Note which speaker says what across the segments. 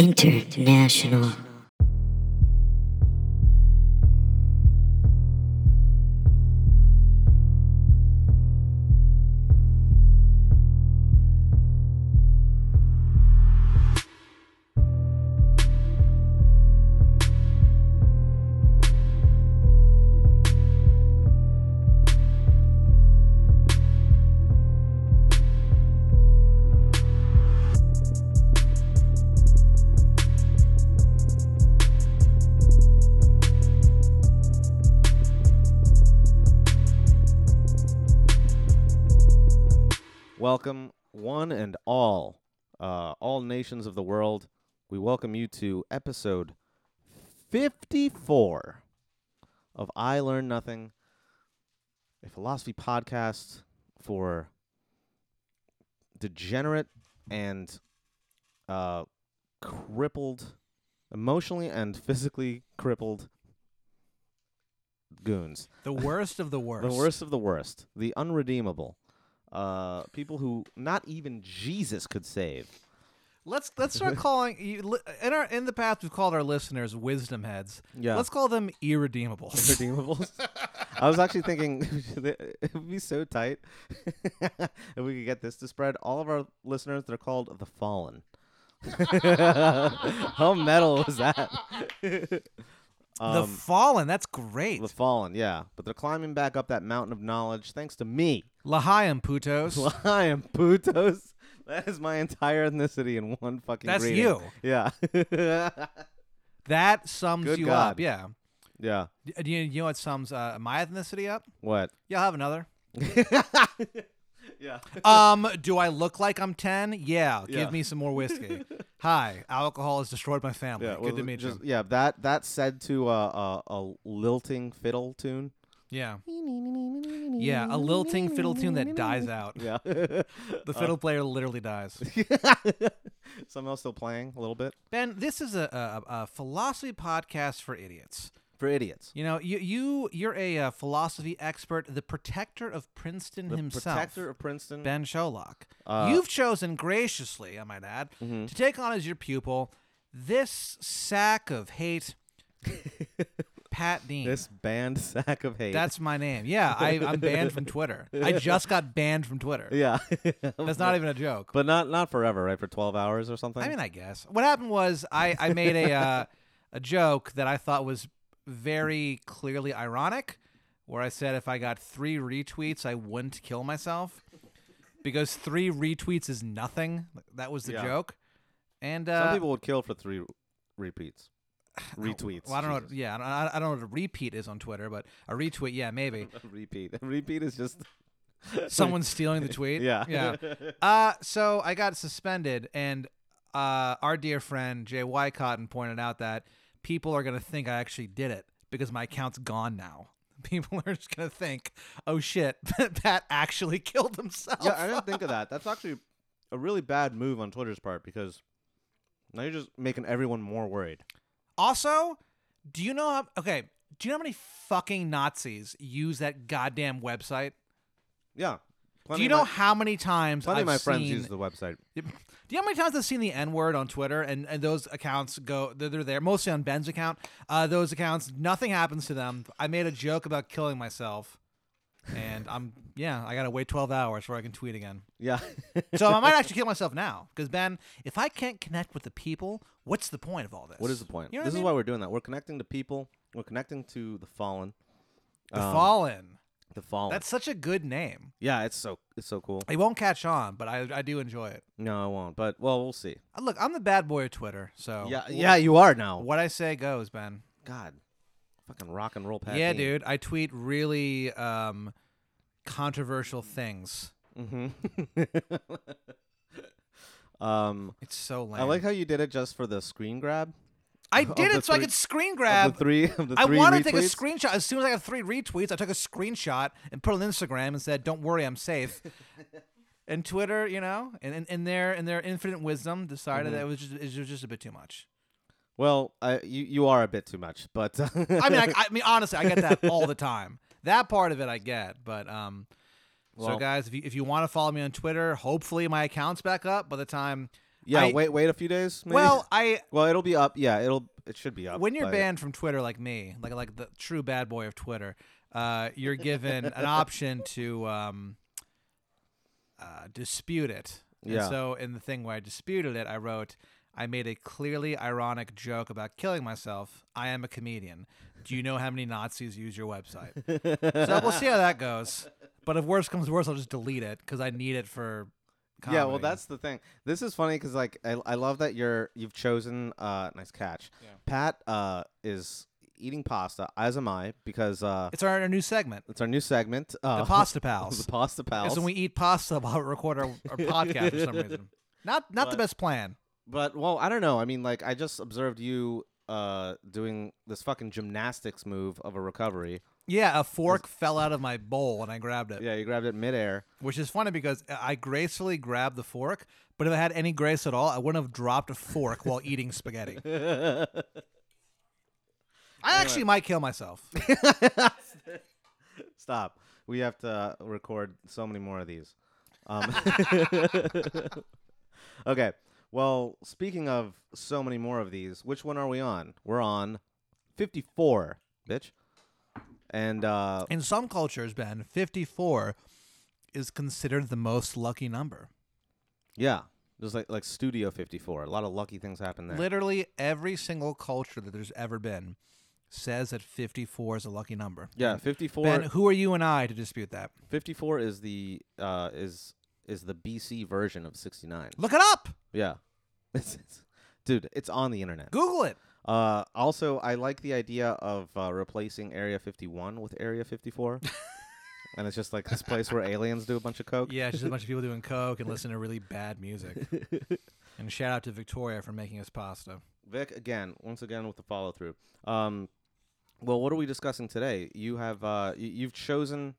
Speaker 1: International.
Speaker 2: Welcome, one and all, uh, all nations of the world. We welcome you to episode 54 of I Learn Nothing, a philosophy podcast for degenerate and uh, crippled, emotionally and physically crippled goons.
Speaker 3: The worst of the worst.
Speaker 2: The worst of the worst. The unredeemable. Uh, people who not even Jesus could save.
Speaker 3: Let's let's start calling you li- in our in the past we've called our listeners wisdom heads.
Speaker 2: Yeah.
Speaker 3: Let's call them irredeemable.
Speaker 2: Unredeemables. I was actually thinking it would be so tight if we could get this to spread. All of our listeners, they're called the Fallen. How metal was that?
Speaker 3: the fallen. That's great.
Speaker 2: um, The Fallen, yeah. But they're climbing back up that mountain of knowledge thanks to me.
Speaker 3: Lahayim putos.
Speaker 2: I am Putos. That is my entire ethnicity in one fucking
Speaker 3: That's
Speaker 2: greeting.
Speaker 3: you.
Speaker 2: Yeah.
Speaker 3: That sums
Speaker 2: Good
Speaker 3: you
Speaker 2: God.
Speaker 3: up. Yeah.
Speaker 2: yeah.
Speaker 3: Y- Do you, you know what sums uh, my ethnicity up?
Speaker 2: What?
Speaker 3: You'll have another.
Speaker 2: Yeah.
Speaker 3: Um, do I look like I'm 10? Yeah. Give
Speaker 2: Yeah.
Speaker 3: me some more whiskey. Hi. Alcohol has destroyed my family.
Speaker 2: Yeah,
Speaker 3: Good
Speaker 2: well,
Speaker 3: to meet
Speaker 2: just,
Speaker 3: you.
Speaker 2: Yeah, that that said to a, a, a lilting fiddle tune.
Speaker 3: Yeah. Yeah. A lilting fiddle tune that dies out.
Speaker 2: Yeah. uh,
Speaker 3: The fiddle player literally dies.
Speaker 2: Somehow still playing a little bit
Speaker 3: Ben, this is a, a, a philosophy podcast for idiots.
Speaker 2: for idiots.
Speaker 3: You know, you you you're a, uh philosophy expert, the protector of Princeton
Speaker 2: The
Speaker 3: himself,
Speaker 2: protector of Princeton.
Speaker 3: Ben Sholok.
Speaker 2: Uh, Mm-hmm.
Speaker 3: You've chosen graciously, I might add, to take on as your pupil this sack of hate, Pat Dean.
Speaker 2: This band sack of hate.
Speaker 3: That's my name. Yeah, I, I'm banned from Twitter. I just got banned from Twitter.
Speaker 2: yeah.
Speaker 3: That's not even a joke.
Speaker 2: but not not forever, right? For twelve hours or something.
Speaker 3: I mean, I guess what happened was I I made a uh, a joke that I thought was very clearly ironic, where I said if I got three retweets, I wouldn't kill myself because three retweets is nothing. That was the
Speaker 2: Yeah.
Speaker 3: joke, and uh,
Speaker 2: Some people would kill for three repeats, retweets.
Speaker 3: Well, I don't know. What,
Speaker 2: Jesus.
Speaker 3: yeah, I don't- I don't know what a repeat is on Twitter, but a retweet, yeah, maybe
Speaker 2: Repeat. Repeat is just.
Speaker 3: someone's stealing the tweet.
Speaker 2: Yeah.
Speaker 3: yeah. Uh, so I got suspended, and uh, our dear friend Jay Wycotton pointed out that people are gonna think I actually did it because my account's gone now. People are just gonna think, "Oh shit, Pat actually killed himself."
Speaker 2: Yeah, I didn't think of that. That's actually a really bad move on Twitter's part because now you're just making everyone more worried.
Speaker 3: also, do you know? How, okay, do you know how many fucking Nazis use that goddamn website?
Speaker 2: Yeah.
Speaker 3: do you
Speaker 2: of
Speaker 3: know
Speaker 2: my,
Speaker 3: how many times
Speaker 2: plenty
Speaker 3: I've
Speaker 2: of my friends
Speaker 3: seen
Speaker 2: use the website.
Speaker 3: Yep. Do you know how many times I've seen the N word on Twitter and, and those accounts go, they're, they're there, mostly on Ben's account. Uh, those accounts, nothing happens to them. I made a joke about killing myself. And I'm, yeah, I got to wait 12 hours before I can tweet again.
Speaker 2: Yeah.
Speaker 3: So I might actually kill myself now. Because, Ben, if I can't connect with the people, what's the point of all this?
Speaker 2: what is the point?
Speaker 3: You know
Speaker 2: this
Speaker 3: what I
Speaker 2: is
Speaker 3: mean?
Speaker 2: why we're doing that. We're connecting to people. We're connecting to the fallen.
Speaker 3: The
Speaker 2: um,
Speaker 3: Fallen.
Speaker 2: The fallen.
Speaker 3: That's such a good name.
Speaker 2: yeah, it's so it's so cool.
Speaker 3: It won't catch on, but I, I do enjoy it.
Speaker 2: No, I won't. But well, we'll see.
Speaker 3: Uh, Look, I'm the bad boy of Twitter. So
Speaker 2: Yeah, yeah, you are now.
Speaker 3: what I say goes, Ben.
Speaker 2: God, fucking rock and roll. Pat
Speaker 3: yeah, dude. I tweet really um, controversial things.
Speaker 2: Mm-hmm. dude. Um,
Speaker 3: It's so lame.
Speaker 2: I like how you did it just for the screen grab.
Speaker 3: I
Speaker 2: of
Speaker 3: did
Speaker 2: the
Speaker 3: it so I
Speaker 2: three-
Speaker 3: could screen
Speaker 2: Of
Speaker 3: grab.
Speaker 2: the three of the
Speaker 3: I
Speaker 2: three
Speaker 3: wanted to take a
Speaker 2: retweets.
Speaker 3: screenshot. As soon as I got three retweets, I took a screenshot and put it on Instagram and said, "Don't worry, I'm safe." and Twitter, you know, and in, in their in their infinite wisdom, decided
Speaker 2: Mm-hmm.
Speaker 3: that it was just it was just a bit too much.
Speaker 2: Well, I, you you are a bit too much, but
Speaker 3: I mean, I, I mean, honestly, I get that all the time. That part of it I get, but um, so
Speaker 2: Well-
Speaker 3: guys, if you if you want to follow me on Twitter, hopefully my account's back up by the time
Speaker 2: Yeah,
Speaker 3: I-
Speaker 2: wait, wait a few days. Maybe?
Speaker 3: Well, I
Speaker 2: well, it'll be up. Yeah, it'll it should be up.
Speaker 3: when you're
Speaker 2: by-
Speaker 3: banned from Twitter, like me, like like the true bad boy of Twitter, uh, you're given an option to um, uh, dispute it. And
Speaker 2: Yeah.
Speaker 3: so in the thing where I disputed it, I wrote, "I made a clearly ironic joke about killing myself. I am a comedian. Do you know how many Nazis use your website?" so we'll see how that goes. But if worse comes to worse, I'll just delete it because I need it for. Comedy.
Speaker 2: Yeah, well, that's the thing. This is funny because like I, I love that you're you've chosen uh nice catch.
Speaker 3: Yeah.
Speaker 2: Pat uh is eating pasta as am I because uh
Speaker 3: it's our, our new segment,
Speaker 2: it's our new segment. Uh,
Speaker 3: the Pasta Pals.
Speaker 2: the pasta
Speaker 3: Because
Speaker 2: pals.
Speaker 3: when we eat pasta while we record our, our podcast for some reason. Not not the
Speaker 2: But-
Speaker 3: best plan.
Speaker 2: but well, I don't know. I mean, like I just observed you uh doing this fucking gymnastics move of a recovery.
Speaker 3: Yeah, a fork fell out of my bowl and I grabbed it,
Speaker 2: Yeah, you grabbed it midair.
Speaker 3: which is funny because I gracefully grabbed the fork, but if I had any grace at all, I wouldn't have dropped a fork while eating spaghetti. I actually might kill myself.
Speaker 2: Stop. We have to uh, record so many more of these. Um, okay. Well, speaking of so many more of these, which one are we on? We're on 54, bitch. And uh,
Speaker 3: In some cultures, Ben, 54 is considered the most lucky number.
Speaker 2: yeah, just like like Studio 54. A lot of lucky things happen there.
Speaker 3: Literally every single culture that there's ever been says that 54 is a lucky number.
Speaker 2: yeah, 54.
Speaker 3: Ben, who are you and I to dispute that?
Speaker 2: 54 is the uh, is is the BC version of 69.
Speaker 3: Look it up.
Speaker 2: Yeah. It's, it's, dude, it's on the internet.
Speaker 3: Google it.
Speaker 2: Uh, also, I like the idea of uh, replacing Area 51 with Area 54. and it's just like this place where aliens do a bunch of coke.
Speaker 3: Yeah, it's just a bunch of people doing coke and listening to really bad music. and shout out to Victoria for making us pasta.
Speaker 2: Vic, again, once again with the follow through. Um, well, what are we discussing today? You have uh, y- you've chosen.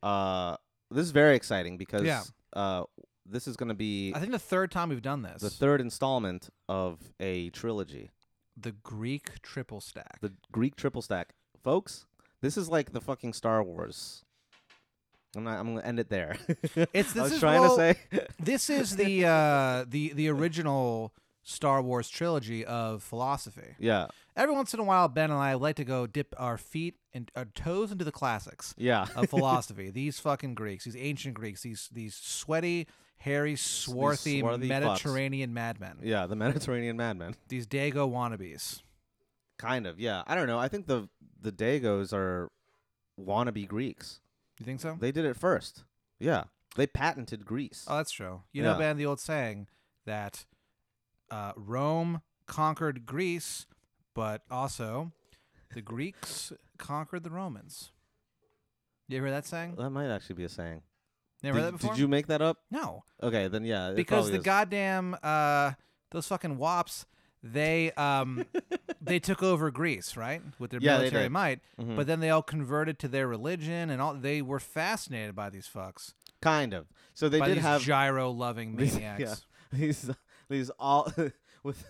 Speaker 2: Uh, this is very exciting because
Speaker 3: Yeah.
Speaker 2: uh, this is going to be
Speaker 3: I think the third time we've done this,
Speaker 2: the
Speaker 3: the,
Speaker 2: third installment of a trilogy.
Speaker 3: Greek triple stack.
Speaker 2: The Greek triple stack, folks. This is like the fucking Star Wars. I'm not, I'm gonna end it there.
Speaker 3: It's this
Speaker 2: I was
Speaker 3: is
Speaker 2: trying
Speaker 3: well,
Speaker 2: to say.
Speaker 3: this is the uh, the the original Star Wars trilogy of philosophy.
Speaker 2: yeah,
Speaker 3: Every once in a while, Ben and I like to go dip our feet and our toes into the classics
Speaker 2: yeah.
Speaker 3: of philosophy. these fucking Greeks, these ancient Greeks, these these sweaty, hairy, swarthy,
Speaker 2: swarthy fucks.
Speaker 3: Mediterranean madmen,
Speaker 2: yeah, the Mediterranean madman.
Speaker 3: these Dago wannabes.
Speaker 2: Kind of, yeah. I don't know. I think the the Dagos are wannabe Greeks.
Speaker 3: You think so?
Speaker 2: They did it first. Yeah. They patented Greece.
Speaker 3: Oh, that's true. You know,
Speaker 2: Yeah.
Speaker 3: Ben, the old saying that uh, Rome conquered Greece, but also the Greeks conquered the Romans. You ever heard that saying?
Speaker 2: that might actually be a saying.
Speaker 3: Never heard
Speaker 2: Uh, did,
Speaker 3: that before?
Speaker 2: did you make that up?
Speaker 3: No,
Speaker 2: Okay, then yeah. it
Speaker 3: because
Speaker 2: probably
Speaker 3: the
Speaker 2: is.
Speaker 3: goddamn uh, those fucking wops, they um, they took over Greece, right, with their
Speaker 2: Yeah, they
Speaker 3: military
Speaker 2: did.
Speaker 3: might.
Speaker 2: Mhm.
Speaker 3: But then they all converted to their religion, and all they were fascinated by these fucks,
Speaker 2: kind of. So they
Speaker 3: by
Speaker 2: did
Speaker 3: these
Speaker 2: have
Speaker 3: gyro-loving
Speaker 2: these-
Speaker 3: maniacs.
Speaker 2: yeah, these these all with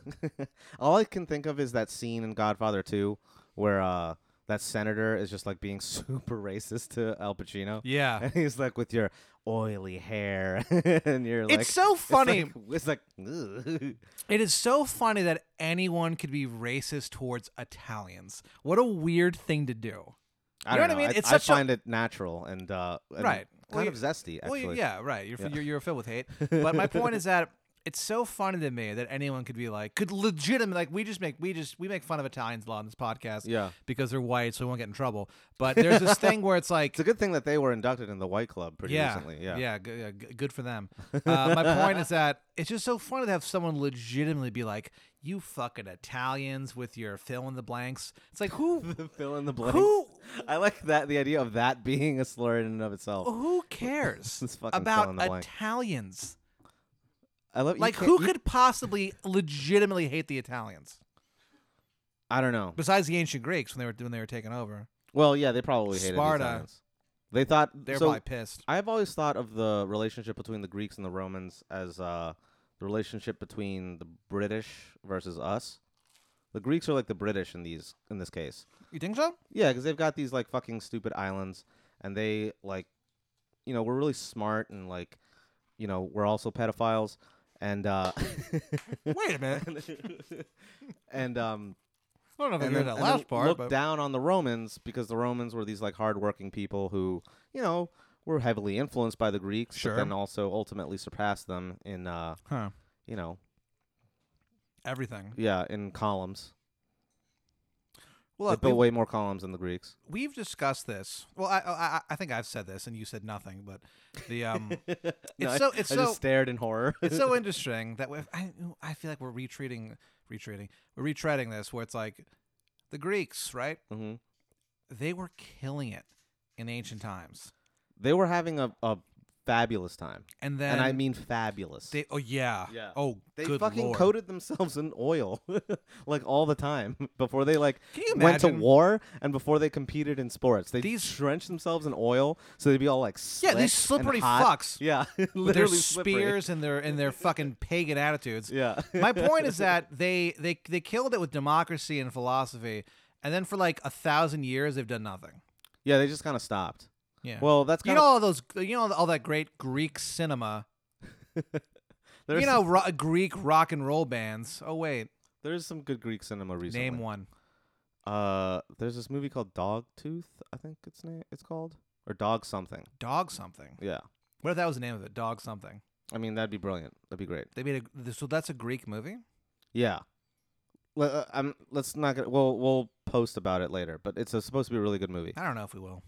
Speaker 2: all I can think of is that scene in Godfather 2 where uh that senator is just like being super racist to Al Pacino.
Speaker 3: yeah.
Speaker 2: And he's like with your oily hair and you're like
Speaker 3: It's so funny.
Speaker 2: It's like, it's like "Ugh."
Speaker 3: It is so funny that anyone could be racist towards Italians. What a weird thing to do.
Speaker 2: I
Speaker 3: You know
Speaker 2: don't
Speaker 3: what I mean?
Speaker 2: I,
Speaker 3: It's
Speaker 2: I
Speaker 3: such a-
Speaker 2: find it natural and uh and
Speaker 3: Right.
Speaker 2: kind
Speaker 3: Well,
Speaker 2: of
Speaker 3: you-
Speaker 2: zesty actually.
Speaker 3: Well, you- yeah, right. You're, you're you're filled with hate. But my point is that it's so funny to me that anyone could be like, could legitimately like we just make we just we make fun of Italians a lot on this podcast.
Speaker 2: Yeah.
Speaker 3: because they're white, so we won't get in trouble. But there's this thing where it's like.
Speaker 2: It's a good thing that they were inducted in the White Club pretty
Speaker 3: yeah,
Speaker 2: recently. Yeah.
Speaker 3: yeah, good, yeah, g- good for them. Uh, my point is that it's just so funny to have someone legitimately be like, "You fucking Italians with your fill in the blanks." It's like who
Speaker 2: Fill in the blanks.
Speaker 3: who
Speaker 2: I like that the idea of that being a slur in and of itself.
Speaker 3: Who cares
Speaker 2: It's fucking fill in
Speaker 3: about
Speaker 2: the blank.
Speaker 3: Italians?
Speaker 2: I love you
Speaker 3: Like,
Speaker 2: can't-
Speaker 3: who
Speaker 2: you-
Speaker 3: could possibly legitimately hate the Italians
Speaker 2: I don't know.
Speaker 3: besides the ancient Greeks when they were when they were taken over?
Speaker 2: Well, yeah, they probably hated
Speaker 3: Sparta.
Speaker 2: The Italians. They thought
Speaker 3: They're
Speaker 2: so
Speaker 3: probably pissed.
Speaker 2: I've always thought of the relationship between the Greeks and the Romans as uh, the relationship between the British versus us. The Greeks are like the British in these in this case.
Speaker 3: You think so?
Speaker 2: Yeah, because they've got these like fucking stupid islands, and they like, you know, we're really smart and like, you know, we're also pedophiles, and uh,
Speaker 3: Wait a minute. I
Speaker 2: and um,
Speaker 3: don't know if I
Speaker 2: and then,
Speaker 3: heard that
Speaker 2: and then
Speaker 3: last part,
Speaker 2: looked
Speaker 3: but
Speaker 2: down on the Romans because the Romans were these like hardworking people who, you know, were heavily influenced by the Greeks,
Speaker 3: Sure.
Speaker 2: but then also ultimately surpassed them in, uh,
Speaker 3: huh.
Speaker 2: you know,
Speaker 3: Everything.
Speaker 2: yeah, in columns.
Speaker 3: Well,
Speaker 2: they built
Speaker 3: we've,
Speaker 2: way more columns than the Greeks.
Speaker 3: we've discussed this. Well, I, I I- I think I've said this, and you said nothing, but the um,
Speaker 2: No, I-
Speaker 3: so- it's
Speaker 2: I
Speaker 3: so-
Speaker 2: just stared in horror.
Speaker 3: it's so interesting that we I I feel like we're retreating, retreating, we're retreading this where it's like the Greeks, right?
Speaker 2: Mhm.
Speaker 3: They were killing it in ancient times,
Speaker 2: They were having a, a fabulous time,
Speaker 3: and then
Speaker 2: and I mean fabulous.
Speaker 3: they oh yeah
Speaker 2: Yeah.
Speaker 3: oh
Speaker 2: They
Speaker 3: good
Speaker 2: fucking
Speaker 3: Lord.
Speaker 2: coated themselves in oil like all the time before they like
Speaker 3: Can you
Speaker 2: went to
Speaker 3: imagine?
Speaker 2: war and before they competed in sports. They
Speaker 3: These-
Speaker 2: drenched themselves in oil so they'd be all like
Speaker 3: Yeah,
Speaker 2: slick
Speaker 3: these slippery
Speaker 2: and hot.
Speaker 3: fucks.
Speaker 2: Yeah,
Speaker 3: with their
Speaker 2: literally slippery.
Speaker 3: spears and their and their fucking pagan attitudes.
Speaker 2: Yeah.
Speaker 3: My point is that they they they killed it with democracy and philosophy, and then for like a thousand years they've done nothing.
Speaker 2: Yeah, they just kind of stopped.
Speaker 3: Yeah.
Speaker 2: Well, that's
Speaker 3: you
Speaker 2: kind
Speaker 3: know
Speaker 2: of
Speaker 3: all those you know all that great Greek cinema.
Speaker 2: there's
Speaker 3: you know ro- Greek rock and roll bands. Oh wait,
Speaker 2: there's some good Greek cinema recently.
Speaker 3: name one.
Speaker 2: Uh, there's this movie called Dogtooth. I think it's name it's called or Dog something.
Speaker 3: Dog something.
Speaker 2: Yeah,
Speaker 3: What if that was the name of it? Dog something.
Speaker 2: I mean that'd be brilliant. That'd be great.
Speaker 3: They made a so that's a Greek movie.
Speaker 2: Yeah. Let, uh, I'm, let's not get. We'll we'll post about it later. But it's a, supposed to be a really good movie.
Speaker 3: I don't know if we will.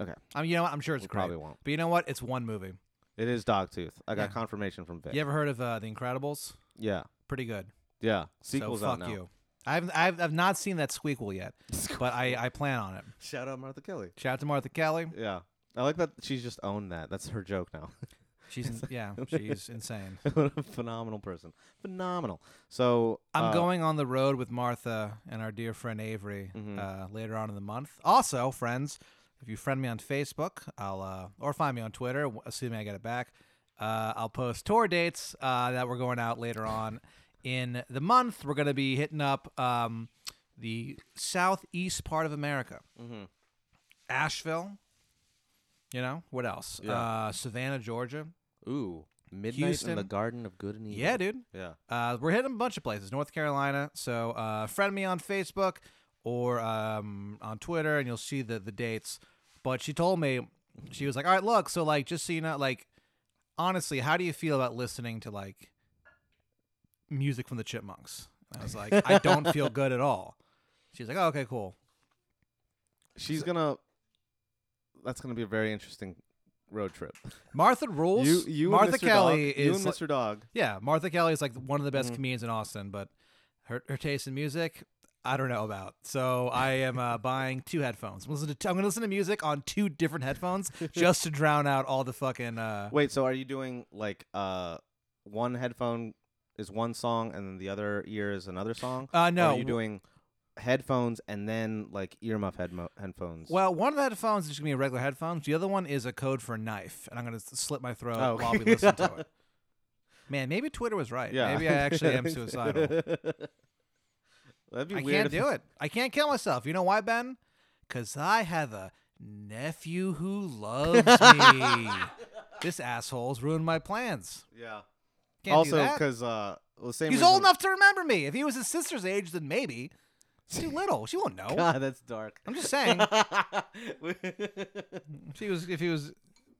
Speaker 2: Okay.
Speaker 3: I mean, you know what? I'm sure it's
Speaker 2: We
Speaker 3: great.
Speaker 2: probably won't.
Speaker 3: But you know what? It's one movie.
Speaker 2: It is Dogtooth. I got
Speaker 3: Yeah.
Speaker 2: confirmation from Vic.
Speaker 3: You ever heard of uh, The Incredibles?
Speaker 2: Yeah.
Speaker 3: Pretty good.
Speaker 2: Yeah. Sequel's
Speaker 3: so
Speaker 2: out
Speaker 3: fuck
Speaker 2: now.
Speaker 3: you. I've, I've I've not seen that squeakle yet, but I, I plan on it.
Speaker 2: Shout out Martha Kelly.
Speaker 3: Shout out to Martha Kelly.
Speaker 2: Yeah. I like that she's just owned that. That's her joke now.
Speaker 3: She's in, yeah, she's insane.
Speaker 2: What a phenomenal person. Phenomenal. So
Speaker 3: I'm
Speaker 2: uh,
Speaker 3: going on the road with Martha and our dear friend Avery
Speaker 2: Mhm.
Speaker 3: uh, later on in the month. Also, friends, if you friend me on Facebook, I'll uh, or find me on Twitter, w- assuming I get it back, uh, I'll post tour dates uh, that we're going out later on in the month. We're gonna be hitting up um, the southeast part of America,
Speaker 2: Mhm.
Speaker 3: Asheville. You know what else?
Speaker 2: Yeah.
Speaker 3: Uh, Savannah, Georgia.
Speaker 2: Ooh. Midnight in the
Speaker 3: Houston.
Speaker 2: Garden of Good and Evil.
Speaker 3: Yeah, dude.
Speaker 2: Yeah.
Speaker 3: Uh, we're hitting a bunch of places. North Carolina. So uh, friend me on Facebook or um, on Twitter, and you'll see the the dates. But she told me she was like, "All right, look. So like, just so you know, like, honestly, how do you feel about listening to like music from the Chipmunks?" I was like, "I don't feel good at all." She's like, "Oh, okay, cool."
Speaker 2: She's gonna. That's gonna be a very interesting road trip.
Speaker 3: Martha rules.
Speaker 2: You you
Speaker 3: Martha
Speaker 2: and Mr.
Speaker 3: Kelly
Speaker 2: Dog,
Speaker 3: is
Speaker 2: you and
Speaker 3: like-
Speaker 2: Mr. Dog.
Speaker 3: Yeah, Martha Kelly is like one of the best
Speaker 2: Mhm.
Speaker 3: comedians in Austin, but her her taste in music, I don't know about. So I am uh, buying two headphones. I'm, listen to, I'm gonna listen to music on two different headphones just to drown out all the fucking. Uh,
Speaker 2: Wait, so are you doing like uh one headphone is one song and then the other ear is another song?
Speaker 3: uh
Speaker 2: Or
Speaker 3: no,
Speaker 2: are you doing headphones and then like earmuff headmo- headphones?
Speaker 3: well, one of the headphones is just gonna be regular headphones. The other one is a code for knife, and I'm gonna s- slit my throat
Speaker 2: Oh, okay.
Speaker 3: while we listen to it. Man, maybe Twitter was right.
Speaker 2: yeah.
Speaker 3: Maybe I actually am suicidal.
Speaker 2: That'd be
Speaker 3: I
Speaker 2: weird.
Speaker 3: can't do it. I can't kill myself. You know why, Ben? Because I have a nephew who loves me. this asshole's ruined my plans.
Speaker 2: Yeah.
Speaker 3: Can't do
Speaker 2: also,
Speaker 3: that.
Speaker 2: because uh, well, same.
Speaker 3: he's
Speaker 2: reason-
Speaker 3: old enough to remember me. If he was his sister's age, then maybe. He's too little. She won't know.
Speaker 2: God, Ah, that's dark.
Speaker 3: I'm just saying.
Speaker 2: yeah.
Speaker 3: If he was, if he was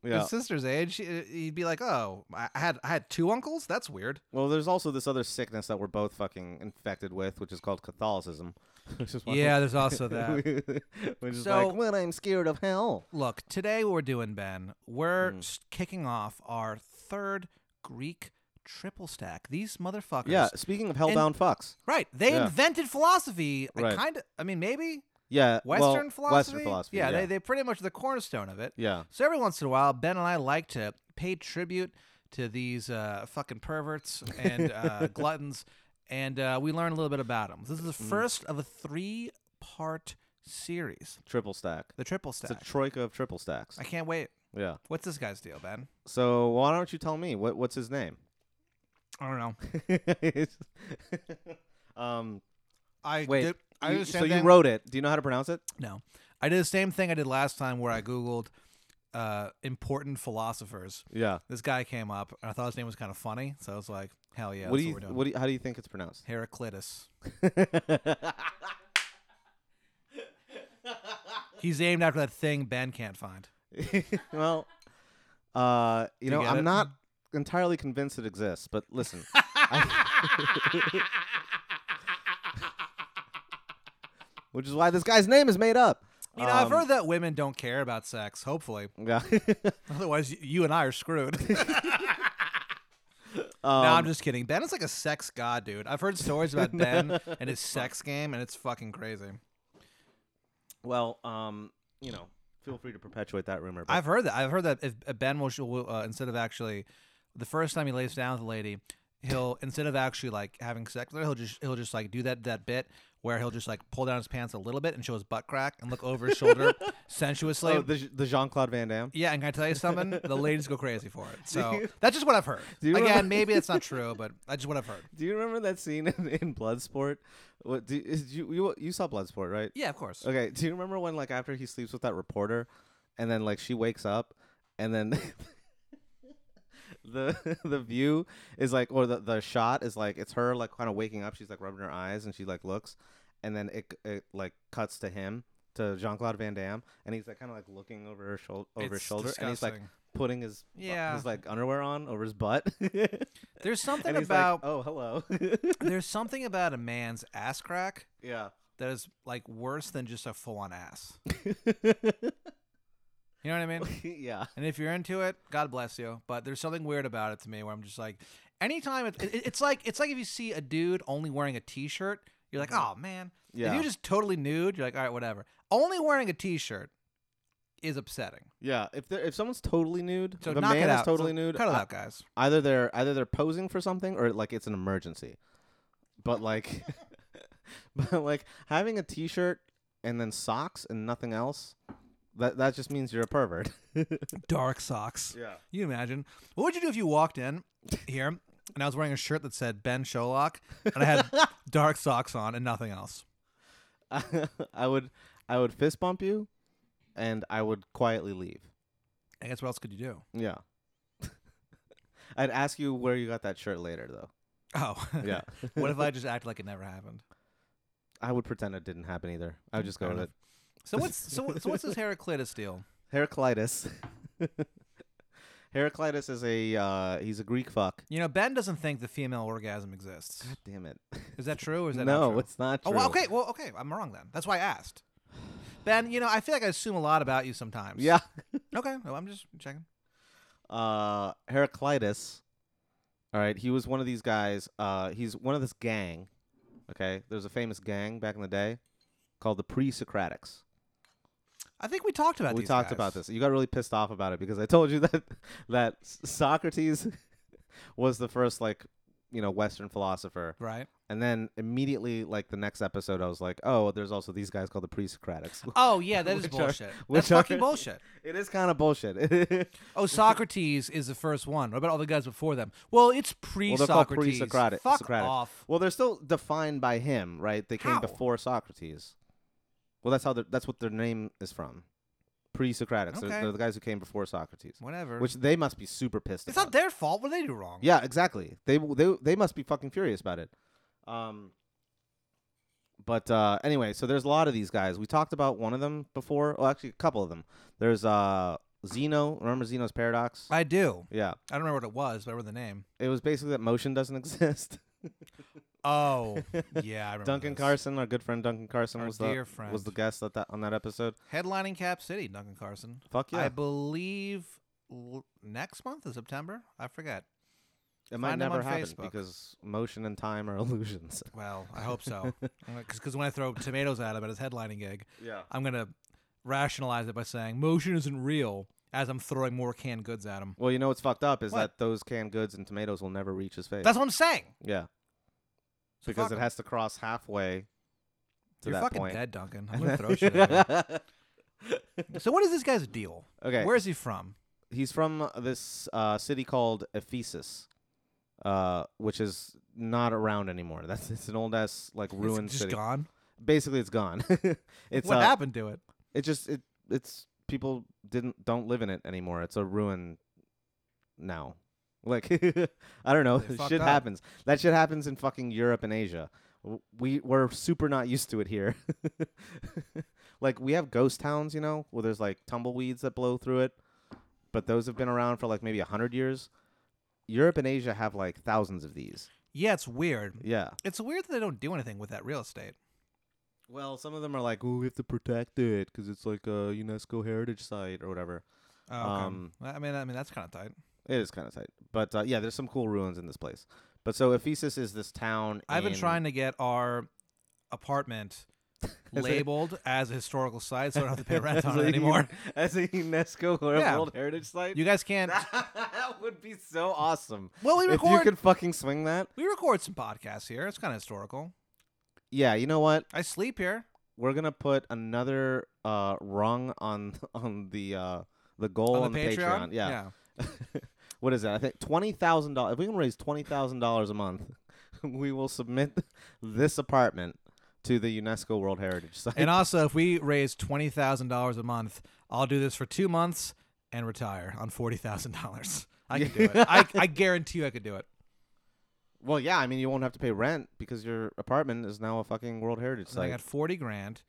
Speaker 3: his sister's age, she- he'd be like, "Oh, I I had, I had two uncles. That's weird."
Speaker 2: Well, there's also this other sickness that we're both fucking infected with, which is called Catholicism. Which is why-
Speaker 3: Yeah, there's also that.
Speaker 2: which is
Speaker 3: So-
Speaker 2: like, well, I'm scared of hell.
Speaker 3: Look, today what we're doing, Ben, we're
Speaker 2: Mm.
Speaker 3: s- kicking off our third Greek triple stack. These motherfuckers.
Speaker 2: Yeah. Speaking of hellbound fucks.
Speaker 3: Right. They
Speaker 2: Yeah.
Speaker 3: invented philosophy.
Speaker 2: Right.
Speaker 3: Kind of, I mean, maybe
Speaker 2: Yeah. well,
Speaker 3: Western philosophy.
Speaker 2: Western philosophy.
Speaker 3: Yeah,
Speaker 2: Yeah.
Speaker 3: They, they pretty much the cornerstone of it.
Speaker 2: yeah.
Speaker 3: So every once in a while, Ben and I like to pay tribute to these uh, fucking perverts and uh, gluttons, and uh, we learn a little bit about them. This is the
Speaker 2: Mm.
Speaker 3: first of a three part series,
Speaker 2: Triple stack.
Speaker 3: the triple
Speaker 2: It's a
Speaker 3: stack.
Speaker 2: troika of triple stacks.
Speaker 3: I can't wait.
Speaker 2: Yeah.
Speaker 3: What's this guy's deal, Ben?
Speaker 2: So why don't you tell me what what's his name?
Speaker 3: I don't know.
Speaker 2: um.
Speaker 3: I
Speaker 2: Wait.
Speaker 3: Did, I
Speaker 2: you-
Speaker 3: did the same
Speaker 2: so you
Speaker 3: thing-
Speaker 2: wrote it. Do you know how to pronounce it?
Speaker 3: No, I did the same thing I did last time, where I googled uh, important philosophers.
Speaker 2: Yeah.
Speaker 3: This guy came up, and I thought his name was kind of funny, so I was like, "Hell yeah,
Speaker 2: what
Speaker 3: that's
Speaker 2: do you
Speaker 3: what we're doing."
Speaker 2: what do you, how do you think it's pronounced?
Speaker 3: Heraclitus. He's named after that thing Ben can't find.
Speaker 2: well, uh, you,
Speaker 3: You
Speaker 2: know,
Speaker 3: get
Speaker 2: I'm
Speaker 3: it?
Speaker 2: not entirely convinced it exists, but listen, which is why this guy's name is made up.
Speaker 3: You know, I've
Speaker 2: Um,
Speaker 3: heard that women don't care about sex. Hopefully,
Speaker 2: Yeah.
Speaker 3: otherwise y- you and I are screwed. no,
Speaker 2: Um,
Speaker 3: I'm just kidding. Ben is like a sex god, dude. I've heard stories about Ben and his sex game, and it's fucking crazy.
Speaker 2: well, um, you know, feel free to perpetuate that rumor. But
Speaker 3: I've heard that. I've heard that if if Ben will, will uh, instead of actually, the first time he lays down with a lady, he'll instead of actually like having sex with her, he'll just he'll just like do that that bit where he'll just like pull down his pants a little bit and show his butt crack and look over his shoulder sensuously.
Speaker 2: oh, the, the Jean Claude Van Damme.
Speaker 3: yeah, and can I tell you something? The ladies go crazy for it. So
Speaker 2: you-
Speaker 3: that's just what I've heard.
Speaker 2: Do you
Speaker 3: Again,
Speaker 2: remember-
Speaker 3: maybe that's not true, but that's just what I've heard.
Speaker 2: Do you remember that scene in, in Bloodsport? What do is you, you you saw Bloodsport, right?
Speaker 3: Yeah, of course.
Speaker 2: Okay. Do you remember when like after he sleeps with that reporter, and then like she wakes up, and then the the view is like or the the shot is like it's her like kind of waking up. She's like rubbing her eyes and she like looks, and then it it like cuts to him to Jean Claude Van Damme, and he's like kind of like looking over her shoulder over his
Speaker 3: It's
Speaker 2: shoulder, and he's like
Speaker 3: disgusting.
Speaker 2: putting his bu-
Speaker 3: Yeah.
Speaker 2: his like underwear on over his butt.
Speaker 3: there's something
Speaker 2: and he's
Speaker 3: about
Speaker 2: like, oh hello,
Speaker 3: there's something about a man's ass crack
Speaker 2: yeah.
Speaker 3: that is like worse than just a full on ass. You know what I mean?
Speaker 2: yeah.
Speaker 3: And if you're into it, God bless you. But there's something weird about it to me where I'm just like, anytime it, it, it's like it's like if you see a dude only wearing a t-shirt, you're like, oh man. If
Speaker 2: Mm-hmm. Yeah.
Speaker 3: you're just totally nude, you're like, all right, whatever. Only wearing a t-shirt is upsetting.
Speaker 2: Yeah. If they're, if someone's totally nude,
Speaker 3: So
Speaker 2: if a
Speaker 3: knock
Speaker 2: man
Speaker 3: it
Speaker 2: is
Speaker 3: out.
Speaker 2: totally
Speaker 3: So
Speaker 2: nude,
Speaker 3: Cut it
Speaker 2: I-
Speaker 3: out, guys.
Speaker 2: either they're either they're posing for something or like it's an emergency. But like, but like having a T-shirt and then socks and nothing else, that that just means you're a pervert.
Speaker 3: Dark socks.
Speaker 2: Yeah.
Speaker 3: You imagine. What would you do if you walked in here and I was wearing a shirt that said Ben Sholok and I had dark socks on and nothing else?
Speaker 2: I would I would fist bump you, and I would quietly leave.
Speaker 3: I guess what else could you do?
Speaker 2: Yeah. I'd ask you where you got that shirt later, though.
Speaker 3: Oh.
Speaker 2: Yeah.
Speaker 3: what if I just acted like it never happened?
Speaker 2: I would pretend it didn't happen either. I would just go
Speaker 3: Mm, Fair
Speaker 2: with it.
Speaker 3: enough. So what's so, what- so what's this Heraclitus deal?
Speaker 2: Heraclitus. Heraclitus is a uh, he's a Greek fuck.
Speaker 3: You know, Ben doesn't think the female orgasm exists.
Speaker 2: God damn it.
Speaker 3: Is that true or is that
Speaker 2: no,
Speaker 3: not true?
Speaker 2: it's not true.
Speaker 3: Oh, well, okay. Well, okay. I'm wrong then. That's why I asked. Ben, you know, I feel like I assume a lot about you sometimes.
Speaker 2: Yeah.
Speaker 3: Okay. No, I'm just checking.
Speaker 2: Uh, Heraclitus. All right, he was one of these guys. Uh, he's one of this gang. Okay, there's a famous gang back in the day called the pre-Socratics.
Speaker 3: I think we talked about
Speaker 2: we
Speaker 3: these
Speaker 2: talked
Speaker 3: guys.
Speaker 2: about this. You got really pissed off about it because I told you that that S- Socrates was the first like you know Western philosopher,
Speaker 3: Right.
Speaker 2: and then immediately like the next episode, I was like, oh, there's also these guys called the pre-Socratics.
Speaker 3: Oh yeah, that is
Speaker 2: Which are-
Speaker 3: bullshit.
Speaker 2: which
Speaker 3: That's fucking
Speaker 2: are-
Speaker 3: bullshit.
Speaker 2: It is kind of bullshit.
Speaker 3: Oh, Socrates is the first one. What about all the guys before them? Well, it's
Speaker 2: well, they're called
Speaker 3: pre-Socrates.
Speaker 2: pre-Socratic.
Speaker 3: Fuck
Speaker 2: Socratic.
Speaker 3: off.
Speaker 2: Well, they're still defined by him, right? They came
Speaker 3: How?
Speaker 2: before Socrates. Well, that's how they're- that's what their name is from. Pre-Socratics. They're,
Speaker 3: Okay.
Speaker 2: they're the guys who came before Socrates,
Speaker 3: Whatever.
Speaker 2: which they must be super pissed.
Speaker 3: it's
Speaker 2: about.
Speaker 3: not their fault. What did they do wrong?
Speaker 2: Yeah, exactly. They w- they they must be fucking furious about it. Um. But uh, anyway, so there's a lot of these guys. We talked about one of them before. Well, actually, a couple of them. There's uh Zeno. Remember Zeno's paradox?
Speaker 3: I do.
Speaker 2: yeah.
Speaker 3: I don't remember what it was, but I remember the name.
Speaker 2: It was basically that motion doesn't exist.
Speaker 3: Oh, yeah, I remember.
Speaker 2: Duncan
Speaker 3: this.
Speaker 2: Carson, our good friend Duncan Carson,
Speaker 3: Our
Speaker 2: was
Speaker 3: dear
Speaker 2: the
Speaker 3: friend.
Speaker 2: was the guest at that on that episode.
Speaker 3: headlining Cap City, Duncan Carson.
Speaker 2: Fuck yeah,
Speaker 3: I believe l- next month is September. I forget.
Speaker 2: it might
Speaker 3: find him
Speaker 2: never
Speaker 3: on
Speaker 2: happen
Speaker 3: Facebook.
Speaker 2: because motion and time are illusions.
Speaker 3: Well, I hope so. Because when I throw tomatoes at him at his headlining gig,
Speaker 2: Yeah,
Speaker 3: I'm gonna rationalize it by saying motion isn't real as I'm throwing more canned goods at him.
Speaker 2: Well, you know what's fucked up is
Speaker 3: What?
Speaker 2: that those canned goods and tomatoes will never reach his face.
Speaker 3: That's what I'm saying.
Speaker 2: yeah,
Speaker 3: So
Speaker 2: because
Speaker 3: fuck
Speaker 2: it
Speaker 3: him.
Speaker 2: has to cross halfway to
Speaker 3: You're
Speaker 2: that
Speaker 3: fucking
Speaker 2: point.
Speaker 3: dead, Duncan. I'm gonna throw shit. At you. So what is this guy's deal?
Speaker 2: okay,
Speaker 3: Where is he from?
Speaker 2: he's from this uh, city called Ephesus, uh, which is not around anymore. That's it's an old ass like
Speaker 3: Is it
Speaker 2: ruined
Speaker 3: just
Speaker 2: city.
Speaker 3: gone.
Speaker 2: Basically, it's gone. it's
Speaker 3: what
Speaker 2: uh,
Speaker 3: happened to it?
Speaker 2: It just it it's people didn't don't live in it anymore. It's a ruin now. Like I don't know,
Speaker 3: They fucked
Speaker 2: shit
Speaker 3: up.
Speaker 2: happens. That shit happens in fucking Europe and Asia. W- We we're super not used to it here. like we have ghost towns, you know, where there's like tumbleweeds that blow through it, but those have been around for like maybe a hundred years. Europe and Asia have like thousands of these.
Speaker 3: Yeah, it's weird.
Speaker 2: Yeah.
Speaker 3: It's weird that they don't do anything with that real estate.
Speaker 2: Well, some of them are like, oh, we have to protect it because it's like a UNESCO heritage site or whatever.
Speaker 3: Oh, okay.
Speaker 2: Um,
Speaker 3: Well, I mean, I mean that's kind of tight.
Speaker 2: It is kind of tight, but uh, yeah, there's some cool ruins in this place. But so Ephesus is this town.
Speaker 3: I've been
Speaker 2: in-
Speaker 3: trying to get our apartment
Speaker 2: a-
Speaker 3: labeled as a historical site, so I don't have to pay rent
Speaker 2: as
Speaker 3: on it
Speaker 2: a-
Speaker 3: anymore.
Speaker 2: as a UNESCO World,
Speaker 3: Yeah.
Speaker 2: World Heritage Site.
Speaker 3: You guys can't.
Speaker 2: that would be so awesome.
Speaker 3: Well, we
Speaker 2: if you
Speaker 3: record.
Speaker 2: could fucking swing that,
Speaker 3: We record some podcasts here. It's kind of historical.
Speaker 2: yeah. You know what?
Speaker 3: I sleep here.
Speaker 2: We're gonna put another uh, rung on on the uh, the goal on,
Speaker 3: on the,
Speaker 2: Patreon. Yeah. what is that? I think twenty thousand dollars. If we can raise twenty thousand dollars a month, we will submit this apartment to the UNESCO World Heritage Site.
Speaker 3: And also, if we raise twenty thousand dollars a month, I'll do this for two months and retire on forty thousand dollars. I can do it. I, I guarantee you, I could do it.
Speaker 2: well, yeah, I mean, you won't have to pay rent because your apartment is now a fucking World Heritage
Speaker 3: So I
Speaker 2: Site.
Speaker 3: got forty grand.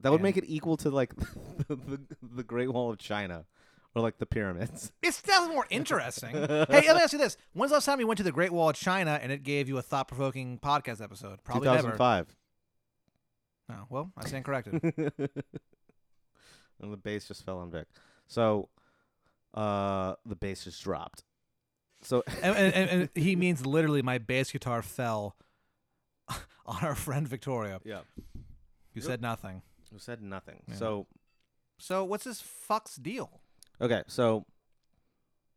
Speaker 2: that would
Speaker 3: and-
Speaker 2: make it equal to like the, the, the Great Wall of China or like the pyramids.
Speaker 3: It's that's more interesting. hey, let me ask you this: When's the last time you went to the Great Wall of China and it gave you a thought-provoking podcast episode? Probably never.
Speaker 2: 2005.
Speaker 3: Oh, well, I stand corrected.
Speaker 2: and the bass just fell on Vic. So, uh, the bass just dropped. So
Speaker 3: and, and, and, and he means literally, my bass guitar fell on our friend Victoria,
Speaker 2: yeah,
Speaker 3: who said nothing.
Speaker 2: who said nothing?
Speaker 3: Yeah.
Speaker 2: So
Speaker 3: So what's this fuck's deal?
Speaker 2: okay, so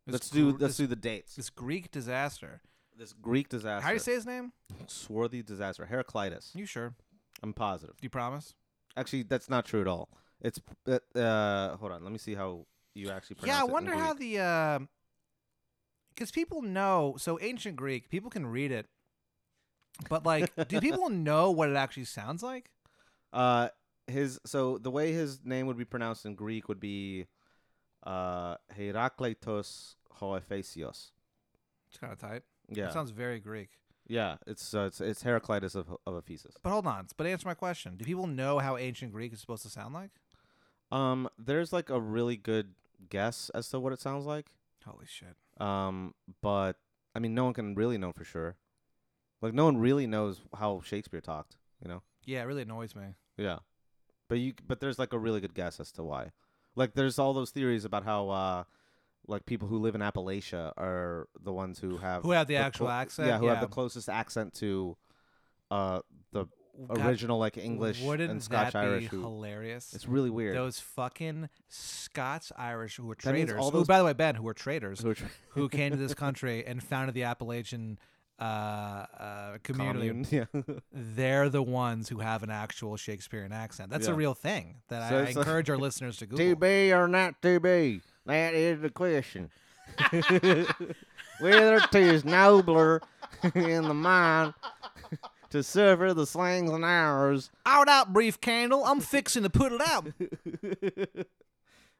Speaker 3: This
Speaker 2: let's do
Speaker 3: gr-
Speaker 2: let's
Speaker 3: this,
Speaker 2: do the dates.
Speaker 3: this Greek disaster.
Speaker 2: This Greek disaster,
Speaker 3: How do you say his name?
Speaker 2: swarthy disaster, Heraclitus.
Speaker 3: You sure?
Speaker 2: I'm positive.
Speaker 3: Do you promise?
Speaker 2: Actually, that's not true at all. It's uh, uh hold on, let me see how you actually pronounce
Speaker 3: yeah, I
Speaker 2: it in
Speaker 3: wonder
Speaker 2: Greek.
Speaker 3: how the because people know. So ancient Greek, people can read it, but like, do people know what it actually sounds like?
Speaker 2: Uh, his so the way his name would be pronounced in Greek would be uh Herakleitos Hoephesios.
Speaker 3: It's kind of tight.
Speaker 2: Yeah,
Speaker 3: It sounds very Greek.
Speaker 2: yeah. It's uh, it's it's Heraclitus of of Ephesus.
Speaker 3: But hold on. But answer my question. Do people know how ancient Greek is supposed to sound like?
Speaker 2: Um, there's like a really good guess as to what it sounds like.
Speaker 3: Holy shit.
Speaker 2: Um, but I mean, no one can really know for sure. Like, no one really knows how Shakespeare talked. You know?
Speaker 3: Yeah, it really annoys me.
Speaker 2: Yeah. But you, but there's like a really good guess as to why. Like, there's all those theories about how, uh, like people who live in Appalachia are the ones who have
Speaker 3: Who have the, actual
Speaker 2: clo-
Speaker 3: accent?
Speaker 2: Yeah, who have the closest accent to, uh, the
Speaker 3: God,
Speaker 2: original like English
Speaker 3: Wouldn't
Speaker 2: and Scotch
Speaker 3: that
Speaker 2: Irish.
Speaker 3: be
Speaker 2: Who,
Speaker 3: hilarious?
Speaker 2: it's really weird.
Speaker 3: Those fucking Scots Irish who were
Speaker 2: That means
Speaker 3: traitors.
Speaker 2: all
Speaker 3: Oh,
Speaker 2: those-
Speaker 3: by the way, Ben, who were traitors,
Speaker 2: Who are tra-
Speaker 3: who came to this country and founded the Appalachian uh, uh, community.
Speaker 2: commune, yeah.
Speaker 3: They're the ones who have an actual Shakespearean accent. That's a
Speaker 2: Yeah.
Speaker 3: real thing that
Speaker 2: So
Speaker 3: I, I
Speaker 2: it's like-
Speaker 3: encourage our listeners
Speaker 2: To
Speaker 3: to Google.
Speaker 2: be or not to be? That is the question. Whether 'tis nobler in the mind to suffer the slings and arrows.
Speaker 3: Out, out, brief candle. I'm fixing to put it out.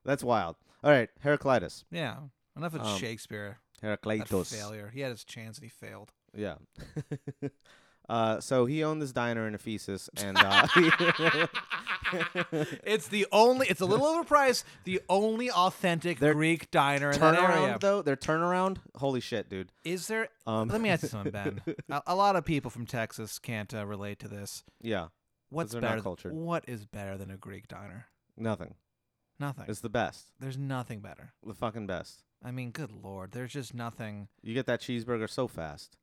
Speaker 2: That's wild. All right, Heraclitus.
Speaker 3: yeah. Enough of
Speaker 2: Um,
Speaker 3: Shakespeare. That
Speaker 2: Heraclitus.
Speaker 3: failure. He had his chance and he failed.
Speaker 2: Yeah. uh, so he owned this diner in Ephesus, and uh,
Speaker 3: It's the only. It's a little overpriced. The only authentic
Speaker 2: Their
Speaker 3: Greek diner in that area.
Speaker 2: turnaround though their turnaround. Holy shit, dude.
Speaker 3: Is there?
Speaker 2: Um,
Speaker 3: Let me ask you something, Ben. a, a lot of people from Texas can't uh, relate to this.
Speaker 2: Yeah,
Speaker 3: What's
Speaker 2: they're not
Speaker 3: better?
Speaker 2: cultured.
Speaker 3: What is better than a Greek diner?
Speaker 2: nothing.
Speaker 3: Nothing.
Speaker 2: It's the best.
Speaker 3: There's nothing better.
Speaker 2: The fucking best.
Speaker 3: I mean, good lord, there's just nothing.
Speaker 2: You get that cheeseburger so fast.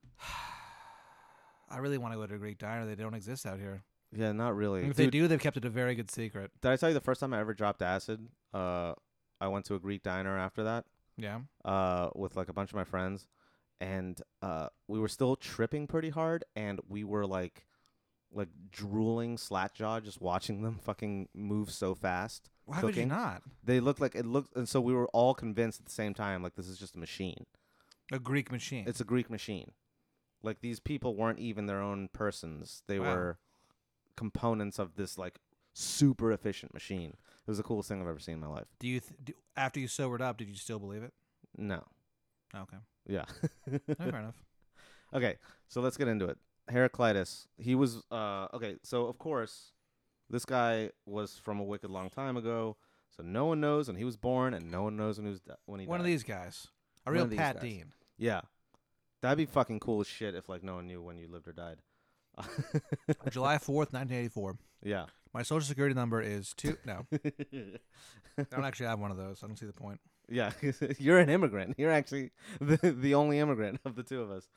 Speaker 3: I really want to go to a Greek diner. They don't exist out here.
Speaker 2: Yeah, not really.
Speaker 3: And if
Speaker 2: Dude,
Speaker 3: they do, they've kept it a very good secret.
Speaker 2: Did I tell you the first time I ever dropped acid? Uh, I went to a Greek diner after that
Speaker 3: Yeah.
Speaker 2: uh, with like a bunch of my friends, and uh, we were still tripping pretty hard, and we were like, like drooling slat jaw just watching them fucking move so fast.
Speaker 3: Why would you
Speaker 2: Cooking?
Speaker 3: not?
Speaker 2: They looked like it looked, and so we were all convinced at the same time, like this is just a machine.
Speaker 3: A Greek machine.
Speaker 2: It's a Greek machine. Like these people weren't even their own persons; they
Speaker 3: Wow.
Speaker 2: were components of this like super efficient machine. It was the coolest thing I've ever seen in my life.
Speaker 3: Do you th- do, after you sobered up? Did you still believe it?
Speaker 2: No.
Speaker 3: Okay,
Speaker 2: Yeah.
Speaker 3: No, fair enough.
Speaker 2: Okay, so let's get into it. Heraclitus. He was uh okay, so of course this guy was from a wicked long time ago, so no one knows when he was born and no one knows when he was di- when he
Speaker 3: One of
Speaker 2: died.
Speaker 3: these guys, a
Speaker 2: One
Speaker 3: real
Speaker 2: of these
Speaker 3: Pat
Speaker 2: guys.
Speaker 3: Dean.
Speaker 2: Yeah. That'd be fucking cool as shit if like no one knew when you lived or died.
Speaker 3: July fourth, nineteen eighty four.
Speaker 2: yeah.
Speaker 3: My social security number is two. No, I don't actually have one of those. I don't see the point.
Speaker 2: yeah, you're an immigrant. You're actually the, the only immigrant of the two of us.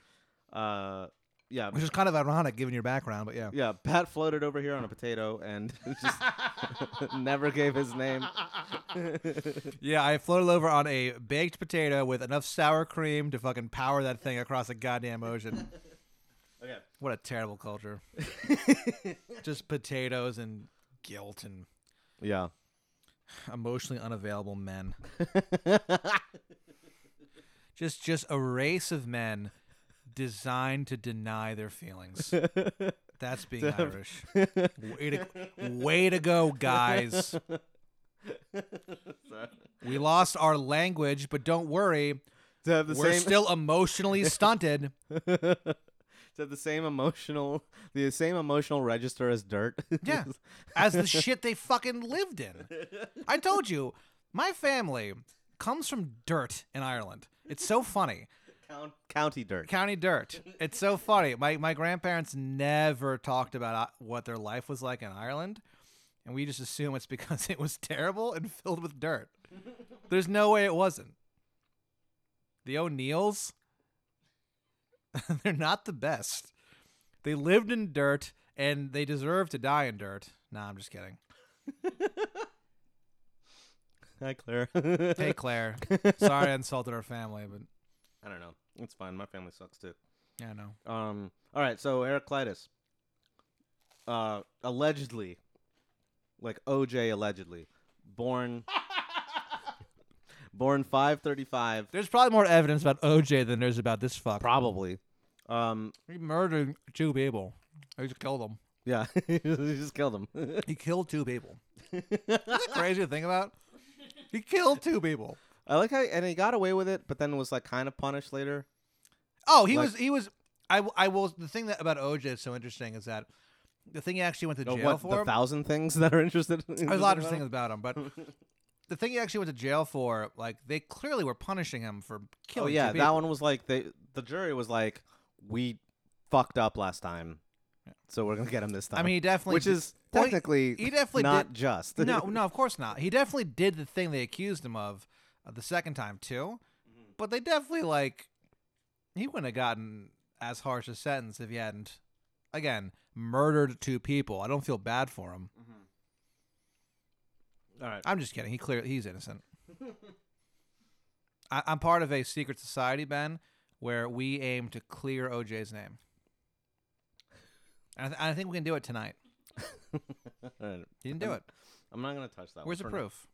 Speaker 2: Uh yeah,
Speaker 3: Which is kind of ironic given your background, but yeah.
Speaker 2: Yeah, Pat floated over here on a potato and just never gave his name.
Speaker 3: Yeah, I floated over on a baked potato with enough sour cream to fucking power that thing across a goddamn ocean.
Speaker 2: Okay.
Speaker 3: What a terrible culture. Just potatoes and guilt and
Speaker 2: Yeah.
Speaker 3: emotionally unavailable men. Just just a race of men designed to deny their feelings. That's being Irish. Way to, way to go, guys. We lost our language, but don't worry.
Speaker 2: To have the
Speaker 3: We're
Speaker 2: same
Speaker 3: still emotionally stunted.
Speaker 2: to have the same emotional the same emotional register as dirt.
Speaker 3: Yeah. As the shit they fucking lived in. I told you, my family comes from dirt in Ireland. It's so funny.
Speaker 2: Count, county dirt.
Speaker 3: County dirt. It's so funny. My my grandparents never talked about uh, what their life was like in Ireland, and we just assume it's because it was terrible and filled with dirt. There's no way it wasn't. The O'Neills, they're not the best. They lived in dirt and they deserve to die in dirt. Nah, I'm just kidding.
Speaker 2: Hi Claire.
Speaker 3: Hey Claire, sorry I insulted our family, but
Speaker 2: I don't know. It's fine. My family sucks too.
Speaker 3: yeah, no.
Speaker 2: Um all right, so Heraclitus. Uh allegedly like OJ allegedly born born 535
Speaker 3: There's probably more evidence about OJ than there's about this fuck.
Speaker 2: probably um
Speaker 3: He murdered two people. He just killed them.
Speaker 2: yeah he just killed him
Speaker 3: He killed two people. Isn't that crazy to think about? He killed two people.
Speaker 2: I like how and he got away with it but then was like kind of punished later
Speaker 3: Oh, he
Speaker 2: Like-
Speaker 3: was. He was. I, w- I will. The thing that about OJ is so interesting is that the thing he actually went to
Speaker 2: Oh,
Speaker 3: jail
Speaker 2: what
Speaker 3: for.
Speaker 2: the thousand things that are interested in
Speaker 3: There's a lot of things about him, but the thing he actually went to jail for, like they clearly were punishing him for
Speaker 2: oh
Speaker 3: killing.
Speaker 2: yeah
Speaker 3: two
Speaker 2: that
Speaker 3: people.
Speaker 2: one was like they the jury was like we fucked up last time so we're gonna get him this time
Speaker 3: I mean, he definitely.
Speaker 2: which
Speaker 3: did-
Speaker 2: is
Speaker 3: well, he-
Speaker 2: technically
Speaker 3: he definitely
Speaker 2: not
Speaker 3: did-
Speaker 2: just
Speaker 3: no, no, of course not. He definitely did the thing they accused him of uh, the second time too,
Speaker 2: Mm-hmm.
Speaker 3: but they definitely like he wouldn't have gotten as harsh a sentence if he hadn't, again, murdered two people. I don't feel bad for him.
Speaker 2: Mm-hmm. all right
Speaker 3: I'm just kidding. He clearly he's innocent. I, I'm part of a secret society, Ben, where we aim to clear OJ's name, and I, th- I think we can do it tonight.
Speaker 2: all right
Speaker 3: He didn't do it.
Speaker 2: i'm not gonna touch that
Speaker 3: Where's the
Speaker 2: one for now.
Speaker 3: proof?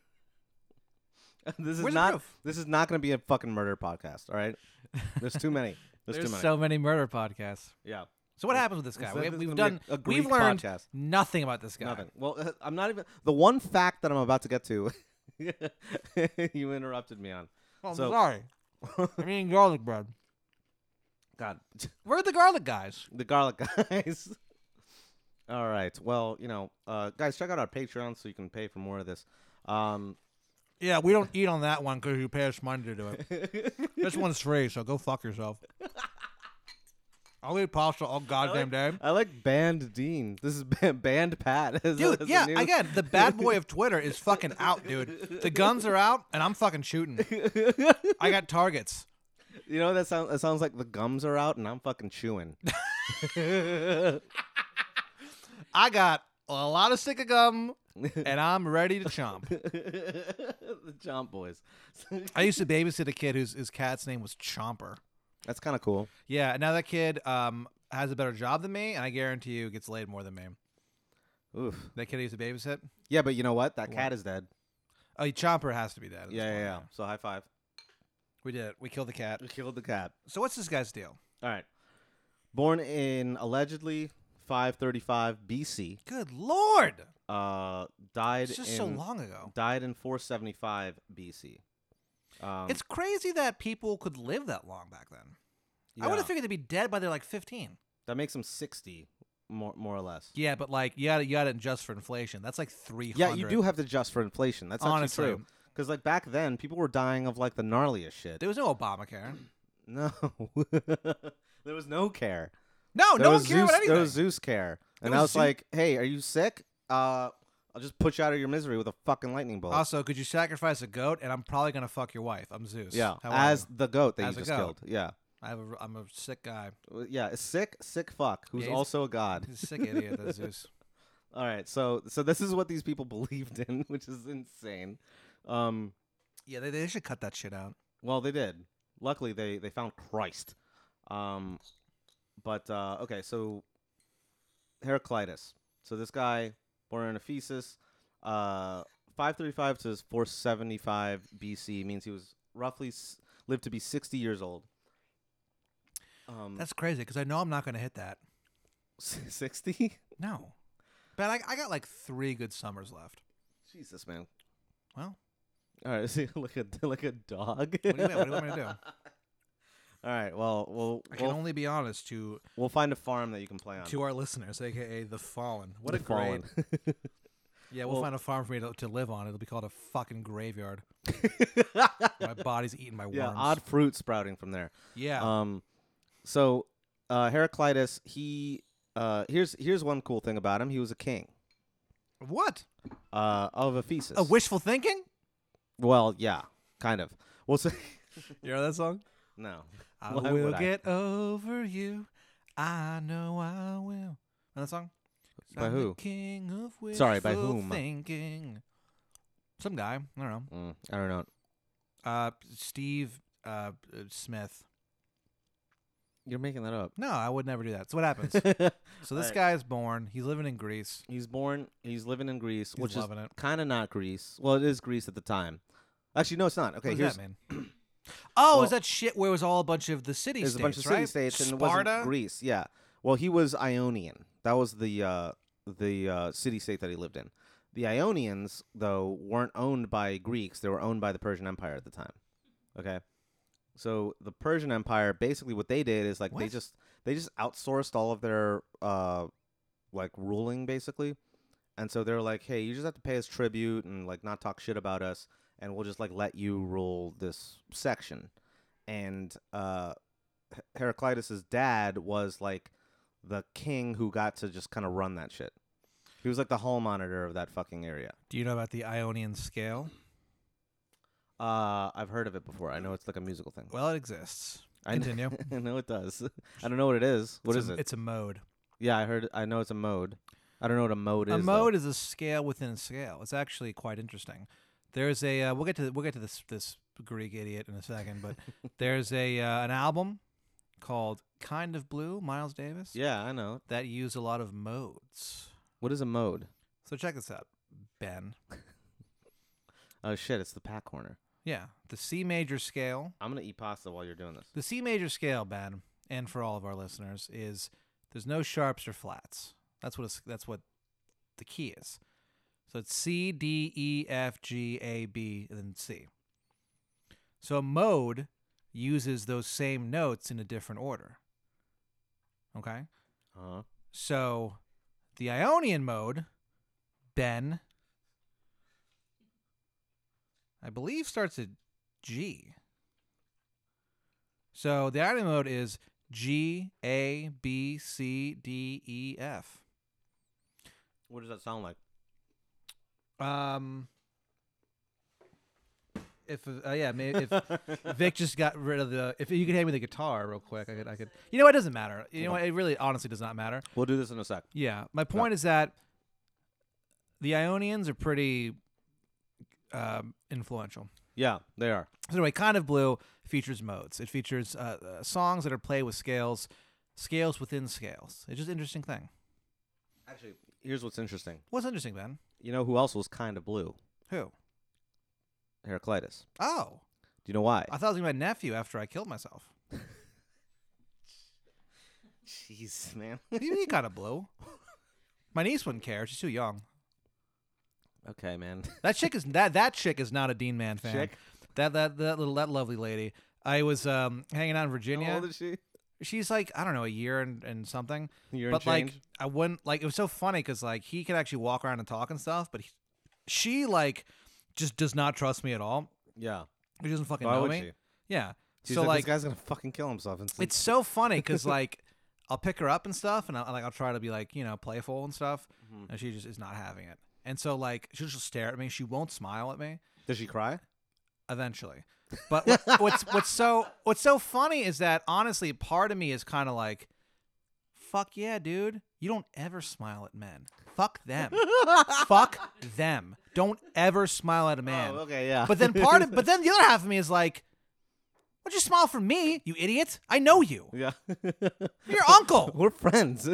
Speaker 2: this is
Speaker 3: Where's the
Speaker 2: not
Speaker 3: proof?
Speaker 2: this is not gonna be a fucking murder podcast all right there's too many there's,
Speaker 3: There's
Speaker 2: too many
Speaker 3: so many murder podcasts.
Speaker 2: yeah
Speaker 3: So what happens with this guy?
Speaker 2: Instead,
Speaker 3: We,
Speaker 2: this is
Speaker 3: we've
Speaker 2: gonna be
Speaker 3: done.
Speaker 2: a- a
Speaker 3: we've
Speaker 2: Greek
Speaker 3: learned
Speaker 2: podcast.
Speaker 3: nothing about this guy.
Speaker 2: Nothing. Well, uh, I'm not even. The one fact that I'm about to get to, you interrupted me on.
Speaker 3: Oh, I'm
Speaker 2: So-
Speaker 3: sorry. I'm eating garlic bread.
Speaker 2: God,
Speaker 3: Where are the garlic guys?
Speaker 2: the garlic guys. All right. Well, you know, uh, guys, check out our Patreon so you can pay for more of this. Um,
Speaker 3: Yeah, we don't eat on that one because you pay us money to do it. this one's free, so go fuck yourself. I'll eat pasta all goddamn day.
Speaker 2: I like Band Dean. This is ba- Band Pat. as-
Speaker 3: Dude,
Speaker 2: as a
Speaker 3: yeah,
Speaker 2: new-
Speaker 3: again, the bad boy of Twitter is fucking out, dude. The guns are out, and I'm fucking shooting. I got targets.
Speaker 2: You know that sounds. That sounds like the gums are out and I'm fucking chewing.
Speaker 3: I got a lot of stick of gum, and I'm ready to chomp.
Speaker 2: the Chomp Boys.
Speaker 3: I used to babysit a kid whose his cat's name was Chomper.
Speaker 2: That's kind of cool.
Speaker 3: Yeah, now that kid um has a better job than me, and I guarantee you gets laid more than me.
Speaker 2: Oof.
Speaker 3: That kid I used to babysit.
Speaker 2: Yeah, but you know what? That cat is dead.
Speaker 3: Oh, Chomper has to be dead. at this
Speaker 2: Yeah, yeah,
Speaker 3: point,
Speaker 2: yeah. So high five.
Speaker 3: We did it. We killed the cat.
Speaker 2: We killed the cat.
Speaker 3: So what's this guy's deal?
Speaker 2: All right. Born in allegedly 535 BC.
Speaker 3: Good lord.
Speaker 2: Uh, uh, died
Speaker 3: It's just
Speaker 2: in
Speaker 3: so long ago.
Speaker 2: died in 475 BC. Um,
Speaker 3: it's crazy that people could live that long back then. I would
Speaker 2: yeah,
Speaker 3: have figured they'd be dead by they're like 15.
Speaker 2: that makes him 60, more more or less.
Speaker 3: Yeah, but like you got to you got to adjust for inflation. That's like 300.
Speaker 2: Yeah, you do have to adjust for inflation. That's actually
Speaker 3: Honestly.
Speaker 2: true. Because like back then, people were dying of like the gnarliest shit.
Speaker 3: There was no Obamacare.
Speaker 2: No, there was no care.
Speaker 3: No,
Speaker 2: there
Speaker 3: Oh, no
Speaker 2: was
Speaker 3: one cared
Speaker 2: Zeus,
Speaker 3: about anything.
Speaker 2: There was Zeus care, and
Speaker 3: There
Speaker 2: I
Speaker 3: was
Speaker 2: was
Speaker 3: Zeus-
Speaker 2: like, "Hey, are you sick? Uh, I'll just put you out of your misery with a fucking lightning bolt."
Speaker 3: Also, could you sacrifice a goat? And I'm probably gonna fuck your wife. I'm Zeus.
Speaker 2: yeah,
Speaker 3: How are
Speaker 2: as
Speaker 3: you?
Speaker 2: the goat that
Speaker 3: As a
Speaker 2: you just
Speaker 3: goat.
Speaker 2: killed. Yeah,
Speaker 3: I have a, I'm a sick guy.
Speaker 2: Uh, yeah, a sick, sick fuck who's
Speaker 3: Yeah, he's-
Speaker 2: also a god.
Speaker 3: He's a sick idiot. That Zeus.
Speaker 2: All right, so so this is what these people believed in, which is insane. Um,
Speaker 3: Yeah, they, they should cut that shit out.
Speaker 2: well, they did. Luckily, they they found Christ. Um, but uh, okay, so Heraclitus. So this guy born in Ephesus, uh, five thirty five to four seventy five BC means he was roughly s- lived to be sixty years old. Um,
Speaker 3: That's crazy because I know I'm not gonna hit that.
Speaker 2: sixty.
Speaker 3: No, but I, I got like three good summers left.
Speaker 2: Jesus, man.
Speaker 3: Well.
Speaker 2: All right, see, like a like a dog.
Speaker 3: What do you, mean? what do you want me to do?
Speaker 2: All right. Well, we'll
Speaker 3: I can
Speaker 2: we'll,
Speaker 3: only be honest to
Speaker 2: we'll find a farm that you can play on.
Speaker 3: to our listeners, aka the fallen. What a
Speaker 2: The
Speaker 3: great.
Speaker 2: Fallen.
Speaker 3: Yeah, we'll,
Speaker 2: Well-
Speaker 3: find a farm for me to, to live on. It'll be called a fucking graveyard. my body's eaten by worms.
Speaker 2: yeah, odd fruit sprouting from there.
Speaker 3: Yeah.
Speaker 2: Um, so uh, Heraclitus, he uh, here's here's one cool thing about him. He was a king
Speaker 3: what?
Speaker 2: uh, of Ephesus.
Speaker 3: A wishful thinking?
Speaker 2: well, yeah, kind of. Well, so
Speaker 3: You know that song?
Speaker 2: no,
Speaker 3: I
Speaker 2: Why
Speaker 3: will
Speaker 2: would I?
Speaker 3: get over you. I know I will. Know that song?
Speaker 2: By
Speaker 3: I'm the
Speaker 2: who?
Speaker 3: king of wishful
Speaker 2: Sorry, by whom?
Speaker 3: Thinking. Some guy. I don't know.
Speaker 2: mm, I don't know.
Speaker 3: Uh, Steve uh, Smith.
Speaker 2: You're making that up.
Speaker 3: No, I would never do that. So what happens? so this
Speaker 2: Alright.
Speaker 3: guy is born. He's living in Greece.
Speaker 2: he's born. He's living in Greece,
Speaker 3: He's
Speaker 2: which is
Speaker 3: loving it.
Speaker 2: kind of not Greece. Well, it is Greece at the time. Actually, no, it's not. Okay,
Speaker 3: what
Speaker 2: here's
Speaker 3: does that mean? oh,
Speaker 2: Well-
Speaker 3: is that shit where it was all a bunch of the city
Speaker 2: There's
Speaker 3: states,
Speaker 2: a bunch of
Speaker 3: right?
Speaker 2: city states, and it
Speaker 3: Sparta?
Speaker 2: wasn't Greece. Yeah. Well, he was Ionian. That was the uh, the uh, city state that he lived in. The Ionians, though, weren't owned by Greeks. They were owned by the Persian Empire at the time. Okay. So the Persian Empire, basically, what they did is like they
Speaker 3: What?
Speaker 2: just they just outsourced all of their uh, like ruling, basically. And so they're like, hey, you just have to pay us tribute and like not talk shit about us, and we'll just like let you rule this section. And uh, H- Heraclitus's dad was like the king who got to just kind of run that shit. He was like the hall monitor of that fucking area.
Speaker 3: Do you know about the Ionian scale?
Speaker 2: Uh, I've heard of it before. I know it's like a musical thing.
Speaker 3: Well, it exists.
Speaker 2: I kn-
Speaker 3: Continue.
Speaker 2: I know it does. I don't know what it is. What
Speaker 3: it's
Speaker 2: is
Speaker 3: a,
Speaker 2: it?
Speaker 3: It's a mode.
Speaker 2: Yeah, I heard. I know it's a mode. I don't know what a mode
Speaker 3: a
Speaker 2: is. though.
Speaker 3: mode is a scale within a scale. It's actually quite interesting. There's a uh, we'll get to we'll get to this this Greek idiot in a second, but there's a uh, an album called Kind of Blue, Miles Davis,
Speaker 2: Yeah, I know.
Speaker 3: that used a lot of modes.
Speaker 2: What is a mode?
Speaker 3: So check this out, Ben.
Speaker 2: Oh shit! It's the pack corner.
Speaker 3: Yeah, the C major scale.
Speaker 2: I'm gonna eat pasta while you're doing this.
Speaker 3: The C major scale, Ben, and for all of our listeners, is there's no sharps or flats. That's what it's, that's what the key is. So it's C D E F G A B and then C. So a mode uses those same notes in a different order. Okay?
Speaker 2: Huh?
Speaker 3: So the Ionian mode, Ben, I believe starts at G. So the Ionian mode is G, A, B, C, D, E, F.
Speaker 2: What does that sound like?
Speaker 3: Um, if uh, yeah, maybe if Vic just got rid of the, if you could hand me the guitar real quick, I could, I could. You know, what, it doesn't matter. You know, what, it really, honestly, does not matter.
Speaker 2: We'll do this in a sec.
Speaker 3: Yeah, my point is that the Ionians are pretty um, influential.
Speaker 2: Yeah, they are.
Speaker 3: So anyway, kind of blue features modes. It features uh, uh, songs that are played with scales, scales within scales. It's just an interesting thing.
Speaker 2: Actually, here's what's interesting.
Speaker 3: What's interesting, Ben?
Speaker 2: You know who else was kind of blue?
Speaker 3: Who?
Speaker 2: Heraclitus.
Speaker 3: Oh,
Speaker 2: Do you know why?
Speaker 3: I thought it was gonna be my nephew after I killed myself.
Speaker 2: Jeez, man.
Speaker 3: What do you mean kind of blue? My niece wouldn't care. She's too young.
Speaker 2: Okay, man.
Speaker 3: That chick is that that chick is not a Dean Man fan.
Speaker 2: Chick?
Speaker 3: That that that little that lovely lady. I was um hanging out in
Speaker 2: How
Speaker 3: Virginia.
Speaker 2: old is she?
Speaker 3: She's like I don't know a year and, and something.
Speaker 2: You're
Speaker 3: but like I wouldn't like it was so funny because like he could actually walk around and talk and stuff, but he, she like just does not trust me at all.
Speaker 2: yeah.
Speaker 3: She doesn't fucking
Speaker 2: Why
Speaker 3: know
Speaker 2: would
Speaker 3: me.
Speaker 2: she?
Speaker 3: Yeah.
Speaker 2: She's
Speaker 3: so
Speaker 2: like,
Speaker 3: like
Speaker 2: this guy's gonna fucking kill himself. Instantly.
Speaker 3: it's so funny because like I'll pick her up and stuff, and I like I'll try to be like you know playful and stuff,
Speaker 2: Mhm.
Speaker 3: and she just is not having it. And so like she'll just stare at me. She won't smile at me
Speaker 2: Does she cry?
Speaker 3: eventually. But what, what's what's so what's so funny is that honestly, part of me is kind of like, fuck yeah, dude. You don't ever smile at men. Fuck them. fuck them. Don't ever smile at a man.
Speaker 2: Oh, okay, yeah.
Speaker 3: But then part of but then the other half of me is like, would you smile for me, you idiot? I know you.
Speaker 2: yeah,
Speaker 3: You're your uncle.
Speaker 2: we're friends.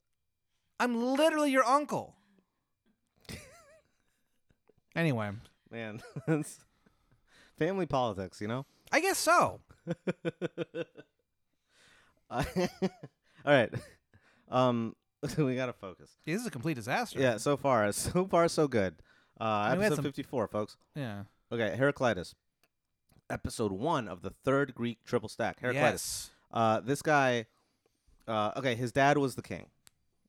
Speaker 3: I'm literally your uncle. anyway,
Speaker 2: man, that's family politics, you know.
Speaker 3: I guess so.
Speaker 2: Uh, all right, um, we gotta focus.
Speaker 3: This is a complete disaster.
Speaker 2: Yeah, so far, so far, so good. Uh,
Speaker 3: mean, we had
Speaker 2: episode
Speaker 3: some-
Speaker 2: fifty-four, folks.
Speaker 3: Yeah.
Speaker 2: Okay, Heraclitus, episode one of the third Greek triple stack. Heraclitus.
Speaker 3: Yes.
Speaker 2: Uh, this guy. Uh, okay, his dad was the king.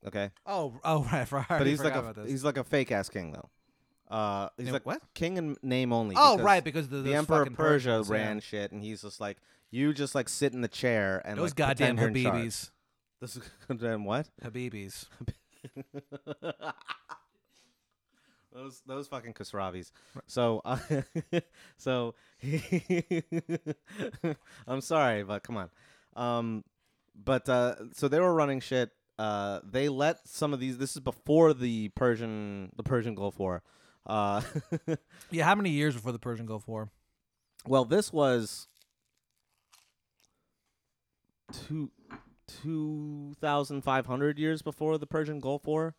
Speaker 2: Okay,
Speaker 3: Oh, oh, right. I already
Speaker 2: but he's
Speaker 3: forgot
Speaker 2: like a
Speaker 3: about this.
Speaker 2: he's like a fake ass king though. Uh, he's
Speaker 3: Yeah,
Speaker 2: like
Speaker 3: what?
Speaker 2: king in name only.
Speaker 3: Oh,
Speaker 2: because
Speaker 3: right, because the,
Speaker 2: The
Speaker 3: those
Speaker 2: emperor of
Speaker 3: fucking
Speaker 2: Persia
Speaker 3: Persians, yeah.
Speaker 2: ran shit, and he's just like you. Just like sit in the chair and
Speaker 3: those
Speaker 2: like,
Speaker 3: goddamn
Speaker 2: pretend you're in charge."
Speaker 3: Habibis.
Speaker 2: This is goddamn what?
Speaker 3: Habibis.
Speaker 2: Those those fucking Kasravis. So uh, so I'm sorry, but come on. Um, but uh, so they were running shit. Uh, they let some of these. This is before the Persian the Persian Gulf War. Uh,
Speaker 3: Yeah, how many years before the Persian Gulf War?
Speaker 2: well, this was two two thousand five hundred years before the Persian Gulf War,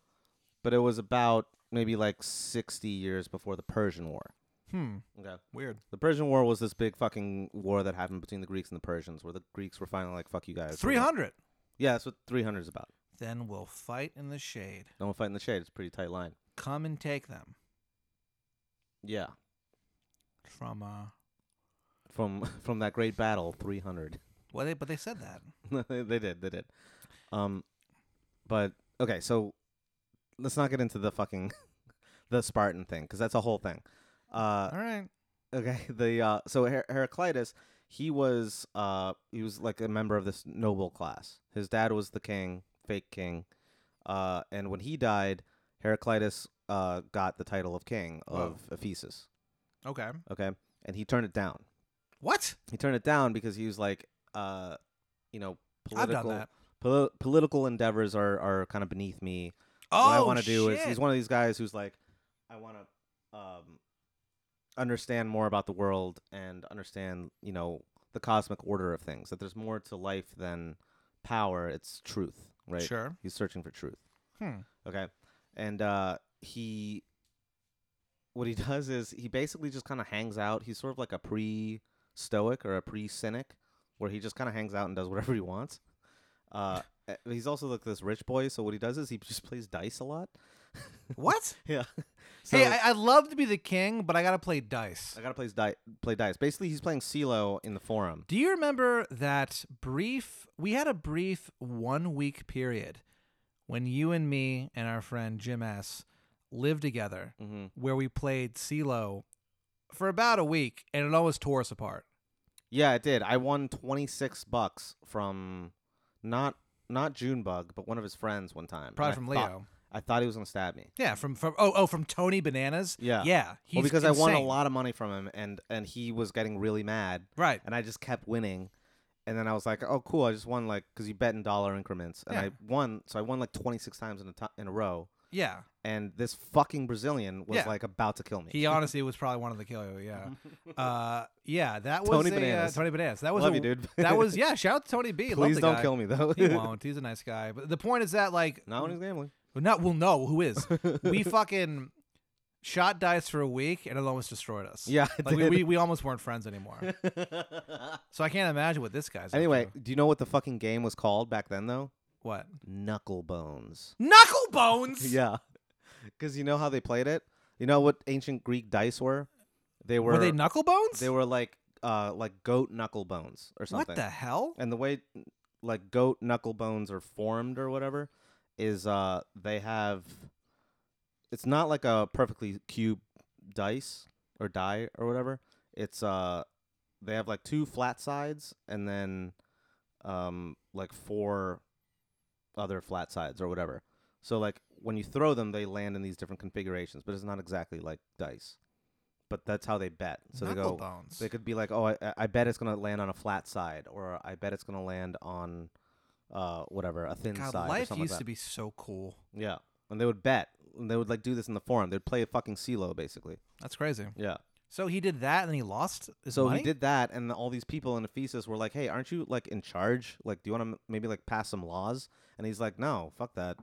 Speaker 2: but it was about maybe like sixty years before the Persian War.
Speaker 3: Hmm.
Speaker 2: Okay.
Speaker 3: Weird.
Speaker 2: The Persian War was this big fucking war that happened between the Greeks and the Persians, where the Greeks were finally like, "Fuck you guys." we're
Speaker 3: Three
Speaker 2: gonna-
Speaker 3: hundred.
Speaker 2: Yeah, that's what three hundred is about.
Speaker 3: Then we'll fight in the shade.
Speaker 2: No one fighting the shade. It's a pretty tight line.
Speaker 3: Come and take them
Speaker 2: Yeah,
Speaker 3: from uh.
Speaker 2: from from that great battle, three hundred.
Speaker 3: Well, they but they said that.
Speaker 2: they they did. They did. Um, but okay, so let's not get into the fucking the Spartan thing because that's a whole thing. Uh,
Speaker 3: All right.
Speaker 2: okay, the uh, so Her- Heraclitus, he was uh, he was like a member of this noble class. His dad was the king, fake king, uh, and when he died, Heraclitus uh got the title of king
Speaker 3: Wow.
Speaker 2: of Ephesus.
Speaker 3: Okay.
Speaker 2: Okay, and he turned it down.
Speaker 3: What?
Speaker 2: He turned it down because he was like, uh, you know, political
Speaker 3: I've done that.
Speaker 2: poli- political endeavors are, are kind of beneath me.
Speaker 3: Oh,
Speaker 2: what I want to do is
Speaker 3: shit.
Speaker 2: he's one of these guys who's like, I want to um, understand more about the world and understand, you know, the cosmic order of things. That there's more to life than power. It's truth, right?
Speaker 3: Sure.
Speaker 2: He's searching for truth.
Speaker 3: Hmm.
Speaker 2: Okay. And uh, he, what he does is he basically just kind of hangs out. He's sort of like a pre stoic or a pre cynic where he just kind of hangs out and does whatever he wants. Uh, eh, he's also like this rich boy. So what he does is he just plays dice a lot.
Speaker 3: What?
Speaker 2: Yeah. So
Speaker 3: hey, I, I'd love to be the king, but I gotta play dice.
Speaker 2: I gotta play di- play dice. Basically, he's playing CeeLo in the forum.
Speaker 3: Do you remember that brief? We had a brief one week period when you and me and our friend Jim S lived together
Speaker 2: Mm-hmm.
Speaker 3: where we played CeeLo for about a week and it always tore us apart.
Speaker 2: Yeah, it did. I won twenty six bucks from not not Junebug, but one of his friends one time. and
Speaker 3: Probably
Speaker 2: I
Speaker 3: from
Speaker 2: thought-
Speaker 3: Leo.
Speaker 2: I thought he was gonna stab me.
Speaker 3: Yeah, from, from oh oh from Tony Bananas.
Speaker 2: Yeah.
Speaker 3: Yeah. He's
Speaker 2: well, because I won a
Speaker 3: insane.
Speaker 2: lot of money from him, and and he was getting really mad,
Speaker 3: Right.
Speaker 2: and I just kept winning, and then I was like, oh cool, I just won like because you bet in dollar increments, and I
Speaker 3: Yeah.
Speaker 2: won, so I won like twenty six times in a to- in a row,
Speaker 3: Yeah.
Speaker 2: and this fucking Brazilian was
Speaker 3: Yeah.
Speaker 2: like about to kill me.
Speaker 3: He honestly was probably wanted to kill you. Yeah. Uh, yeah. That was
Speaker 2: Tony
Speaker 3: a, uh,
Speaker 2: Bananas.
Speaker 3: Tony Bananas. That was
Speaker 2: Love
Speaker 3: a-
Speaker 2: you, dude.
Speaker 3: That was yeah. Shout out to Tony B. Love
Speaker 2: Please
Speaker 3: the
Speaker 2: don't
Speaker 3: guy.
Speaker 2: kill me though.
Speaker 3: He won't. He's a nice guy. But the point is that like
Speaker 2: Not when he's gambling.
Speaker 3: Well, not well, no, who is? we fucking shot dice for a week and it almost destroyed us.
Speaker 2: Yeah. it
Speaker 3: Like we,
Speaker 2: did.
Speaker 3: we, we almost weren't friends anymore. so I can't imagine what this guy's up
Speaker 2: anyway,
Speaker 3: to.
Speaker 2: do you know what the fucking game was called back then though?
Speaker 3: What?
Speaker 2: Knuckle bones.
Speaker 3: Knuckle bones.
Speaker 2: Yeah. Because you know how they played it? You know what ancient Greek dice were? They were
Speaker 3: Were they knuckle bones?
Speaker 2: they were like uh like goat knuckle bones or something.
Speaker 3: What the hell?
Speaker 2: and the way like goat knuckle bones are formed or whatever is uh they have it's not like a perfectly cube dice or die or whatever it's uh they have like two flat sides and then um like four other flat sides or whatever so like when you throw them they land in these different configurations but it's not exactly like dice but that's how they bet so they
Speaker 3: knuckle
Speaker 2: go
Speaker 3: bones.
Speaker 2: they could be like, oh, I, I bet it's gonna land on a flat side, or I bet it's gonna land on, uh, whatever, a thin
Speaker 3: God,
Speaker 2: side. or
Speaker 3: life
Speaker 2: something
Speaker 3: used
Speaker 2: like
Speaker 3: to
Speaker 2: that.
Speaker 3: be so cool.
Speaker 2: Yeah, and they would bet. And they would like do this in the forum. They'd play a fucking CeeLo, basically.
Speaker 3: That's crazy.
Speaker 2: Yeah.
Speaker 3: So he did that, and he lost his
Speaker 2: So
Speaker 3: money.
Speaker 2: he did that, and all these people in Ephesus were like, "Hey, aren't you like in charge? Like, do you want to maybe like pass some laws?" And he's like, "No, fuck that."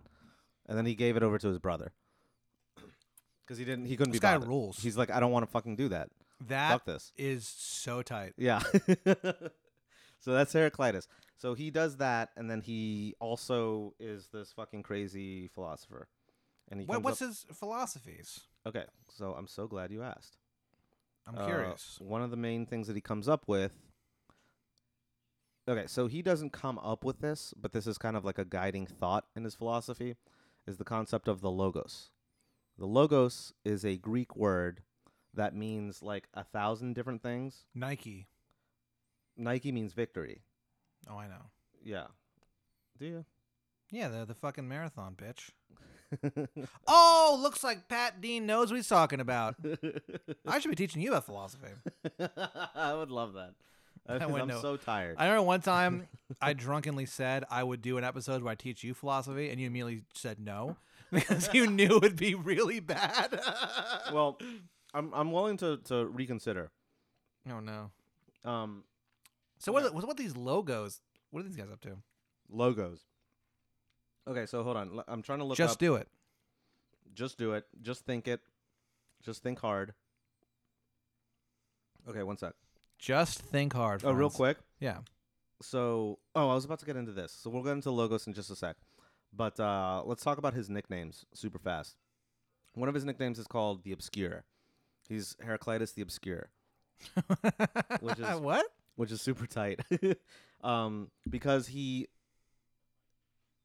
Speaker 2: And then he gave it over to his brother because he didn't. He couldn't
Speaker 3: This
Speaker 2: be
Speaker 3: guy
Speaker 2: bothered.
Speaker 3: rules.
Speaker 2: He's like, "I don't want to fucking do that.
Speaker 3: That
Speaker 2: fuck this."
Speaker 3: is so tight.
Speaker 2: Yeah. so that's Heraclitus. So he does that, and then he also is this fucking crazy philosopher. And he
Speaker 3: What,
Speaker 2: comes
Speaker 3: what's
Speaker 2: up-
Speaker 3: his philosophies?
Speaker 2: okay. So I'm so glad you asked.
Speaker 3: I'm
Speaker 2: Uh,
Speaker 3: curious.
Speaker 2: One of the main things that he comes up with. Okay, so he doesn't come up with this, but this is kind of like a guiding thought in his philosophy, is the concept of the logos. The logos is a Greek word that means like a thousand different things.
Speaker 3: Nike.
Speaker 2: Nike means victory.
Speaker 3: Oh, I know.
Speaker 2: Yeah. Do you?
Speaker 3: Yeah, the the fucking marathon, bitch. Oh, looks like Pat Dean knows what he's talking about. I should be teaching you about philosophy.
Speaker 2: I would love that.
Speaker 3: I
Speaker 2: Because
Speaker 3: would
Speaker 2: I'm
Speaker 3: know.
Speaker 2: so tired.
Speaker 3: I remember one time I drunkenly said I would do an episode where I teach you philosophy, and you immediately said no because you knew it would be really bad.
Speaker 2: well, I'm I'm willing to, to reconsider.
Speaker 3: oh no.
Speaker 2: Um,
Speaker 3: So what? Are the, what are these logos? What are these guys up to?
Speaker 2: logos. Okay, so hold on. L- I'm trying to look
Speaker 3: Just
Speaker 2: up.
Speaker 3: do it.
Speaker 2: just do it. Just think it. Just think hard. Okay, one sec.
Speaker 3: Just think hard.
Speaker 2: Oh, real
Speaker 3: friends.
Speaker 2: quick.
Speaker 3: Yeah.
Speaker 2: So, oh, I was about to get into this. So we'll get into logos in just a sec. But uh, let's talk about his nicknames super fast. One of his nicknames is called the Obscure. He's Heraclitus the Obscure. Which is-
Speaker 3: what?
Speaker 2: which is super tight um, because he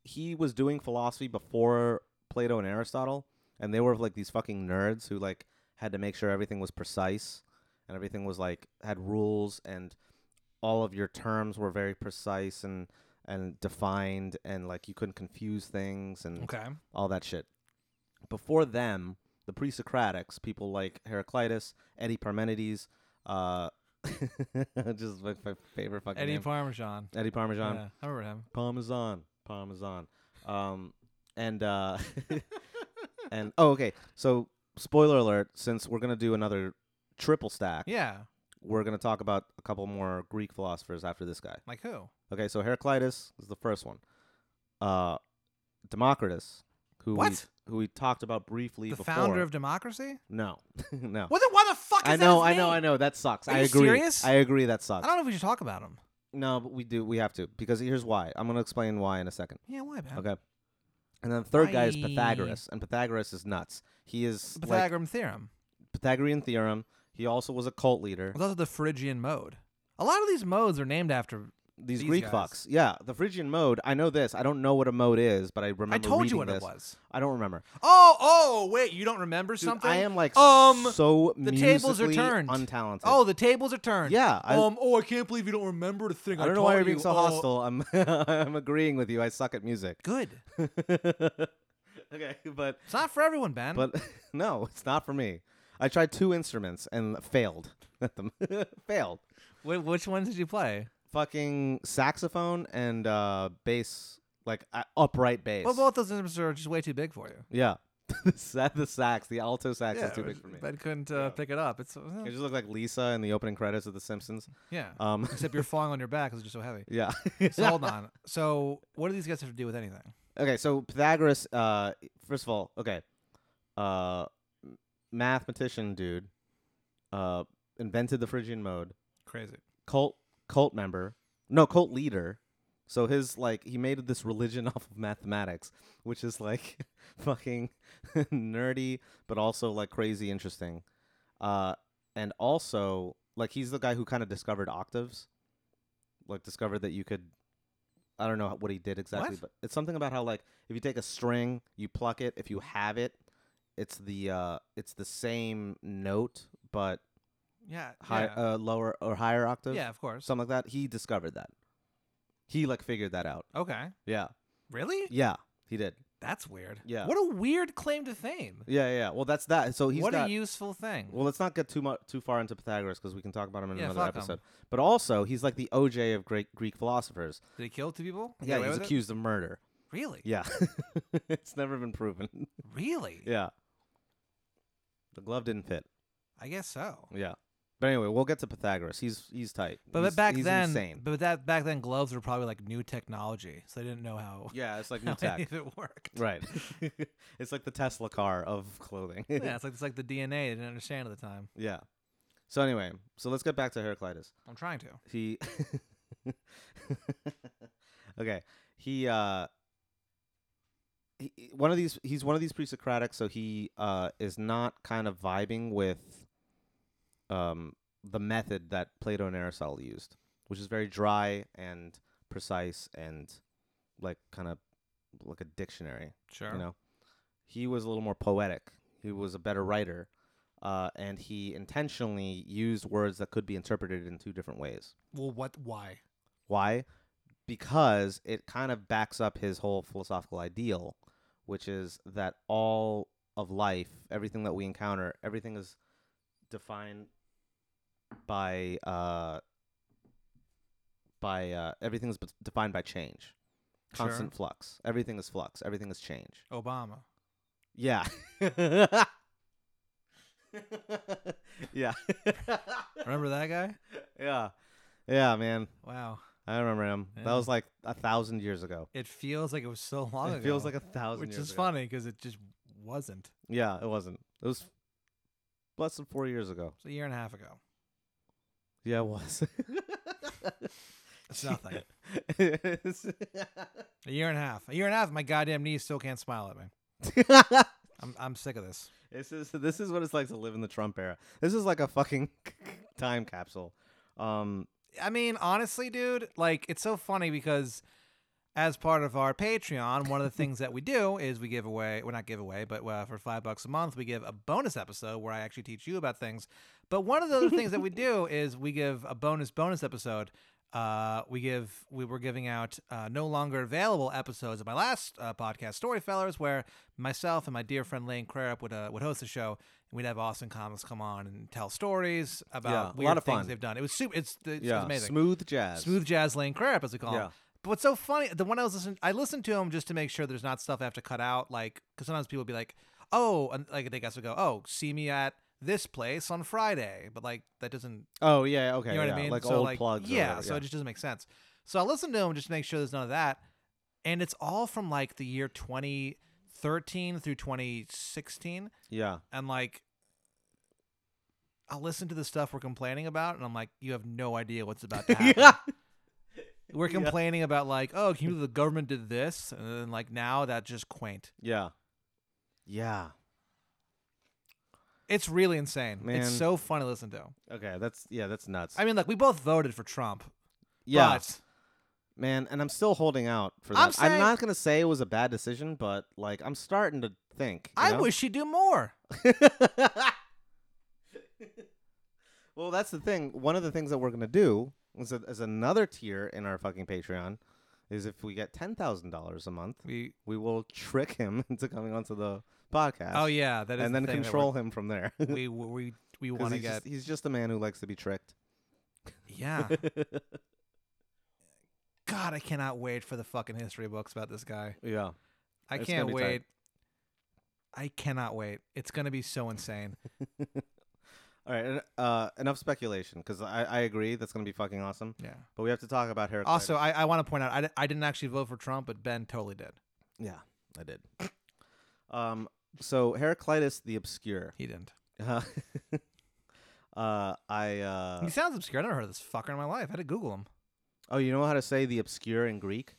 Speaker 2: he was doing philosophy before plato and aristotle and they were like these fucking nerds who like had to make sure everything was precise and everything was like had rules and all of your terms were very precise and and defined and like you couldn't confuse things and
Speaker 3: Okay.
Speaker 2: all that shit. Before them, the pre-Socratics, people like Heraclitus, Eddie Parmenides, uh, just like my favorite fucking
Speaker 3: Eddie
Speaker 2: name.
Speaker 3: Parmesan.
Speaker 2: Eddie Parmesan,
Speaker 3: Yeah, I remember him.
Speaker 2: Parmesan, Parmesan, um, and uh, and oh, okay. So spoiler alert: since we're gonna do another triple stack,
Speaker 3: Yeah.
Speaker 2: we're gonna talk about a couple more Greek philosophers after this guy.
Speaker 3: Like who?
Speaker 2: Okay, so Heraclitus is the first one. Uh, Democritus, who we,
Speaker 3: What?
Speaker 2: who we talked about briefly
Speaker 3: The
Speaker 2: before.
Speaker 3: founder of democracy?
Speaker 2: no, no.
Speaker 3: Well, then why the fuck is
Speaker 2: I
Speaker 3: that
Speaker 2: know,
Speaker 3: his
Speaker 2: I know,
Speaker 3: name?
Speaker 2: I know. That sucks.
Speaker 3: Are
Speaker 2: I
Speaker 3: you
Speaker 2: agree.
Speaker 3: serious?
Speaker 2: I agree. That
Speaker 3: I
Speaker 2: sucks.
Speaker 3: don't know if we should talk about him.
Speaker 2: No, but we do. We have to because here's why. I'm gonna explain why in a second.
Speaker 3: Yeah, why, man?
Speaker 2: Okay. And then the third guy is
Speaker 3: Why?
Speaker 2: Pythagoras, and Pythagoras is nuts. He is like
Speaker 3: Pythagorean theorem.
Speaker 2: Pythagorean theorem. He also was a cult leader.
Speaker 3: It's also the Phrygian mode. A lot of these modes are named after.
Speaker 2: These,
Speaker 3: These
Speaker 2: Greek
Speaker 3: guys.
Speaker 2: fucks. Yeah, the Phrygian mode. I know this. I don't know what a mode is, but I remember.
Speaker 3: I told
Speaker 2: reading
Speaker 3: you what
Speaker 2: this.
Speaker 3: it was.
Speaker 2: I don't remember.
Speaker 3: Oh, oh, wait, you don't remember
Speaker 2: Dude,
Speaker 3: something?
Speaker 2: I am like
Speaker 3: Um,
Speaker 2: so
Speaker 3: the tables are
Speaker 2: musically
Speaker 3: turned.
Speaker 2: Untalented.
Speaker 3: Oh, the tables are turned.
Speaker 2: Yeah, I-
Speaker 3: um. Oh, I can't believe you don't remember the thing.
Speaker 2: I don't know why
Speaker 3: taught
Speaker 2: you're being
Speaker 3: you.
Speaker 2: so
Speaker 3: Oh.
Speaker 2: hostile. I'm I'm agreeing with you. I suck at music.
Speaker 3: Good.
Speaker 2: okay, but
Speaker 3: It's not for everyone, Ben.
Speaker 2: but no, it's not for me. I tried two instruments and failed at them. failed.
Speaker 3: Wh- which ones did you play?
Speaker 2: Fucking saxophone and uh, bass, like uh, upright bass.
Speaker 3: Well, both those instruments are just way too big for you.
Speaker 2: yeah, the, sa- the sax, the alto sax is too big for me.
Speaker 3: Ben couldn't uh, pick it up. It's uh,
Speaker 2: You just look like Lisa in the opening credits of The Simpsons.
Speaker 3: yeah.
Speaker 2: Um,
Speaker 3: Except you're falling on your back because you're so heavy.
Speaker 2: yeah.
Speaker 3: So hold on. So what do these guys have to do with anything?
Speaker 2: Okay, so Pythagoras, uh, first of all, okay, uh, m- mathematician dude, uh, invented the Phrygian mode,
Speaker 3: Crazy.
Speaker 2: cult cult member, no cult leader, So his like he made this religion off of mathematics, which is like fucking nerdy but also like crazy interesting. Uh and also like he's the guy who kind of discovered octaves. Like discovered that you could I don't know what he did exactly,
Speaker 3: What?
Speaker 2: but it's something about how like if you take a string, you pluck it, if you have it, it's the uh it's the same note but
Speaker 3: Yeah.
Speaker 2: high
Speaker 3: yeah.
Speaker 2: uh lower or higher octave.
Speaker 3: yeah, of course.
Speaker 2: Something like that. He discovered that. He like figured that out.
Speaker 3: Okay.
Speaker 2: Yeah.
Speaker 3: Really?
Speaker 2: Yeah. He did.
Speaker 3: That's weird.
Speaker 2: Yeah.
Speaker 3: What a weird claim to fame.
Speaker 2: Yeah, yeah. yeah. Well, that's that. So he's
Speaker 3: what
Speaker 2: got.
Speaker 3: a useful thing.
Speaker 2: well, let's not get too much too far into Pythagoras because we can talk about him in
Speaker 3: Yeah,
Speaker 2: another
Speaker 3: fuck 'em.
Speaker 2: episode. But also, he's like the OJ of great Greek philosophers.
Speaker 3: Did he kill two people? Get
Speaker 2: Yeah,
Speaker 3: away
Speaker 2: he's
Speaker 3: with it?
Speaker 2: accused of murder.
Speaker 3: Really?
Speaker 2: Yeah, it's never been proven.
Speaker 3: Really?
Speaker 2: yeah, the glove didn't fit.
Speaker 3: I guess so.
Speaker 2: Yeah, but anyway, we'll get to Pythagoras. He's he's tight.
Speaker 3: But
Speaker 2: He's-
Speaker 3: back
Speaker 2: he's
Speaker 3: then,
Speaker 2: insane.
Speaker 3: but that back then gloves were probably like new technology, so they didn't know how,
Speaker 2: Yeah, it's like
Speaker 3: how
Speaker 2: new
Speaker 3: any
Speaker 2: tech.
Speaker 3: of it worked.
Speaker 2: Right, it's like the Tesla car of clothing.
Speaker 3: Yeah, it's like it's like the DNA they didn't understand at the time.
Speaker 2: yeah. So anyway, so let's get back to Heraclitus.
Speaker 3: I'm trying to.
Speaker 2: he okay he uh he, he- one of these he's one of these pre-socratics so he uh is not kind of vibing with um the method that plato and aristotle used which is very dry and precise and like kind of like a dictionary
Speaker 3: Sure.
Speaker 2: you know he was a little more poetic he was a better writer uh, and he intentionally used words that could be interpreted in two different ways
Speaker 3: Well, what? Why?
Speaker 2: why because it kind of backs up his whole philosophical ideal which is that all of life everything that we encounter everything is defined by uh by uh everything is b- defined by change constant flux everything is flux everything is change
Speaker 3: Sure. Obama.
Speaker 2: yeah. yeah.
Speaker 3: Remember that guy?
Speaker 2: yeah. Yeah, man.
Speaker 3: Wow.
Speaker 2: I remember him. That
Speaker 3: Yeah.
Speaker 2: was like a thousand years ago.
Speaker 3: It feels like it was so long ago.
Speaker 2: It feels like a thousand
Speaker 3: which
Speaker 2: years
Speaker 3: is
Speaker 2: ago.
Speaker 3: funny because it just wasn't.
Speaker 2: Yeah, it wasn't. It was less than four years ago.
Speaker 3: It's a year and a half ago.
Speaker 2: Yeah, it was.
Speaker 3: It's nothing.
Speaker 2: It's-
Speaker 3: a year and a half. A year and a half. My goddamn knees still can't smile at me. I'm I'm sick of this.
Speaker 2: this is this is what it's like to live in the Trump era. This is like a fucking time capsule. Um
Speaker 3: I mean, honestly, dude, like it's so funny because as part of our Patreon, one of the things that we do is we give away, well, not give away, but uh, for five bucks a month, we give a bonus episode where I actually teach you about things. But one of the other things that we do is we give a bonus bonus episode. Uh, we give we were giving out uh, no longer available episodes of my last uh, podcast, Storyfellers, where myself and my dear friend Lane Crarup would uh, would host the show. And we'd have Austin comics come on and tell stories about
Speaker 2: Yeah, a lot
Speaker 3: weird
Speaker 2: of
Speaker 3: things
Speaker 2: fun.
Speaker 3: they've done. It was super. It's, it's
Speaker 2: yeah,
Speaker 3: amazing
Speaker 2: smooth jazz.
Speaker 3: smooth jazz lane crap as we call
Speaker 2: Yeah.
Speaker 3: him. But what's so funny, the one I was listening, I listened to him just to make sure there's not stuff I have to cut out, like because sometimes people be like, oh, and like they guess would go, oh, see me at this place on Friday, but like that doesn't,
Speaker 2: Oh yeah, okay.
Speaker 3: you know
Speaker 2: yeah.
Speaker 3: what I mean?
Speaker 2: Like
Speaker 3: so
Speaker 2: old
Speaker 3: like,
Speaker 2: plugs. or
Speaker 3: yeah,
Speaker 2: whatever,
Speaker 3: so it just doesn't make sense. So I listened to him just to make sure there's none of that, and it's all from like the year 2013 through 2016
Speaker 2: yeah.
Speaker 3: and like I'll listen to the stuff we're complaining about, and I'm like, you have no idea what's about to happen. We're
Speaker 2: Yeah.
Speaker 3: complaining about like, oh, can you believe the government did this, and then like now that's just quaint.
Speaker 2: Yeah. Yeah.
Speaker 3: It's really insane.
Speaker 2: Man.
Speaker 3: It's so fun to listen to.
Speaker 2: Okay, that's yeah, that's nuts.
Speaker 3: I mean, like we both voted for Trump.
Speaker 2: yeah,
Speaker 3: but
Speaker 2: man, and I'm still holding out for
Speaker 3: I'm
Speaker 2: that.
Speaker 3: saying-
Speaker 2: not gonna say it was a bad decision, but like I'm starting to think. you
Speaker 3: I
Speaker 2: know?
Speaker 3: wish he'd do more.
Speaker 2: well, that's the thing. One of the things that we're gonna do is, a, is another tier in our fucking Patreon is if we get ten thousand dollars a month,
Speaker 3: We,
Speaker 2: we will trick him into coming onto the podcast.
Speaker 3: oh yeah, that is
Speaker 2: and
Speaker 3: the
Speaker 2: then
Speaker 3: thing that
Speaker 2: control him from there.
Speaker 3: we're- We we we, we
Speaker 2: 'Cause
Speaker 3: want to
Speaker 2: he's
Speaker 3: get Ah.
Speaker 2: just- he's just a man who likes to be tricked.
Speaker 3: yeah. God, I cannot wait for the fucking history books about this guy.
Speaker 2: yeah.
Speaker 3: I
Speaker 2: It's gonna
Speaker 3: can't
Speaker 2: be
Speaker 3: wait.
Speaker 2: tight.
Speaker 3: I cannot wait. It's gonna be so insane.
Speaker 2: All right, en- uh, enough speculation because I, I agree that's gonna be fucking awesome.
Speaker 3: Yeah.
Speaker 2: But we have to talk about Heraclitus.
Speaker 3: Also, I, I want to point out I, di- I didn't actually vote for Trump, but Ben totally did.
Speaker 2: yeah, I did. um, so Heraclitus the Obscure.
Speaker 3: He didn't.
Speaker 2: Uh, uh, I uh,
Speaker 3: he sounds obscure. I never heard of this fucker in my life. I had to Google him.
Speaker 2: Oh, you know how to say the obscure in Greek?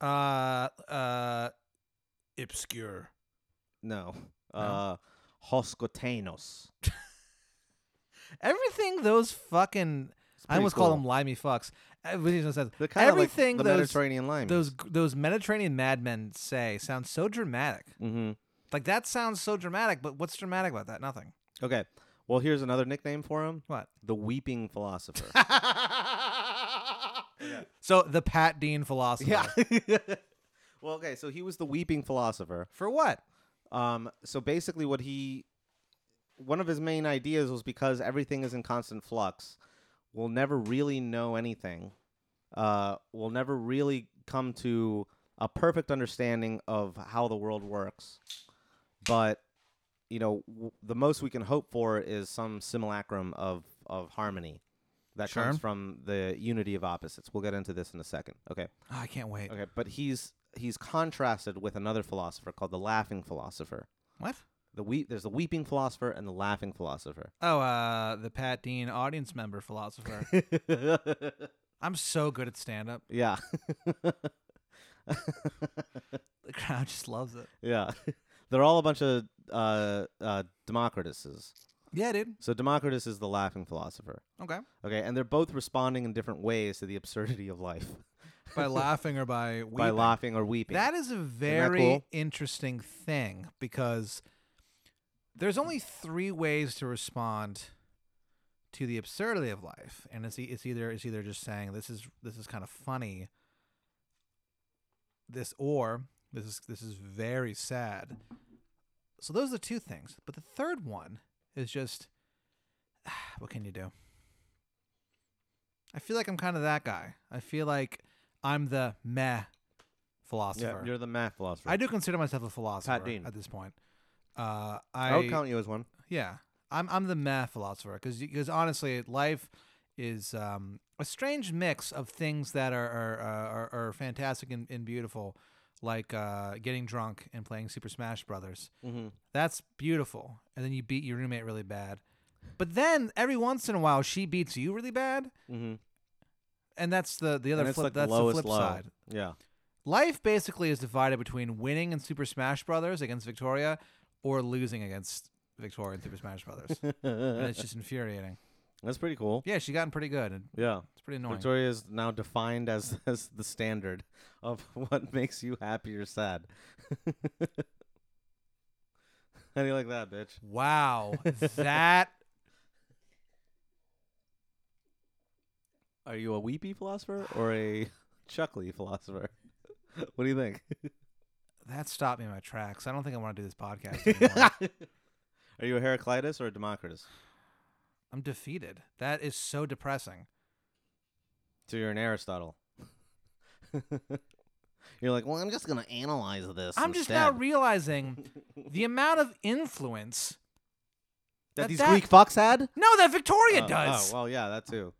Speaker 3: Uh, uh, obscure.
Speaker 2: No. Uh, hoskotenos.
Speaker 3: Everything those fucking
Speaker 2: It's
Speaker 3: I
Speaker 2: pretty
Speaker 3: almost
Speaker 2: cool.
Speaker 3: call them limey fucks. Uh, Everything those says.
Speaker 2: They're kinda like
Speaker 3: Everything
Speaker 2: the
Speaker 3: those-
Speaker 2: Mediterranean lime.
Speaker 3: Those those Mediterranean madmen say sounds so dramatic.
Speaker 2: hmm
Speaker 3: Like that sounds so dramatic, but what's dramatic about that? Nothing.
Speaker 2: Okay. Well, here's another nickname for him:
Speaker 3: What?
Speaker 2: the weeping philosopher.
Speaker 3: So the Pat Dean philosopher.
Speaker 2: yeah. well, okay. So he was the weeping philosopher.
Speaker 3: For what?
Speaker 2: Um, so basically, what he, one of his main ideas was because everything is in constant flux, we'll never really know anything. Uh, we'll never really come to a perfect understanding of how the world works. But, you know, w- the most we can hope for is some simulacrum of, of harmony that
Speaker 3: Sure.
Speaker 2: comes from the unity of opposites. We'll get into this in a second. Okay.
Speaker 3: Oh, I can't wait.
Speaker 2: Okay. But he's, he's contrasted with another philosopher called the laughing philosopher.
Speaker 3: What?
Speaker 2: The we- there's the weeping philosopher and the laughing philosopher.
Speaker 3: Oh, uh, the Pat Dean audience member philosopher. I'm so good at stand up.
Speaker 2: yeah.
Speaker 3: The crowd just loves it.
Speaker 2: yeah. They're all a bunch of uh, uh, Democrituses.
Speaker 3: Yeah, dude.
Speaker 2: So Democritus is the laughing philosopher.
Speaker 3: Okay.
Speaker 2: Okay, and they're both responding in different ways to the absurdity of life
Speaker 3: By laughing or by weeping.
Speaker 2: by laughing or weeping.
Speaker 3: That is a very
Speaker 2: cool?
Speaker 3: interesting thing because there's only three ways to respond to the absurdity of life, and it's e- it's either it's either just saying this is this is kind of funny, this or this is this is very sad. So those are the two things, but the third one is just what can you do? I feel like I'm kind of that guy. I feel like I'm the meh
Speaker 2: yeah,
Speaker 3: philosopher.
Speaker 2: you're the math philosopher.
Speaker 3: I do consider myself a philosopher
Speaker 2: Dean. Oh,
Speaker 3: at this point. Uh, I,
Speaker 2: I would count you as one.
Speaker 3: yeah, I'm I'm the math philosopher because because honestly, life is um, a strange mix of things that are are, are, are- are fantastic and, and beautiful, like uh, getting drunk and playing Super Smash Brothers.
Speaker 2: Mm-hmm.
Speaker 3: That's beautiful, and then you beat your roommate really bad, but then every once in a while she beats you really bad,
Speaker 2: Mm-hmm.
Speaker 3: and that's the the other
Speaker 2: and it's
Speaker 3: flip.
Speaker 2: like
Speaker 3: that's
Speaker 2: the lowest
Speaker 3: the flip
Speaker 2: low.
Speaker 3: side.
Speaker 2: Yeah.
Speaker 3: Life basically is divided between winning in Super Smash Brothers against Victoria or losing against Victoria in Super Smash Brothers. and it's just infuriating.
Speaker 2: That's pretty cool.
Speaker 3: Yeah, she's gotten pretty good and
Speaker 2: Yeah.
Speaker 3: it's pretty annoying.
Speaker 2: Victoria is now defined as, as the standard of what makes you happy or sad. How do you like that, bitch?
Speaker 3: Wow. that
Speaker 2: Are you a weepy philosopher or a chuckly philosopher? What do you think?
Speaker 3: that stopped me in my tracks. I don't think I want to do this podcast anymore.
Speaker 2: Are you a Heraclitus or a Democritus?
Speaker 3: I'm defeated. That is so depressing.
Speaker 2: So you're an Aristotle. you're like, well, I'm just gonna analyze this.
Speaker 3: I'm just now realizing the amount of influence
Speaker 2: that
Speaker 3: that
Speaker 2: these
Speaker 3: that-
Speaker 2: Greek fucks had.
Speaker 3: No, that Victoria
Speaker 2: Uh,
Speaker 3: does.
Speaker 2: Oh well, yeah, that too.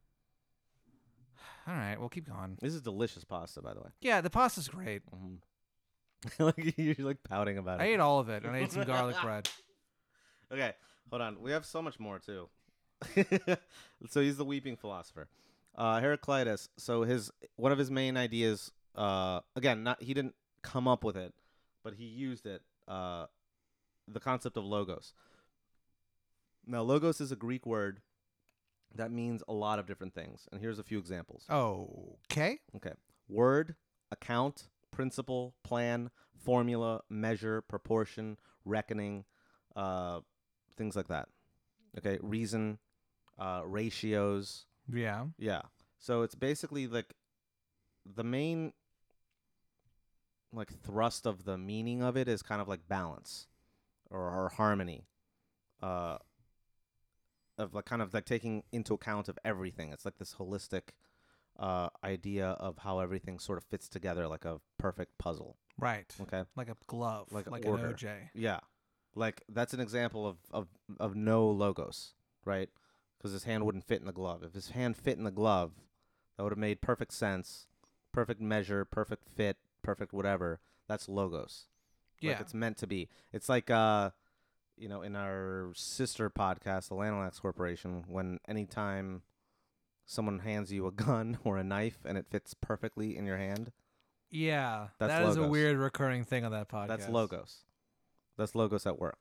Speaker 3: All right, we'll keep going.
Speaker 2: This is delicious pasta, by the way.
Speaker 3: Yeah, the pasta's great.
Speaker 2: Mm-hmm. like you're like pouting about
Speaker 3: I
Speaker 2: it.
Speaker 3: ate all of it and I ate some garlic bread.
Speaker 2: Okay, hold on. We have so much more too. so he's the weeping philosopher, uh, Heraclitus. So his one of his main ideas, uh, again, not he didn't come up with it, but he used it. Uh, the concept of logos. Now, logos is a Greek word that means a lot of different things, and here's a few examples:
Speaker 3: Okay.
Speaker 2: word, account, principle, plan, formula, measure, proportion, reckoning, uh, things like that. Okay, reason, uh, ratios.
Speaker 3: Yeah.
Speaker 2: Yeah. So it's basically like the main like thrust of the meaning of it is kind of like balance or, or harmony. Uh of like kind of like taking into account of everything. It's like this holistic uh idea of how everything sort of fits together like a perfect puzzle.
Speaker 3: Right.
Speaker 2: Okay.
Speaker 3: Like a glove.
Speaker 2: Like
Speaker 3: Like,
Speaker 2: a
Speaker 3: an
Speaker 2: order.
Speaker 3: OJ.
Speaker 2: Yeah. Like that's an example of of of no logos, right? Because his hand wouldn't fit in the glove. If his hand fit in the glove, that would have made perfect sense, perfect measure, perfect fit, perfect whatever. That's logos.
Speaker 3: Yeah.
Speaker 2: Like it's meant to be. It's like uh you know, in our sister podcast, the Lanolax Corporation, when anytime someone hands you a gun or a knife and it fits perfectly in your hand.
Speaker 3: Yeah,
Speaker 2: That's
Speaker 3: that is a
Speaker 2: logos.
Speaker 3: weird recurring thing on that podcast.
Speaker 2: That's logos. That's logos at work.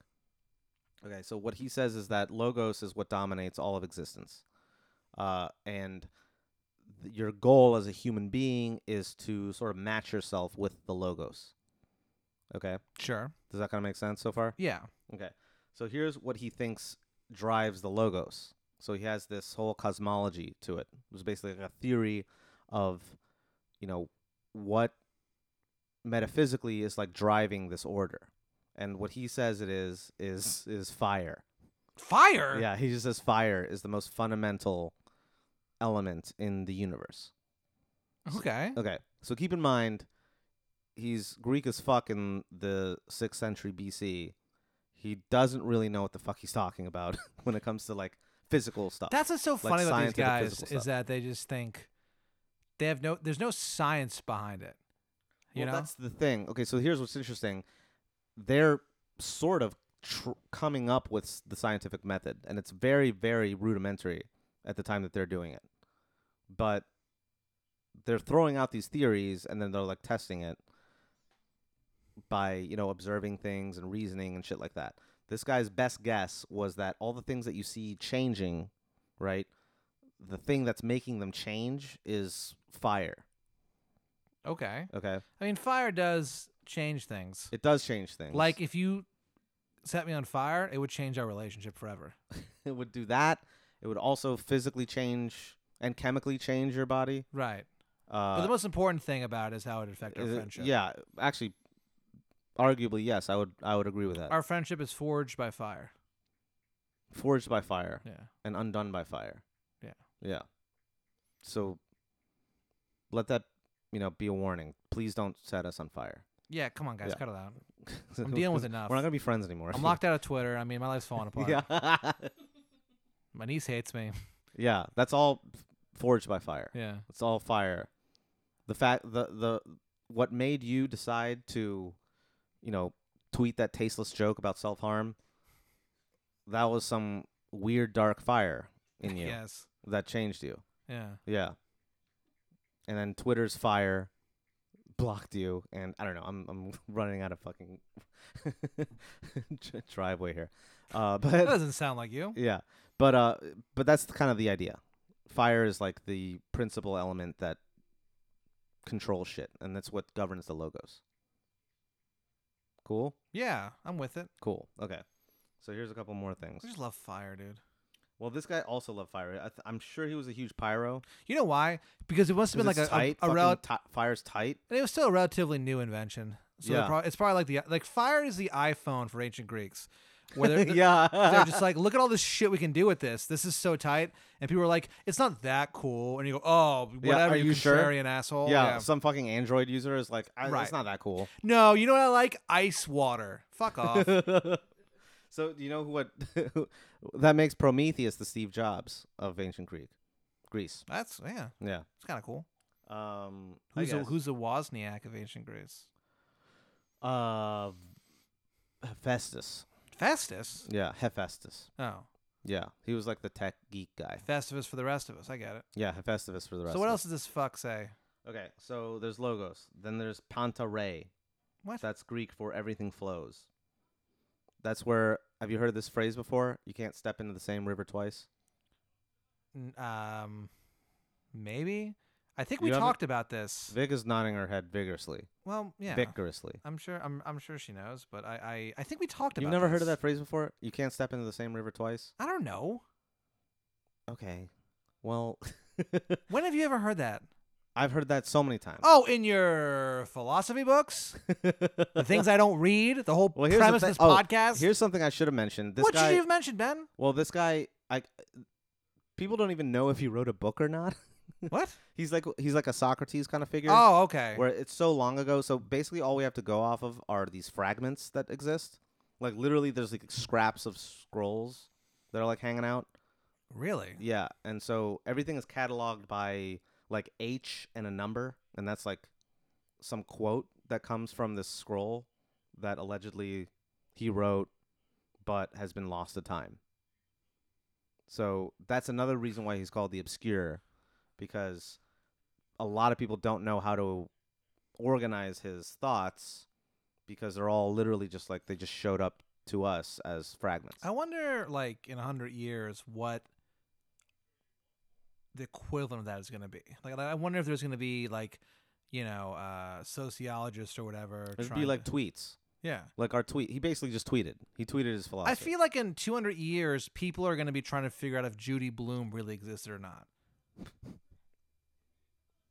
Speaker 2: Okay, so what he says is that logos is what dominates all of existence. Uh, and th- your goal as a human being is to sort of match yourself with the logos. Okay,
Speaker 3: Sure.
Speaker 2: does that kind of make sense so far?
Speaker 3: Yeah.
Speaker 2: Okay. So here's what he thinks drives the logos. So he has this whole cosmology to it. It was basically like a theory of, you know, what metaphysically is like driving this order. And what he says it is is is fire.
Speaker 3: Fire.
Speaker 2: Yeah, he just says fire is the most fundamental element in the universe.
Speaker 3: Okay.
Speaker 2: Okay. So keep in mind, he's Greek as fuck in the sixth century BC. He doesn't really know what the fuck he's talking about when it comes to like physical stuff.
Speaker 3: That's what's so funny about these
Speaker 2: scientific
Speaker 3: guys
Speaker 2: physical
Speaker 3: is
Speaker 2: stuff.
Speaker 3: that they just think they have no. There's no science behind it. You
Speaker 2: well,
Speaker 3: know.
Speaker 2: that's the thing. Okay, so here's what's interesting. They're sort of tr- coming up with s- the scientific method, and it's very, very rudimentary at the time that they're doing it. But they're throwing out these theories, and then they're like testing it by you know observing things and reasoning and shit like that. This guy's best guess was that all the things that you see changing, right? The thing that's making them change is fire.
Speaker 3: okay.
Speaker 2: Okay,
Speaker 3: I mean, fire does change things.
Speaker 2: it does change things.
Speaker 3: Like if you set me on fire, it would change our relationship forever.
Speaker 2: it would do that. It would also physically change and chemically change your body.
Speaker 3: Right. but
Speaker 2: Uh,
Speaker 3: the most important thing about it is how it affects our
Speaker 2: is it-
Speaker 3: friendship.
Speaker 2: Yeah, actually, arguably yes, I would I would agree with that.
Speaker 3: Our friendship is forged by fire.
Speaker 2: Forged by fire
Speaker 3: Yeah.
Speaker 2: and undone by fire.
Speaker 3: Yeah.
Speaker 2: Yeah. So let that you know be a warning. Please don't set us on fire.
Speaker 3: Yeah. Come on, guys,
Speaker 2: Yeah.
Speaker 3: cut it out. I'm dealing with enough.
Speaker 2: We're not gonna be friends anymore.
Speaker 3: I'm locked out of Twitter. I mean, my life's falling apart.
Speaker 2: Yeah.
Speaker 3: My niece hates me.
Speaker 2: yeah. That's all forged by fire.
Speaker 3: Yeah.
Speaker 2: It's all fire. The fact the the what made you decide to, you know, tweet that tasteless joke about self harm. That was some weird dark fire in you
Speaker 3: Yes.
Speaker 2: that changed you.
Speaker 3: Yeah.
Speaker 2: Yeah. And then Twitter's fire blocked you, and I don't know. I'm I'm running out of fucking dri- driveway here, uh,
Speaker 3: That
Speaker 2: but
Speaker 3: doesn't sound like you.
Speaker 2: yeah, but uh, but that's kind of the idea. Fire is like the principal element that controls shit, and that's what governs the logos. Cool,
Speaker 3: Yeah, I'm with it.
Speaker 2: cool. Okay, so here's a couple more things.
Speaker 3: I just love fire, dude.
Speaker 2: Well, this guy also loved fire. I th- I'm sure he was a huge pyro.
Speaker 3: You know why? Because it must have
Speaker 2: 'cause
Speaker 3: been like
Speaker 2: it's
Speaker 3: a,
Speaker 2: tight,
Speaker 3: a, a
Speaker 2: fucking
Speaker 3: rel-
Speaker 2: ti- fire's tight.
Speaker 3: and it was still a relatively new invention. So they're
Speaker 2: Yeah.
Speaker 3: prob- it's probably like the like fire is the iPhone for ancient Greeks, where they're,
Speaker 2: yeah,
Speaker 3: they're just like, look at all this shit we can do with this. This is so tight, and people are like, it's not that cool, and you go, oh, whatever,
Speaker 2: are you sure?
Speaker 3: contrarian asshole.
Speaker 2: yeah, Some fucking Android user is like, I,
Speaker 3: Right.
Speaker 2: it's not that cool.
Speaker 3: No, you know what I like? Ice water. Fuck off.
Speaker 2: so do you know what? that makes Prometheus the Steve Jobs of ancient Greek, Greece.
Speaker 3: That's yeah.
Speaker 2: Yeah.
Speaker 3: It's kind of cool.
Speaker 2: Um, I
Speaker 3: Who's a,
Speaker 2: guess.
Speaker 3: who's a Wozniak of ancient Greece?
Speaker 2: uh, Hephaestus?
Speaker 3: Festus.
Speaker 2: Yeah, Hephaestus.
Speaker 3: Oh,
Speaker 2: Yeah, he was like the tech geek guy.
Speaker 3: Festivus for the rest of us. I get it.
Speaker 2: Yeah, Hephaestus for the rest.
Speaker 3: So what
Speaker 2: of
Speaker 3: else does this fuck say?
Speaker 2: Us. Okay, so there's logos. Then there's Panta Rei.
Speaker 3: What?
Speaker 2: That's Greek for everything flows. That's where have you heard of this phrase before? You can't step into the same river twice.
Speaker 3: N- Um, maybe. I think we
Speaker 2: You haven't-
Speaker 3: talked about this.
Speaker 2: Vic is nodding her head vigorously.
Speaker 3: Well, yeah.
Speaker 2: Vigorously.
Speaker 3: I'm sure. I'm. I'm sure she knows. But I. I, I think we talked about.
Speaker 2: You've never heard of
Speaker 3: this.
Speaker 2: that phrase before? You can't step into the same river twice?
Speaker 3: I don't know.
Speaker 2: Okay. Well,
Speaker 3: When have you ever heard that?
Speaker 2: I've heard that so many times.
Speaker 3: Oh, in your philosophy books, the things I don't read. The whole
Speaker 2: Well, here's the
Speaker 3: premise
Speaker 2: thing-
Speaker 3: of this
Speaker 2: oh,
Speaker 3: podcast.
Speaker 2: Here's something I should have mentioned. This
Speaker 3: what
Speaker 2: guy
Speaker 3: should you have mentioned, Ben?
Speaker 2: Well, this guy I people don't even know if he wrote a book or not.
Speaker 3: What?
Speaker 2: He's like he's like a Socrates kind of figure.
Speaker 3: Oh, okay.
Speaker 2: where it's so long ago. So basically, all we have to go off of are these fragments that exist. Like literally, there's like scraps of scrolls that are like hanging out.
Speaker 3: Really?
Speaker 2: Yeah, and so everything is cataloged by like H and a number, and that's like some quote that comes from this scroll that allegedly he wrote, but has been lost to time. So that's another reason why he's called the obscure, because a lot of people don't know how to organize his thoughts because they're all literally just like they just showed up to us as fragments.
Speaker 3: I wonder, like in a hundred years, what the equivalent of that is going to be. Like, I wonder if there's going to be like, you know, uh, sociologists or whatever.
Speaker 2: It'd
Speaker 3: trying
Speaker 2: be
Speaker 3: to-
Speaker 2: like tweets.
Speaker 3: yeah.
Speaker 2: Like our tweet. He basically just tweeted. He tweeted his philosophy.
Speaker 3: I feel like in 200 years, people are going to be trying to figure out if Judy Bloom really existed or not.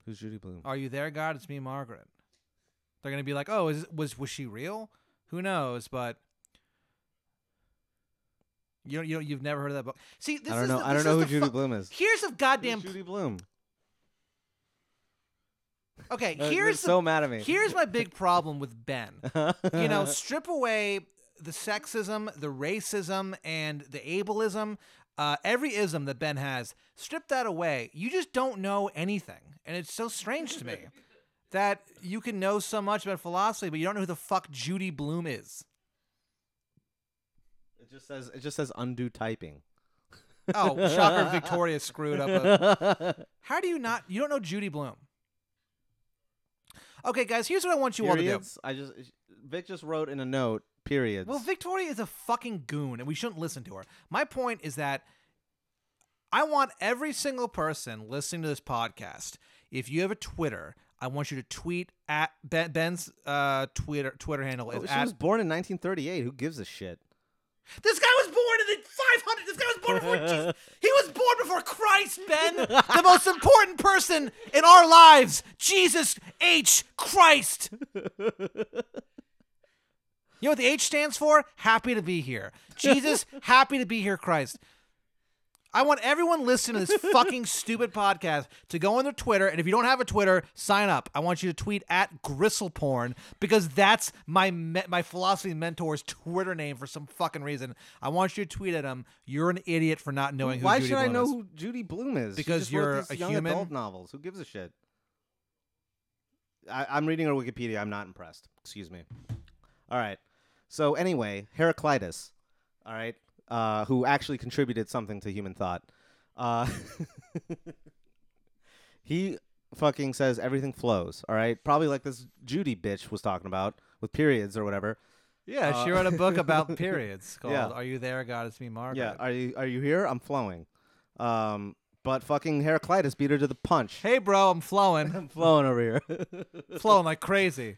Speaker 2: Who's Judy Bloom?
Speaker 3: Are you there, God? It's me, Margaret. They're going to be like, oh, is was was she real? Who knows? But you you you've never heard of that book. See, this
Speaker 2: I don't
Speaker 3: is
Speaker 2: know.
Speaker 3: The,
Speaker 2: I don't
Speaker 3: this
Speaker 2: know
Speaker 3: is
Speaker 2: who
Speaker 3: the
Speaker 2: Judy
Speaker 3: fu-
Speaker 2: Bloom is.
Speaker 3: Here's a
Speaker 2: Who's
Speaker 3: goddamn
Speaker 2: Judy Bloom.
Speaker 3: okay.
Speaker 2: Uh, they're
Speaker 3: Here's the
Speaker 2: so mad at me.
Speaker 3: Here's my big problem with Ben. You know,
Speaker 2: It's
Speaker 3: strip away the sexism, the racism, and the ableism, uh, every ism that Ben has, strip that away. You just don't know anything. And it's so strange to me that you can know so much about philosophy, but you don't know who the fuck Judy Bloom is.
Speaker 2: it just says it just says undo typing.
Speaker 3: Oh, shocker, Victoria screwed up. a- How do you not? You don't know Judy Bloom. Okay, guys, here's what I want you all to do.
Speaker 2: Periods. I just Vic just wrote in a note periods.
Speaker 3: Well, Victoria is a fucking goon, and we shouldn't listen to her. My point is that I want every single person listening to this podcast. If you have a Twitter, I want you to tweet at ben, Ben's uh, Twitter Twitter handle
Speaker 2: Oh,
Speaker 3: is
Speaker 2: she
Speaker 3: at.
Speaker 2: was born in 1938. Who gives a shit?
Speaker 3: this guy was born in the 500. This guy was born before Jesus. He was born before Christ, Ben, the most important person in our lives, Jesus H. Christ. You know what the H stands for? Happy to be here. Jesus, happy to be here, Christ. I want everyone listening to this fucking stupid podcast to go on their Twitter, and if you don't have a Twitter, sign up. I want you to tweet at gristleporn because that's my me- my philosophy mentor's Twitter name for some fucking reason. I want you to tweet at him. You're an idiot for not knowing who.
Speaker 2: Why
Speaker 3: Judy
Speaker 2: should I
Speaker 3: Blume
Speaker 2: know
Speaker 3: is."
Speaker 2: who Judy Bloom is? She
Speaker 3: Because
Speaker 2: just wrote
Speaker 3: you're
Speaker 2: these
Speaker 3: a
Speaker 2: young
Speaker 3: human?
Speaker 2: adult novels. Who gives a shit? I, I'm reading her Wikipedia. I'm not impressed. Excuse me. All right. So anyway, Heraclitus. All right, uh, who actually contributed something to human thought. Uh, he fucking says everything flows. All right, probably like this Judy bitch was talking about with periods or whatever.
Speaker 3: Yeah, she
Speaker 2: Uh,
Speaker 3: wrote a book about periods called
Speaker 2: Yeah.
Speaker 3: "Are You There, God? It's Me, Margaret."
Speaker 2: Yeah, are you are you here? I'm flowing. Um, but fucking Heraclitus beat her to the punch.
Speaker 3: Hey, bro, I'm flowing,
Speaker 2: I'm flowing over here.
Speaker 3: flowing like crazy.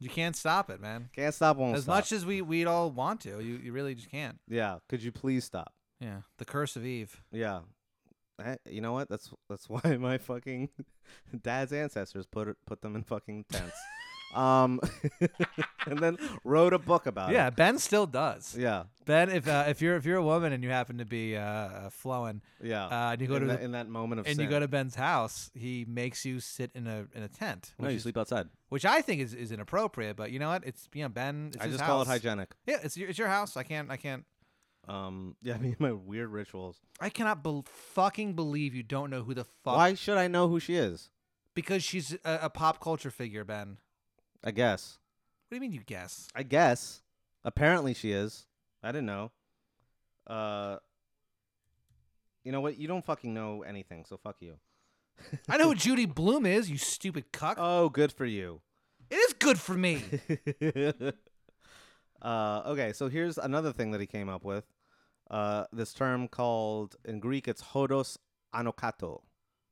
Speaker 3: You can't stop it, man.
Speaker 2: Can't stop, won't
Speaker 3: As
Speaker 2: stop.
Speaker 3: much as we we'd all want to, you, you really just can't.
Speaker 2: yeah. Could you please stop?
Speaker 3: Yeah, the curse of Eve.
Speaker 2: Yeah. Eh, you know what? That's that's why my fucking dad's ancestors put put them in fucking tents. um, and then wrote a book about
Speaker 3: yeah,
Speaker 2: it.
Speaker 3: Ben still does.
Speaker 2: Yeah.
Speaker 3: Ben, if uh, if you're if you're a woman and you happen to be uh, uh, flowing,
Speaker 2: Yeah.
Speaker 3: uh, and you go
Speaker 2: in,
Speaker 3: to
Speaker 2: that,
Speaker 3: the-
Speaker 2: in that moment of
Speaker 3: and
Speaker 2: sin.
Speaker 3: you go to Ben's house, he makes you sit in a in a tent,
Speaker 2: no,
Speaker 3: which,
Speaker 2: you
Speaker 3: is,
Speaker 2: sleep outside.
Speaker 3: which I think is, is inappropriate. But you know what? It's you know Ben. It's
Speaker 2: I
Speaker 3: his
Speaker 2: just call it
Speaker 3: house.
Speaker 2: hygienic.
Speaker 3: Yeah, it's your, it's your house. I can't I can't
Speaker 2: Um, yeah, I mean my weird rituals.
Speaker 3: I cannot bel fucking believe you don't know who the fuck
Speaker 2: Why should I know who she is?
Speaker 3: because she's a, a pop culture figure, Ben.
Speaker 2: I guess.
Speaker 3: What do you mean you guess?
Speaker 2: I guess. Apparently she is. I didn't know. Uh You know what? You don't fucking know anything, so fuck you.
Speaker 3: I know who Judy Bloom is, you stupid cuck.
Speaker 2: Oh, good for you.
Speaker 3: it is good for me.
Speaker 2: uh okay, so here's another thing that he came up with. Uh this term called in Greek it's hodos anokato,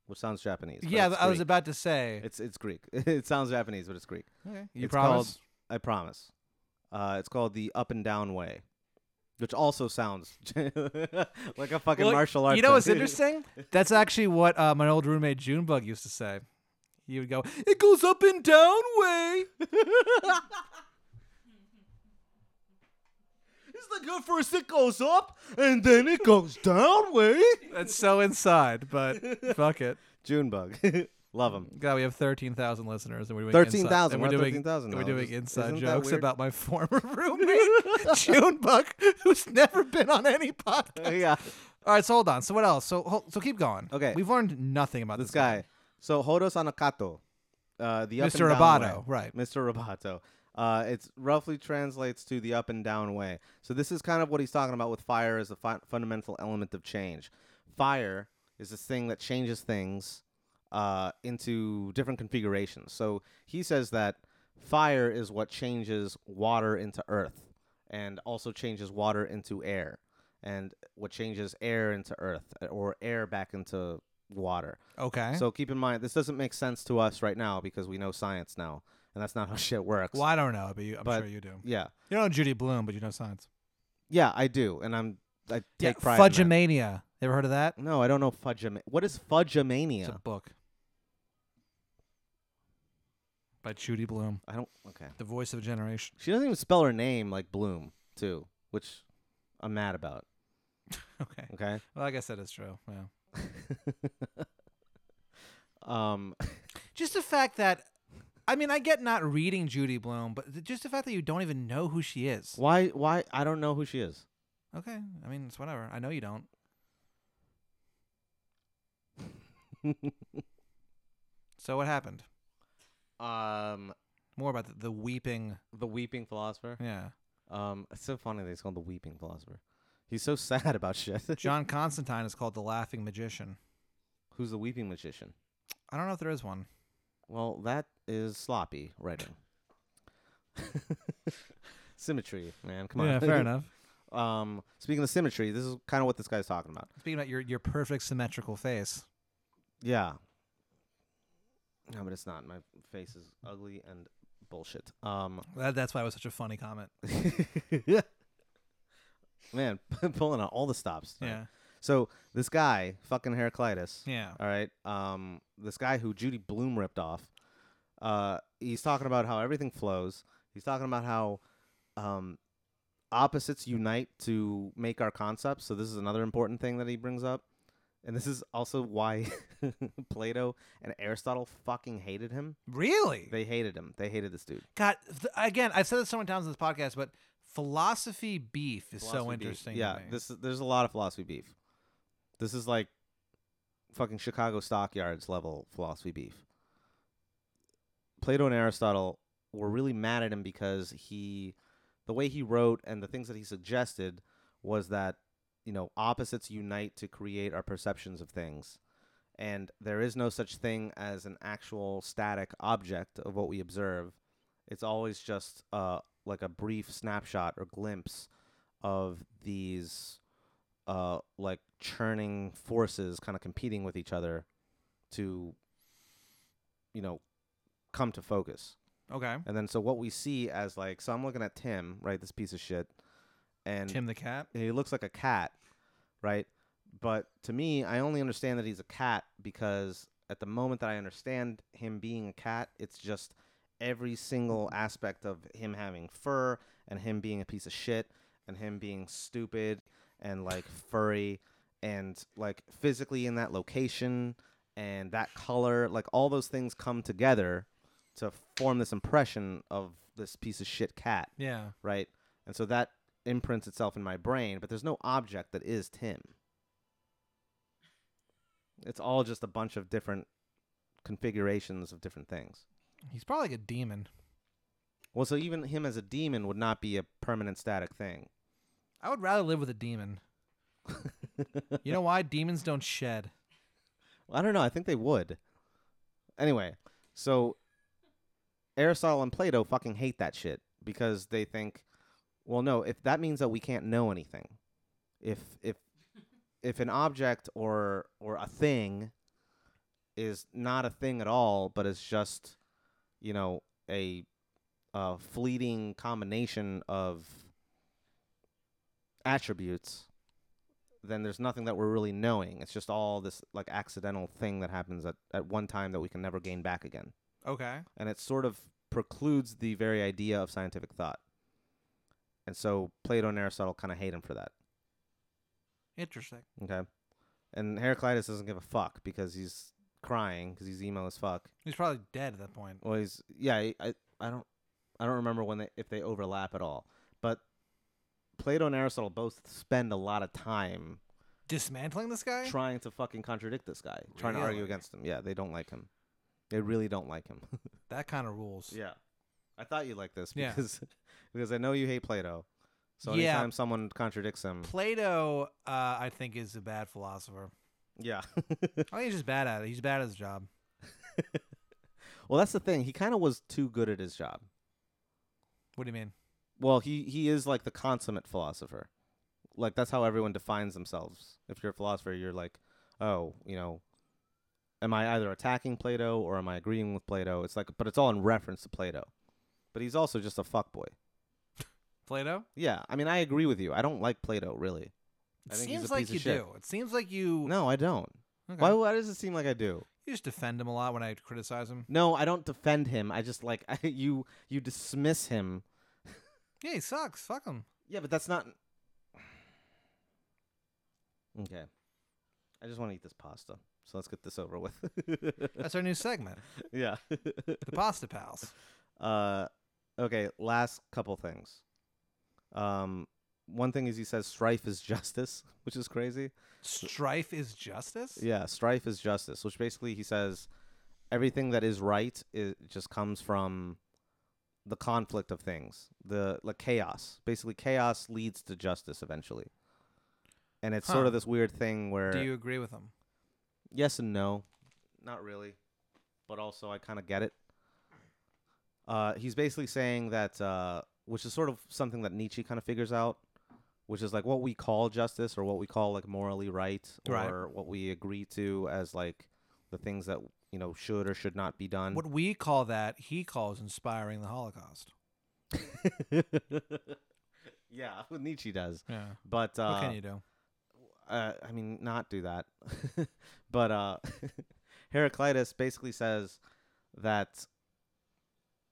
Speaker 2: which sounds Japanese. but
Speaker 3: yeah,
Speaker 2: it's
Speaker 3: I was
Speaker 2: Greek.
Speaker 3: about to say.
Speaker 2: It's it's Greek. it sounds Japanese, but it's Greek.
Speaker 3: Okay. You
Speaker 2: It's
Speaker 3: promise?
Speaker 2: called- I promise. Uh, it's called the Up and Down Way, which also sounds like a fucking
Speaker 3: Well,
Speaker 2: martial arts.
Speaker 3: You know what's
Speaker 2: thing.
Speaker 3: interesting? That's actually what uh, my old roommate Junebug used to say. He would go, "It goes up and down way."
Speaker 2: It's like at first it goes up and then it goes down way.
Speaker 3: That's so inside, but fuck it.
Speaker 2: Junebug, love him.
Speaker 3: God, we have thirteen thousand listeners, and we're doing
Speaker 2: 13,000,
Speaker 3: inside- and
Speaker 2: we're
Speaker 3: We're
Speaker 2: at
Speaker 3: doing
Speaker 2: 13,000
Speaker 3: and We're
Speaker 2: now.
Speaker 3: doing
Speaker 2: Isn't-
Speaker 3: inside
Speaker 2: isn't that
Speaker 3: jokes
Speaker 2: weird?
Speaker 3: about my former roommate Junebug, who's never been on any podcast.
Speaker 2: yeah,
Speaker 3: All right, so hold on. So what else? So hol- so keep going.
Speaker 2: Okay.
Speaker 3: we've learned nothing about this,
Speaker 2: this guy. So Hodos Anakato, uh, the up and
Speaker 3: Mr.
Speaker 2: down way.
Speaker 3: Roboto, right?
Speaker 2: Mr. Roboto. Uh, it roughly translates to the up and down way. So this is kind of what he's talking about with fire as a fu- fundamental element of change. Fire is this thing that changes things uh, into different configurations. So he says that fire is what changes water into earth and also changes water into air and what changes air into earth or air back into water.
Speaker 3: Okay.
Speaker 2: So keep in mind, this doesn't make sense to us right now because we know science now, and that's not how shit works.
Speaker 3: well, I don't know, but you, I'm
Speaker 2: But-
Speaker 3: sure you do.
Speaker 2: Yeah,
Speaker 3: You don't know Judy Bloom, but you know science.
Speaker 2: yeah, I do, and I'm I take pride. in that.
Speaker 3: Fudgemania. Ever heard of that?
Speaker 2: No, I don't know fudgemania. What is fudgemania?
Speaker 3: It's a book by Judy Bloom,
Speaker 2: I don't. Okay,
Speaker 3: the voice of a generation.
Speaker 2: she doesn't even spell her name like Bloom too, which I'm mad about.
Speaker 3: Okay.
Speaker 2: Okay.
Speaker 3: Well, I guess that is true. Yeah.
Speaker 2: um.
Speaker 3: Just the fact that, I mean, I get not reading Judy Bloom, but th- just the fact that you don't even know who she is.
Speaker 2: Why? Why? I don't know who she is.
Speaker 3: Okay. I mean, it's whatever. I know you don't. So what happened?
Speaker 2: um.
Speaker 3: More about the, the weeping.
Speaker 2: The weeping philosopher.
Speaker 3: Yeah.
Speaker 2: Um. It's so funny that he's called the weeping philosopher. He's so sad about shit.
Speaker 3: John Constantine is called the laughing magician.
Speaker 2: Who's the weeping magician?
Speaker 3: I don't know if there is one.
Speaker 2: Well, that is sloppy writing. symmetry, man. Come on.
Speaker 3: enough.
Speaker 2: Um, speaking of symmetry, this is kind of what this guy's talking about.
Speaker 3: Speaking about your, your perfect symmetrical face.
Speaker 2: Yeah. No, but it's not. My face is ugly and bullshit. Um,
Speaker 3: That, that's why it was such a funny comment.
Speaker 2: man, pulling out all the stops. tonight.
Speaker 3: Yeah.
Speaker 2: So this guy, fucking Heraclitus.
Speaker 3: Yeah.
Speaker 2: All right. Um, this guy who Judy Bloom ripped off. Uh, he's talking about how everything flows. He's talking about how um, opposites unite to make our concepts. So this is another important thing that he brings up, and this is also why Plato and Aristotle fucking hated him.
Speaker 3: Really?
Speaker 2: They hated him. They hated this dude.
Speaker 3: God, th- again, I've said this so many times in this podcast, but philosophy beef is so
Speaker 2: Philosophy beef.
Speaker 3: interesting. to
Speaker 2: Yeah.
Speaker 3: me.
Speaker 2: This there's a lot of philosophy beef. This is like fucking Chicago stockyards level philosophy beef. Plato and Aristotle were really mad at him because he the way he wrote and the things that he suggested was that, you know, opposites unite to create our perceptions of things. And there is no such thing as an actual static object of what we observe. It's always just uh, like a brief snapshot or glimpse of these uh like churning forces kind of competing with each other to you know come to focus
Speaker 3: Okay.
Speaker 2: and then so what we see as like so i'm looking at tim right this piece of shit and
Speaker 3: Tim the cat.
Speaker 2: he looks like a cat right but to me i only understand that he's a cat because at the moment that i understand him being a cat it's just every single aspect of him having fur and him being a piece of shit and him being stupid and like furry and like physically in that location and that color like all those things come together to form this impression of this piece of shit cat
Speaker 3: Yeah.
Speaker 2: right? And so that imprints itself in my brain, but there's no object that is Tim. It's all just a bunch of different configurations of different things.
Speaker 3: He's probably like a demon.
Speaker 2: Well, so even him as a demon would not be a permanent static thing.
Speaker 3: I would rather live with a demon. You know why? Demons don't shed.
Speaker 2: I don't know. I think they would. Anyway, so Aristotle and Plato fucking hate that shit because they think, well, no, if that means that we can't know anything, if if if an object or or a thing is not a thing at all, but is just, you know, a uh, fleeting combination of attributes then there's nothing that we're really knowing. It's just all this like accidental thing that happens at, at one time that we can never gain back again.
Speaker 3: Okay.
Speaker 2: And it sort of precludes the very idea of scientific thought. And so Plato and Aristotle kind of hate him for that.
Speaker 3: Interesting.
Speaker 2: Okay. And Heraclitus doesn't give a fuck because he's crying because he's emo as fuck.
Speaker 3: He's probably dead at that point.
Speaker 2: Well, he's yeah. I, I I don't I don't remember when they if they overlap at all. But Plato and Aristotle both spend a lot of time
Speaker 3: Dismantling this guy?
Speaker 2: trying to fucking contradict this guy, trying to argue
Speaker 3: Really?
Speaker 2: against him. Yeah, they don't like him. They really don't like him.
Speaker 3: that kind of rules.
Speaker 2: yeah, I thought you liked this
Speaker 3: Yeah.
Speaker 2: because because I know you hate Plato. So
Speaker 3: Yeah.
Speaker 2: anytime someone contradicts him,
Speaker 3: Plato, uh, I think, is a bad philosopher.
Speaker 2: Yeah.
Speaker 3: I think he's just bad at it. He's bad at his job.
Speaker 2: well, that's the thing. He kind of was too good at his job.
Speaker 3: What do you mean?
Speaker 2: Well, he he is like the consummate philosopher. Like that's how everyone defines themselves. If you're a philosopher, you're like, oh, you know, am I either attacking Plato or am I agreeing with Plato? It's like, but it's all in reference to Plato. But he's also just a fuckboy.
Speaker 3: Plato?
Speaker 2: Yeah, I mean, I agree with you. I don't like Plato really.
Speaker 3: It
Speaker 2: I think he's
Speaker 3: seems
Speaker 2: a
Speaker 3: like
Speaker 2: piece of
Speaker 3: you
Speaker 2: shit.
Speaker 3: do. It seems like you.
Speaker 2: No, I don't.
Speaker 3: Okay.
Speaker 2: Why? Why does it seem like I do?
Speaker 3: You just defend him a lot when I criticize him.
Speaker 2: No, I don't defend him. I just like you. You dismiss him
Speaker 3: Yeah, he sucks. Fuck him.
Speaker 2: Yeah, but that's not. Okay. I just want to eat this pasta. So let's get this over with.
Speaker 3: That's our new segment,
Speaker 2: yeah.
Speaker 3: the Pasta Pals.
Speaker 2: uh, okay, last couple things. Um, one thing is he says strife is justice, which is crazy.
Speaker 3: Strife is justice.
Speaker 2: Yeah, strife is justice, which basically he says everything that is right is just comes from the conflict of things, the like chaos. Basically, chaos leads to justice eventually, and it's sort
Speaker 3: Huh.
Speaker 2: of this weird thing where
Speaker 3: Do you agree with him?
Speaker 2: yes and no, not really, but also I kind of get it. Uh, he's basically saying that, uh, which is sort of something that Nietzsche kind of figures out, which is like what we call justice or what we call like morally right or
Speaker 3: Right.
Speaker 2: what we agree to as like the things that you know should or should not be done.
Speaker 3: What we call that, he calls inspiring the Holocaust.
Speaker 2: yeah, what Nietzsche does,
Speaker 3: Yeah.
Speaker 2: but uh,
Speaker 3: what can you do?
Speaker 2: uh, I mean, not do that. but uh, Heraclitus basically says that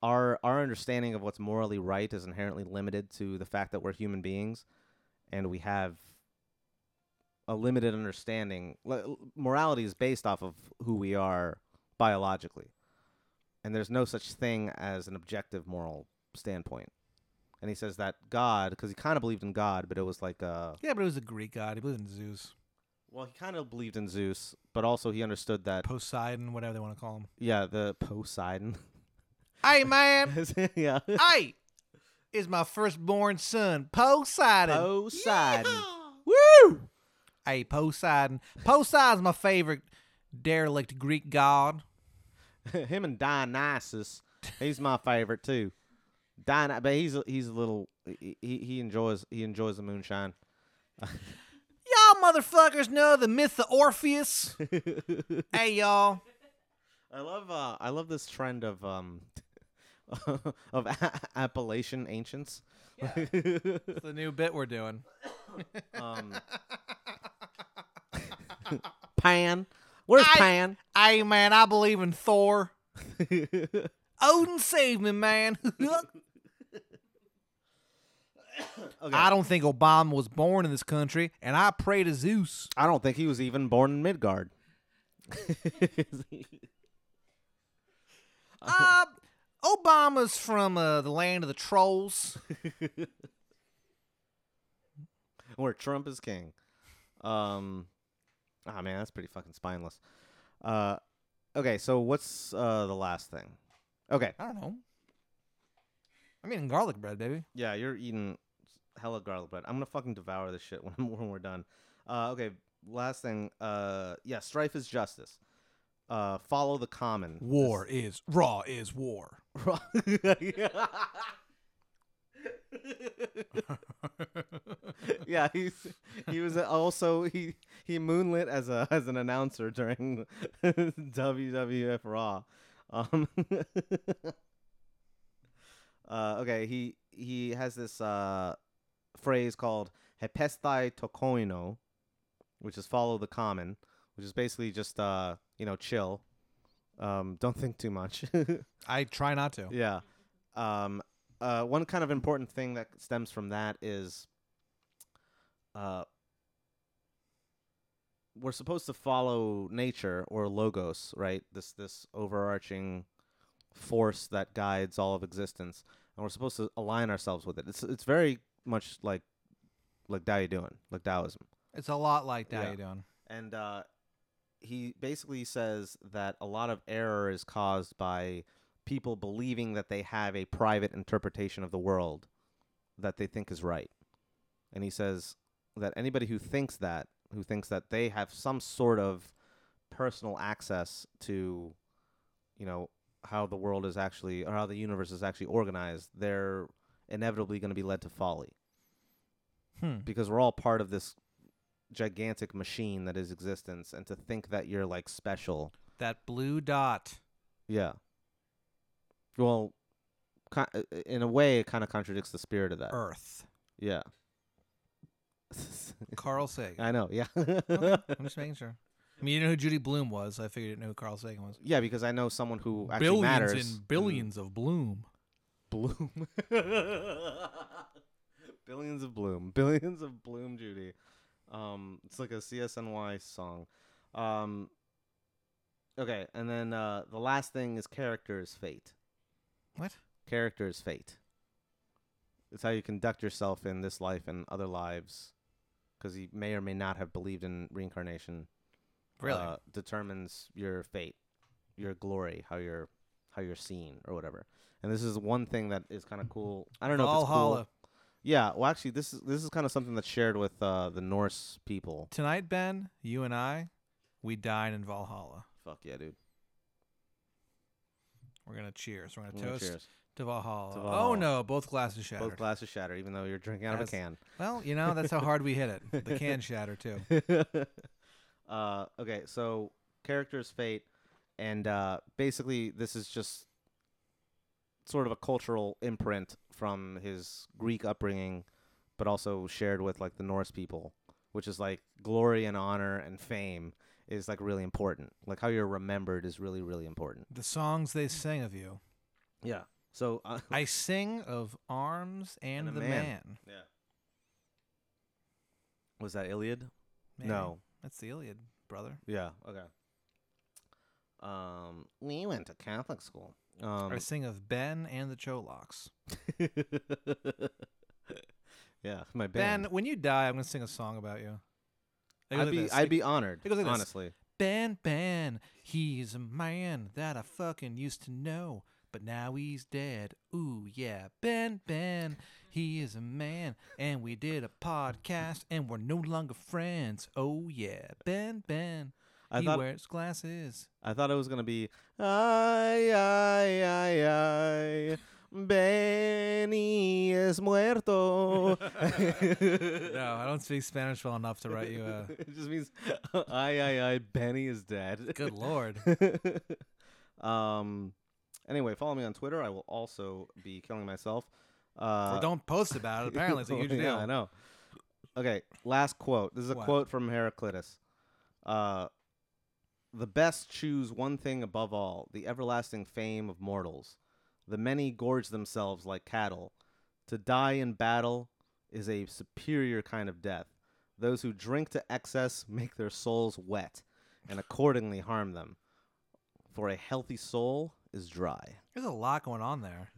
Speaker 2: our our understanding of what's morally right is inherently limited to the fact that we're human beings, and we have a limited understanding. Li- Morality is based off of who we are biologically, and there's no such thing as an objective moral standpoint. And he says that God, because he kind of believed in God, but it was like uh,
Speaker 3: Yeah, but it was a Greek god. He believed in Zeus,
Speaker 2: well, he kind of believed in Zeus, but also he understood that
Speaker 3: Poseidon, whatever they want to call him.
Speaker 2: yeah, the Poseidon.
Speaker 3: Hey, man.
Speaker 2: yeah.
Speaker 3: hey, is my firstborn son, Poseidon.
Speaker 2: Poseidon. Oh.
Speaker 3: Woo! Hey, Poseidon. Poseidon's my favorite derelict Greek god.
Speaker 2: Him and Dionysus, he's my favorite too. Dion, but he's a, he's a little he, he he enjoys he enjoys the moonshine.
Speaker 3: Y'all motherfuckers know the myth of Orpheus. hey, y'all.
Speaker 2: I love uh, I love this trend of um of a- Appalachian ancients.
Speaker 3: It's the new bit we're doing.
Speaker 2: um, Pan, where's
Speaker 3: I-
Speaker 2: Pan?
Speaker 3: Hey, man, I believe in Thor. Odin save me, man.
Speaker 2: Okay.
Speaker 3: I don't think Obama was born in this country, and I pray to Zeus.
Speaker 2: I don't think he was even born in Midgard.
Speaker 3: Uh, Obama's from uh, the land of the trolls.
Speaker 2: Where Trump is king. Um Ah man, that's pretty fucking spineless. Uh okay, so what's uh the last thing? Okay.
Speaker 3: I don't know. I'm eating garlic bread, baby.
Speaker 2: Yeah, you're eating hella garlic bread. I'm gonna fucking devour this shit when when we're done. Uh okay, last thing. Uh yeah, strife is justice. Uh follow the common. This-
Speaker 3: War is raw is war.
Speaker 2: yeah, he's he was also he he moonlit as a as an announcer during WWF Raw. Um, uh, okay, he he has this uh, phrase called "hepestai tokoino," which is "follow the common," which is basically just uh, you know chill, um, don't think too much.
Speaker 3: I try not to.
Speaker 2: Yeah. Um, uh, one kind of important thing that stems from that is uh, we're supposed to follow nature or logos, right? This this overarching force that guides all of existence, and we're supposed to align ourselves with it. It's it's very much like like Daoyuan, like Taoism.
Speaker 3: It's a lot like that.
Speaker 2: Yeah.
Speaker 3: You doing?
Speaker 2: And uh, he basically says that a lot of error is caused by people believing that they have a private interpretation of the world that they think is right. And he says that anybody who thinks that who thinks that they have some sort of personal access to, you know, how the world is actually or how the universe is actually organized, they're inevitably going to be led to folly
Speaker 3: Hmm.
Speaker 2: because we're all part of this gigantic machine that is existence and to think that you're like special
Speaker 3: That blue dot.
Speaker 2: yeah well ki- uh, uh, in a way it kind of contradicts the spirit of that
Speaker 3: Earth.
Speaker 2: yeah
Speaker 3: Carl Sagan.
Speaker 2: i know yeah
Speaker 3: Okay, I'm just making sure. I mean, you know who Judy Bloom was. I figured you didn't know who Carl Sagan was.
Speaker 2: yeah because i know someone who actually
Speaker 3: billions
Speaker 2: matters Uh,
Speaker 3: and billions of bloom.
Speaker 2: bloom billions of bloom billions of bloom judy um it's like a csny song um okay and then uh the last thing is character is fate
Speaker 3: What?
Speaker 2: character is fate it's how you conduct yourself in this life and other lives because you may or may not have believed in reincarnation
Speaker 3: Really?
Speaker 2: uh, determines your fate, your glory, how you're how you're seen or whatever. And this is one thing that is kind of cool. I don't know if it's cool.
Speaker 3: Valhalla.
Speaker 2: Yeah, well actually this is this is kind of something that's shared with uh, the Norse people.
Speaker 3: Tonight, Ben, you and I, we dine in Valhalla.
Speaker 2: Fuck yeah, dude.
Speaker 3: We're gonna cheers. We're gonna
Speaker 2: Mm,
Speaker 3: toast
Speaker 2: Cheers.
Speaker 3: to Valhalla.
Speaker 2: To
Speaker 3: Oh
Speaker 2: Valhalla.
Speaker 3: no, both glasses shattered.
Speaker 2: Both glasses shatter even though you're drinking out of a
Speaker 3: That's-
Speaker 2: can.
Speaker 3: well, you know that's how hard we hit it. The can shatter too.
Speaker 2: uh, okay, so character's fate, and uh, basically this is just sort of a cultural imprint from his Greek upbringing, but also shared with like the Norse people, which is like glory and honor and fame is like really important. Like how you're remembered is really really important.
Speaker 3: The songs they sing of you.
Speaker 2: Yeah. So uh,
Speaker 3: I sing of arms
Speaker 2: And
Speaker 3: and,
Speaker 2: a
Speaker 3: the man.
Speaker 2: man. yeah. Was that Iliad?
Speaker 3: Maybe.
Speaker 2: No.
Speaker 3: that's the Iliad, brother.
Speaker 2: Yeah. Okay. Um, we went to Catholic school. Um,
Speaker 3: I sing of Ben and the Cholocks.
Speaker 2: yeah, my
Speaker 3: Ben,
Speaker 2: band.
Speaker 3: when you die, I'm gonna sing a song about you. It goes
Speaker 2: I'd
Speaker 3: like
Speaker 2: be
Speaker 3: this.
Speaker 2: I'd be honored.
Speaker 3: it goes like this.
Speaker 2: honestly,
Speaker 3: Ben, Ben, he's a man that I fucking used to know, but now he's dead. Ooh, yeah. Ben, Ben, he is a man, and we did a podcast, and we're no longer friends. Oh, yeah. Ben, Ben,
Speaker 2: I
Speaker 3: he
Speaker 2: thought
Speaker 3: wears glasses.
Speaker 2: I thought it was gonna be ay ay ay ay. Benny es muerto.
Speaker 3: No, I don't speak Spanish well enough to write you a.
Speaker 2: it just means ay ay ay. Benny is dead.
Speaker 3: Good lord.
Speaker 2: um. Anyway, follow me on Twitter. I will also be killing myself. Uh, oh,
Speaker 3: Well, don't post about it. Apparently, it's a huge
Speaker 2: yeah,
Speaker 3: deal.
Speaker 2: I know. Okay, last quote. This is a
Speaker 3: What?
Speaker 2: quote from Heraclitus. Uh, the best choose one thing above all: the everlasting fame of mortals. The many gorge themselves like cattle. To die in battle is a superior kind of death. Those who drink to excess make their souls wet, and accordingly harm them. For a healthy soul is dry.
Speaker 3: There's a lot going on there.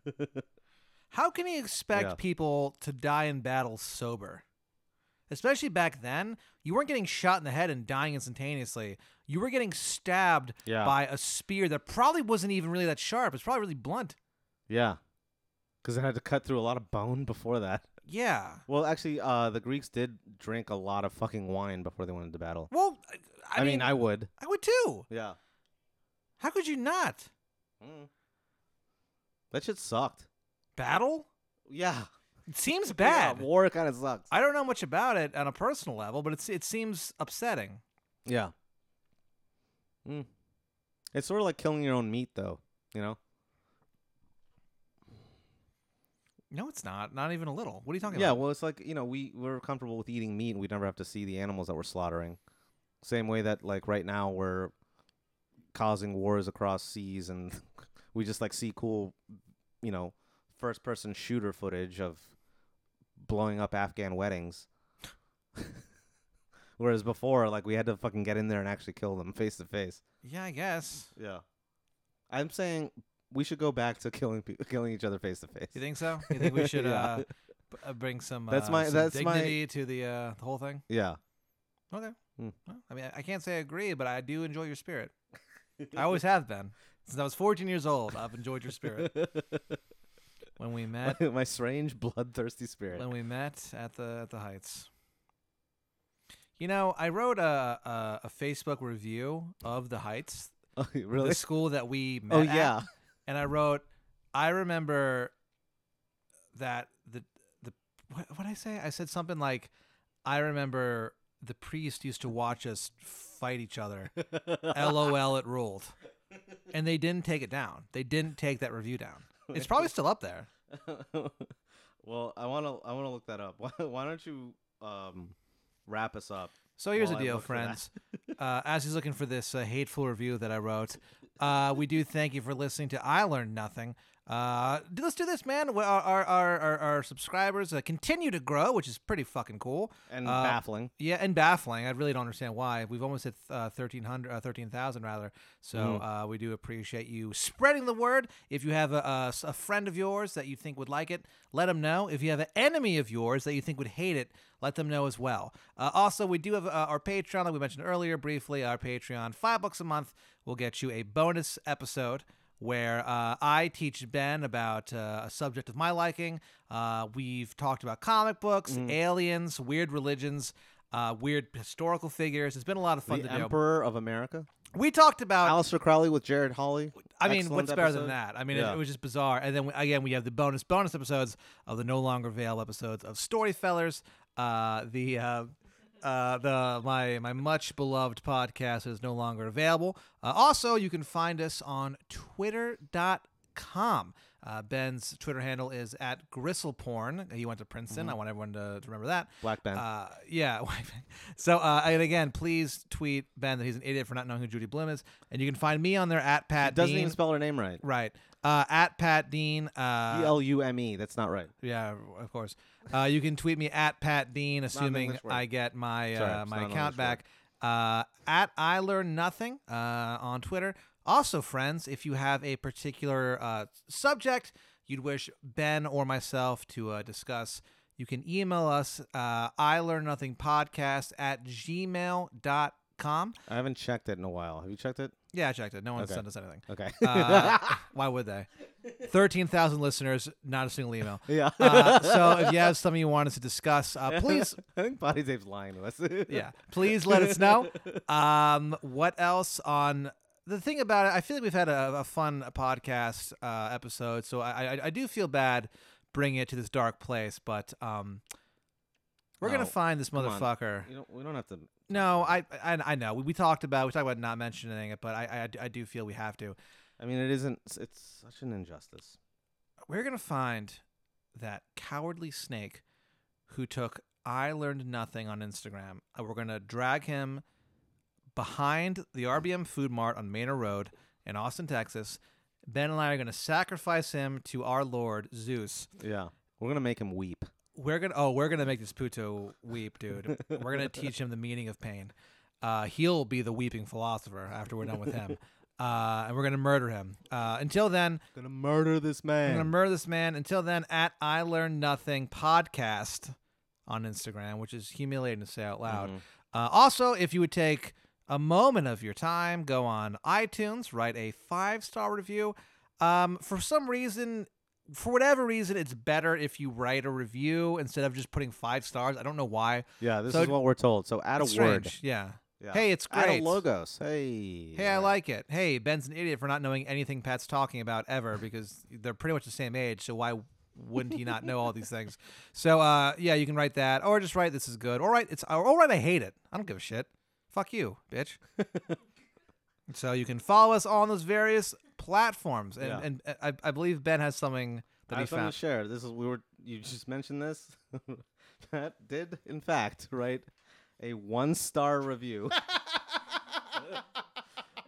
Speaker 3: How can he expect
Speaker 2: Yeah.
Speaker 3: people to die in battle sober? Especially back then, you weren't getting shot in the head and dying instantaneously. You were getting stabbed
Speaker 2: Yeah.
Speaker 3: by a spear that probably wasn't even really that sharp. It's probably really blunt.
Speaker 2: Yeah, because I had to cut through a lot of bone before that.
Speaker 3: Yeah.
Speaker 2: Well, actually, uh, the Greeks did drink a lot of fucking wine before they went into battle.
Speaker 3: Well, I,
Speaker 2: I, mean, I would.
Speaker 3: I would too.
Speaker 2: Yeah.
Speaker 3: How could you not?
Speaker 2: Mm. That shit sucked.
Speaker 3: Battle?
Speaker 2: Yeah.
Speaker 3: It seems
Speaker 2: Yeah,
Speaker 3: bad.
Speaker 2: war kind of sucks.
Speaker 3: I don't know much about it on a personal level, but it's, it seems upsetting.
Speaker 2: yeah. Mm. It's sort of like killing your own meat, though. You know.
Speaker 3: No, it's not. Not even a little. What are you talking
Speaker 2: Yeah.
Speaker 3: about?
Speaker 2: Well, it's like you know we we're comfortable with eating meat. and We never have to see the animals that we're slaughtering. Same way that like right now we're causing wars across seas, and we just like see cool, you know, first person shooter footage of blowing up Afghan weddings. Whereas before, like we had to fucking get in there and actually kill them face to face.
Speaker 3: Yeah, I guess.
Speaker 2: Yeah, I'm saying we should go back to killing people, killing each other face to face.
Speaker 3: You think so? You think we should
Speaker 2: Yeah.
Speaker 3: uh, b- uh, bring some,
Speaker 2: That's
Speaker 3: uh,
Speaker 2: my-
Speaker 3: some
Speaker 2: that's my-
Speaker 3: dignity to the uh, the whole thing?
Speaker 2: Yeah.
Speaker 3: Okay.
Speaker 2: Hmm.
Speaker 3: Well, I mean, I- I can't say I agree, but I do enjoy your spirit. I always have been since I was 14 years old. I've enjoyed your spirit. when we met,
Speaker 2: my, my strange bloodthirsty spirit.
Speaker 3: when we met at the at the Heights. You know, I wrote a a, a Facebook review of the Heights,
Speaker 2: Oh, really?
Speaker 3: the school that we met.
Speaker 2: Oh
Speaker 3: at,
Speaker 2: yeah.
Speaker 3: and I wrote, I remember that the the what what I say? I said something like, I remember the priest used to watch us fight each other. LOL, it ruled, and they didn't take it down. They didn't take that review down. It's probably still up there.
Speaker 2: well, I want to I want to look that up. Why, why don't you um wrap us up?
Speaker 3: So here's
Speaker 2: Well, I
Speaker 3: the deal,
Speaker 2: look for that.
Speaker 3: friends. uh, as he's looking for this uh, hateful review that I wrote, uh, we do thank you for listening to I Learned Nothing. Uh, d- let's do this, man. Well, Our, our, our, our, our subscribers uh, continue to grow, which is pretty fucking cool.
Speaker 2: And
Speaker 3: Uh,
Speaker 2: baffling.
Speaker 3: Yeah, and baffling. I really don't understand why. We've almost hit uh, 1,300, uh, 13,000 rather. So uh, we do appreciate you spreading the word. If you have a, a s- a friend of yours that you think would like it, let them know. If you have an enemy of yours that you think would hate it, let them know as well. Uh, also, we do have uh, our Patreon, like we mentioned earlier briefly, our Patreon. Five bucks a month will get you a bonus episode where uh, I teach Ben about uh, a subject of my liking. Uh, we've talked about comic books, aliens, weird religions, uh, weird historical figures. It's been a lot of fun
Speaker 2: The
Speaker 3: to
Speaker 2: Emperor of America.
Speaker 3: do. We talked about.
Speaker 2: Alistair Crowley with Jared Hawley.
Speaker 3: I mean,
Speaker 2: Excellent
Speaker 3: what's better than
Speaker 2: episode.
Speaker 3: that? I mean,
Speaker 2: Yeah.
Speaker 3: it, it was just bizarre. And then we, again, we have the bonus bonus episodes of the No Longer Veil episodes of Storyfellers, uh, the uh, uh, the my my much beloved podcast is no longer available. Uh, also, you can find us on Twitter.com. Uh, Ben's Twitter handle is at gristleporn. He went to
Speaker 2: Mm-hmm.
Speaker 3: Princeton. I want everyone to, to remember that.
Speaker 2: Black Ben.
Speaker 3: Uh, yeah. White Ben. So, uh, and again, please tweet Ben that he's an idiot for not knowing who Judy Blim is. And you can find me on there at Pat
Speaker 2: Doesn't
Speaker 3: Dean.
Speaker 2: even spell her name right.
Speaker 3: right. Uh, at Pat Dean. Uh,
Speaker 2: B L U M E. That's not right.
Speaker 3: yeah, of course. Uh, you can tweet me at Pat Dean,
Speaker 2: not an
Speaker 3: assuming
Speaker 2: English word.
Speaker 3: I get my
Speaker 2: Sorry,
Speaker 3: uh,
Speaker 2: it's
Speaker 3: my
Speaker 2: not an
Speaker 3: account
Speaker 2: English
Speaker 3: back. Uh, at I learn nothing uh, on Twitter. Also, friends, if you have a particular uh, subject you'd wish Ben or myself to uh, discuss, you can email us uh, I learn nothing podcast at gmail.com.
Speaker 2: I haven't checked it in a while. Have you checked it?
Speaker 3: Yeah, I checked it. No one
Speaker 2: Okay.
Speaker 3: sent us anything.
Speaker 2: Okay.
Speaker 3: Uh, why would they? 13,000 listeners, not a single email.
Speaker 2: yeah.
Speaker 3: Uh, so if you have something you want us to discuss, uh, please,
Speaker 2: I think Body Tape's lying to us.
Speaker 3: yeah, please let us know. Um, what else on the thing about it? I feel like we've had a, a fun podcast uh, episode, so I, I I do feel bad bringing it to this dark place, but um, we're gonna
Speaker 2: No,
Speaker 3: find this
Speaker 2: come on.
Speaker 3: motherfucker.
Speaker 2: You don't, we don't have to.
Speaker 3: No, I, I I know we, we talked about we talked about not mentioning it, but I, I I do feel we have to.
Speaker 2: I mean, it isn't. It's, it's such an injustice.
Speaker 3: We're gonna find that cowardly snake who took I learned nothing on Instagram. and We're gonna drag him behind the RBM Food Mart on Manor Road in Austin, Texas. Ben and I are gonna sacrifice him to our Lord Zeus.
Speaker 2: Yeah. We're gonna make him weep.
Speaker 3: We're gonna oh, we're gonna make this puto weep, dude. we're gonna teach him the meaning of pain. Uh, he'll be the weeping philosopher after we're done with him. Uh, and we're gonna murder him. Uh, until then,
Speaker 2: Gonna murder this
Speaker 3: I'm
Speaker 2: man.
Speaker 3: gonna murder this man. Until then, at I Learn Nothing podcast on Instagram, which is humiliating to say out
Speaker 2: Mm-hmm.
Speaker 3: loud. Uh, also, if you would take a moment of your time, go on iTunes, write a five star review. Um, for some reason, for whatever reason, it's better if you write a review instead of just putting five stars. I don't know why.
Speaker 2: yeah. This
Speaker 3: So-
Speaker 2: is what we're told. So add a
Speaker 3: It's
Speaker 2: word.
Speaker 3: strange. Yeah.
Speaker 2: Yeah.
Speaker 3: Hey, it's
Speaker 2: Add
Speaker 3: great.
Speaker 2: a logos. Hey.
Speaker 3: Hey, I like it. Hey, Ben's an idiot for not knowing anything Pat's talking about ever because they're pretty much the same age. So why wouldn't he not know all these things? So uh, yeah, you can write that, or just write this is good. All right, it's or all right. I hate it. I don't give a shit. Fuck you, bitch. so you can follow us on those various platforms, and,
Speaker 2: Yeah.
Speaker 3: and uh, I, I believe Ben has something that
Speaker 2: I
Speaker 3: he
Speaker 2: have something
Speaker 3: found.
Speaker 2: to share. This is we were. You just mentioned this. That did, in fact, write a one-star review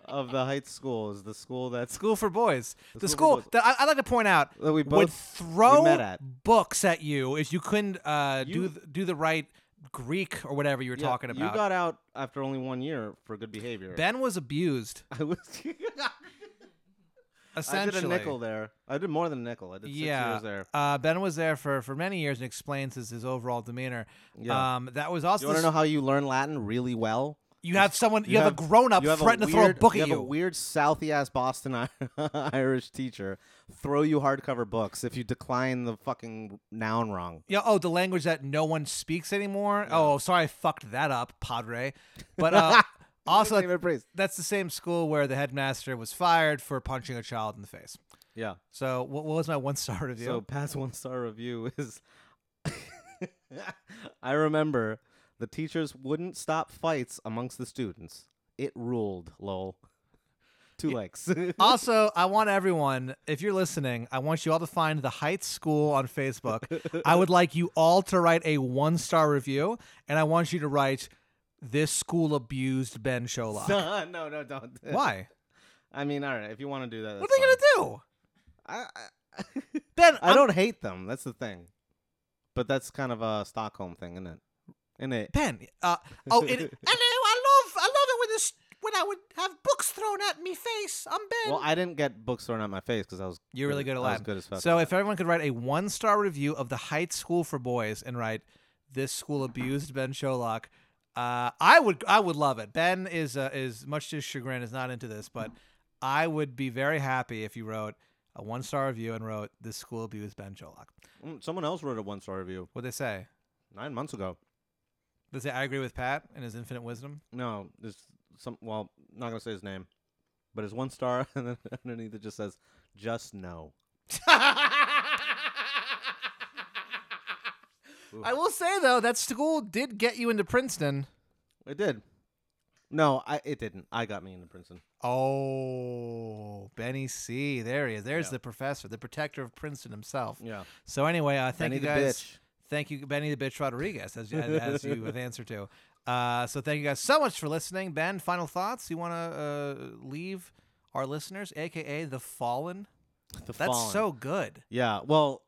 Speaker 2: of the Heights School. Is the school that's
Speaker 3: School for boys. The,
Speaker 2: School
Speaker 3: school,
Speaker 2: for Boys.
Speaker 3: that I, I'd like to point out
Speaker 2: That we
Speaker 3: would
Speaker 2: both- we
Speaker 3: throw
Speaker 2: met at.
Speaker 3: books at you if you couldn't uh,
Speaker 2: You-
Speaker 3: do th- do the right Greek or whatever you were
Speaker 2: Yeah,
Speaker 3: talking about.
Speaker 2: You got out after only one year for good behavior.
Speaker 3: ben was abused.
Speaker 2: I was. I
Speaker 3: Essentially,
Speaker 2: did a nickel there. I did more than a nickel. I did six
Speaker 3: yeah,
Speaker 2: years there.
Speaker 3: Uh, Ben was there for, for many years and explains his, his overall demeanor.
Speaker 2: Yeah.
Speaker 3: Um, that was also
Speaker 2: You want to
Speaker 3: s-
Speaker 2: know how you learn Latin really well?
Speaker 3: You have someone. You, have, a grown up
Speaker 2: you have
Speaker 3: threaten to throw a
Speaker 2: weird-
Speaker 3: book
Speaker 2: you
Speaker 3: at
Speaker 2: have
Speaker 3: you.
Speaker 2: a weird mouthy ass Boston I- Irish teacher throw you hardcover books if you decline the fucking noun wrong.
Speaker 3: yeah. Oh, the language that no one speaks anymore. Oh, sorry, I fucked that up, Padre. But uh, also,
Speaker 2: David Priest.
Speaker 3: that's the same school where the headmaster was fired for punching a child in the face.
Speaker 2: Yeah.
Speaker 3: So what, what was my one star review?
Speaker 2: So Pat's one star review is I remember the teachers wouldn't stop fights amongst the students. It ruled, lol. Two likes.
Speaker 3: also, I want everyone, if you're listening, I want you all to find the Heights School on Facebook. I would like you all to write a one star review, and I want you to write, "This school abused Ben Sholok."
Speaker 2: no, no, don't.
Speaker 3: Why?
Speaker 2: I mean, all right, if you want to do that.
Speaker 3: What
Speaker 2: that's
Speaker 3: are they gonna do,
Speaker 2: fine. I, I,
Speaker 3: Ben?
Speaker 2: I
Speaker 3: I'm-
Speaker 2: don't hate them. That's the thing. But that's kind of a Stockholm thing, isn't it? Isn't it?
Speaker 3: Ben. Uh, oh, it, hello. I love, I love it when this when I would have books thrown at me face. I'm Ben.
Speaker 2: Well, I didn't get books thrown at my face because I was.
Speaker 3: You're really good at
Speaker 2: I was
Speaker 3: Latin.
Speaker 2: good as fuck.
Speaker 3: So
Speaker 2: at
Speaker 3: if everyone could write a one star review of the Heights School for Boys and write this school abused Ben Sholok, uh, I would I would love it. Ben is uh, is much to his chagrin is not into this, but I would be very happy if you wrote a one star review and wrote this school abused Ben Sholok.
Speaker 2: that. Mm, someone else wrote a one star review
Speaker 3: What they say?
Speaker 2: nine months ago.
Speaker 3: They say I agree with Pat and his infinite wisdom.
Speaker 2: No, there's some. Well, not gonna say his name, but it's one star, and then underneath it just says, "Just no."
Speaker 3: I will say though that school did get you into Princeton.
Speaker 2: It did. No, I it didn't. I got me into Princeton.
Speaker 3: Oh, Benny C. There he is. There's
Speaker 2: Yeah.
Speaker 3: the professor, the protector of Princeton himself.
Speaker 2: Yeah,
Speaker 3: So anyway, uh, thank
Speaker 2: Benny
Speaker 3: you
Speaker 2: the
Speaker 3: guys.
Speaker 2: bitch.
Speaker 3: Thank you, Benny the bitch Rodriguez, as, as, as you have answered to. Uh, so thank you guys so much for listening. Ben, final thoughts? You want to uh, leave our listeners, aka the fallen?
Speaker 2: The
Speaker 3: That's
Speaker 2: Fallen.
Speaker 3: so good.
Speaker 2: Yeah. Well,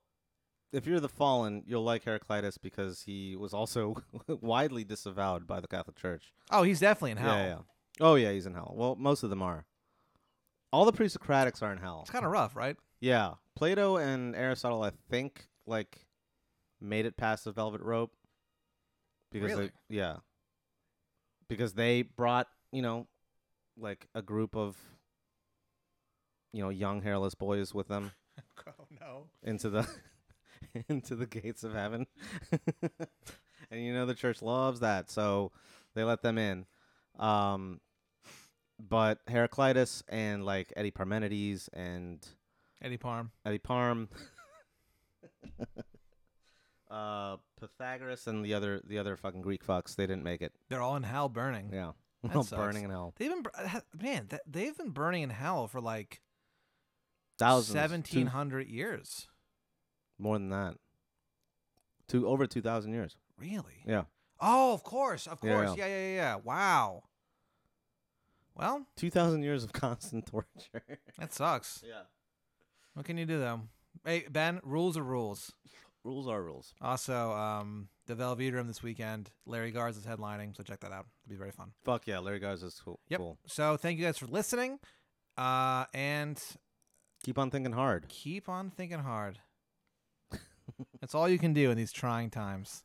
Speaker 2: if you're the fallen, you'll like Heraclitus because he was also widely disavowed by the Catholic Church.
Speaker 3: Oh, he's definitely in hell.
Speaker 2: Yeah, yeah. Oh yeah, he's in hell. Well, most of them are. All the pre-Socratics are in hell.
Speaker 3: It's kind of rough, right?
Speaker 2: Yeah, Plato and Aristotle, I think, like, made it past the velvet rope. Because
Speaker 3: Really?
Speaker 2: they, yeah. Because they brought you know, like a group of, you know, young hairless boys with them
Speaker 3: Oh no.
Speaker 2: into the into the gates of heaven. and you know the church loves that, so they let them in. Um but Heraclitus and like Eddie Parmenides and
Speaker 3: Eddie Parm.
Speaker 2: Eddie Parm uh Pythagoras and the other the other fucking Greek fucks, they didn't make it.
Speaker 3: They're all in hell burning.
Speaker 2: Yeah.
Speaker 3: That
Speaker 2: All
Speaker 3: sucks.
Speaker 2: burning in hell.
Speaker 3: They've been bur- man, that, they've been burning in hell for like
Speaker 2: Thousands. two-
Speaker 3: seventeen hundred years.
Speaker 2: more than that. Two over two thousand years.
Speaker 3: Really?
Speaker 2: Yeah.
Speaker 3: Oh, of course, of
Speaker 2: Yeah,
Speaker 3: course. Yeah, yeah, yeah. yeah. Wow. Well,
Speaker 2: Two thousand years of constant torture.
Speaker 3: that sucks.
Speaker 2: yeah.
Speaker 3: What can you do though? Hey, Ben, rules are rules.
Speaker 2: Rules are rules.
Speaker 3: Also, um, the Velveterum this weekend. Larry Garz is headlining, so check that out. It'll be very fun.
Speaker 2: Fuck yeah, Larry Garza's cool.
Speaker 3: Yep.
Speaker 2: cool.
Speaker 3: So thank you guys for listening. Uh, and
Speaker 2: Keep on thinking hard.
Speaker 3: keep on thinking hard. That's all you can do in these trying times.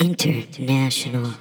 Speaker 1: International.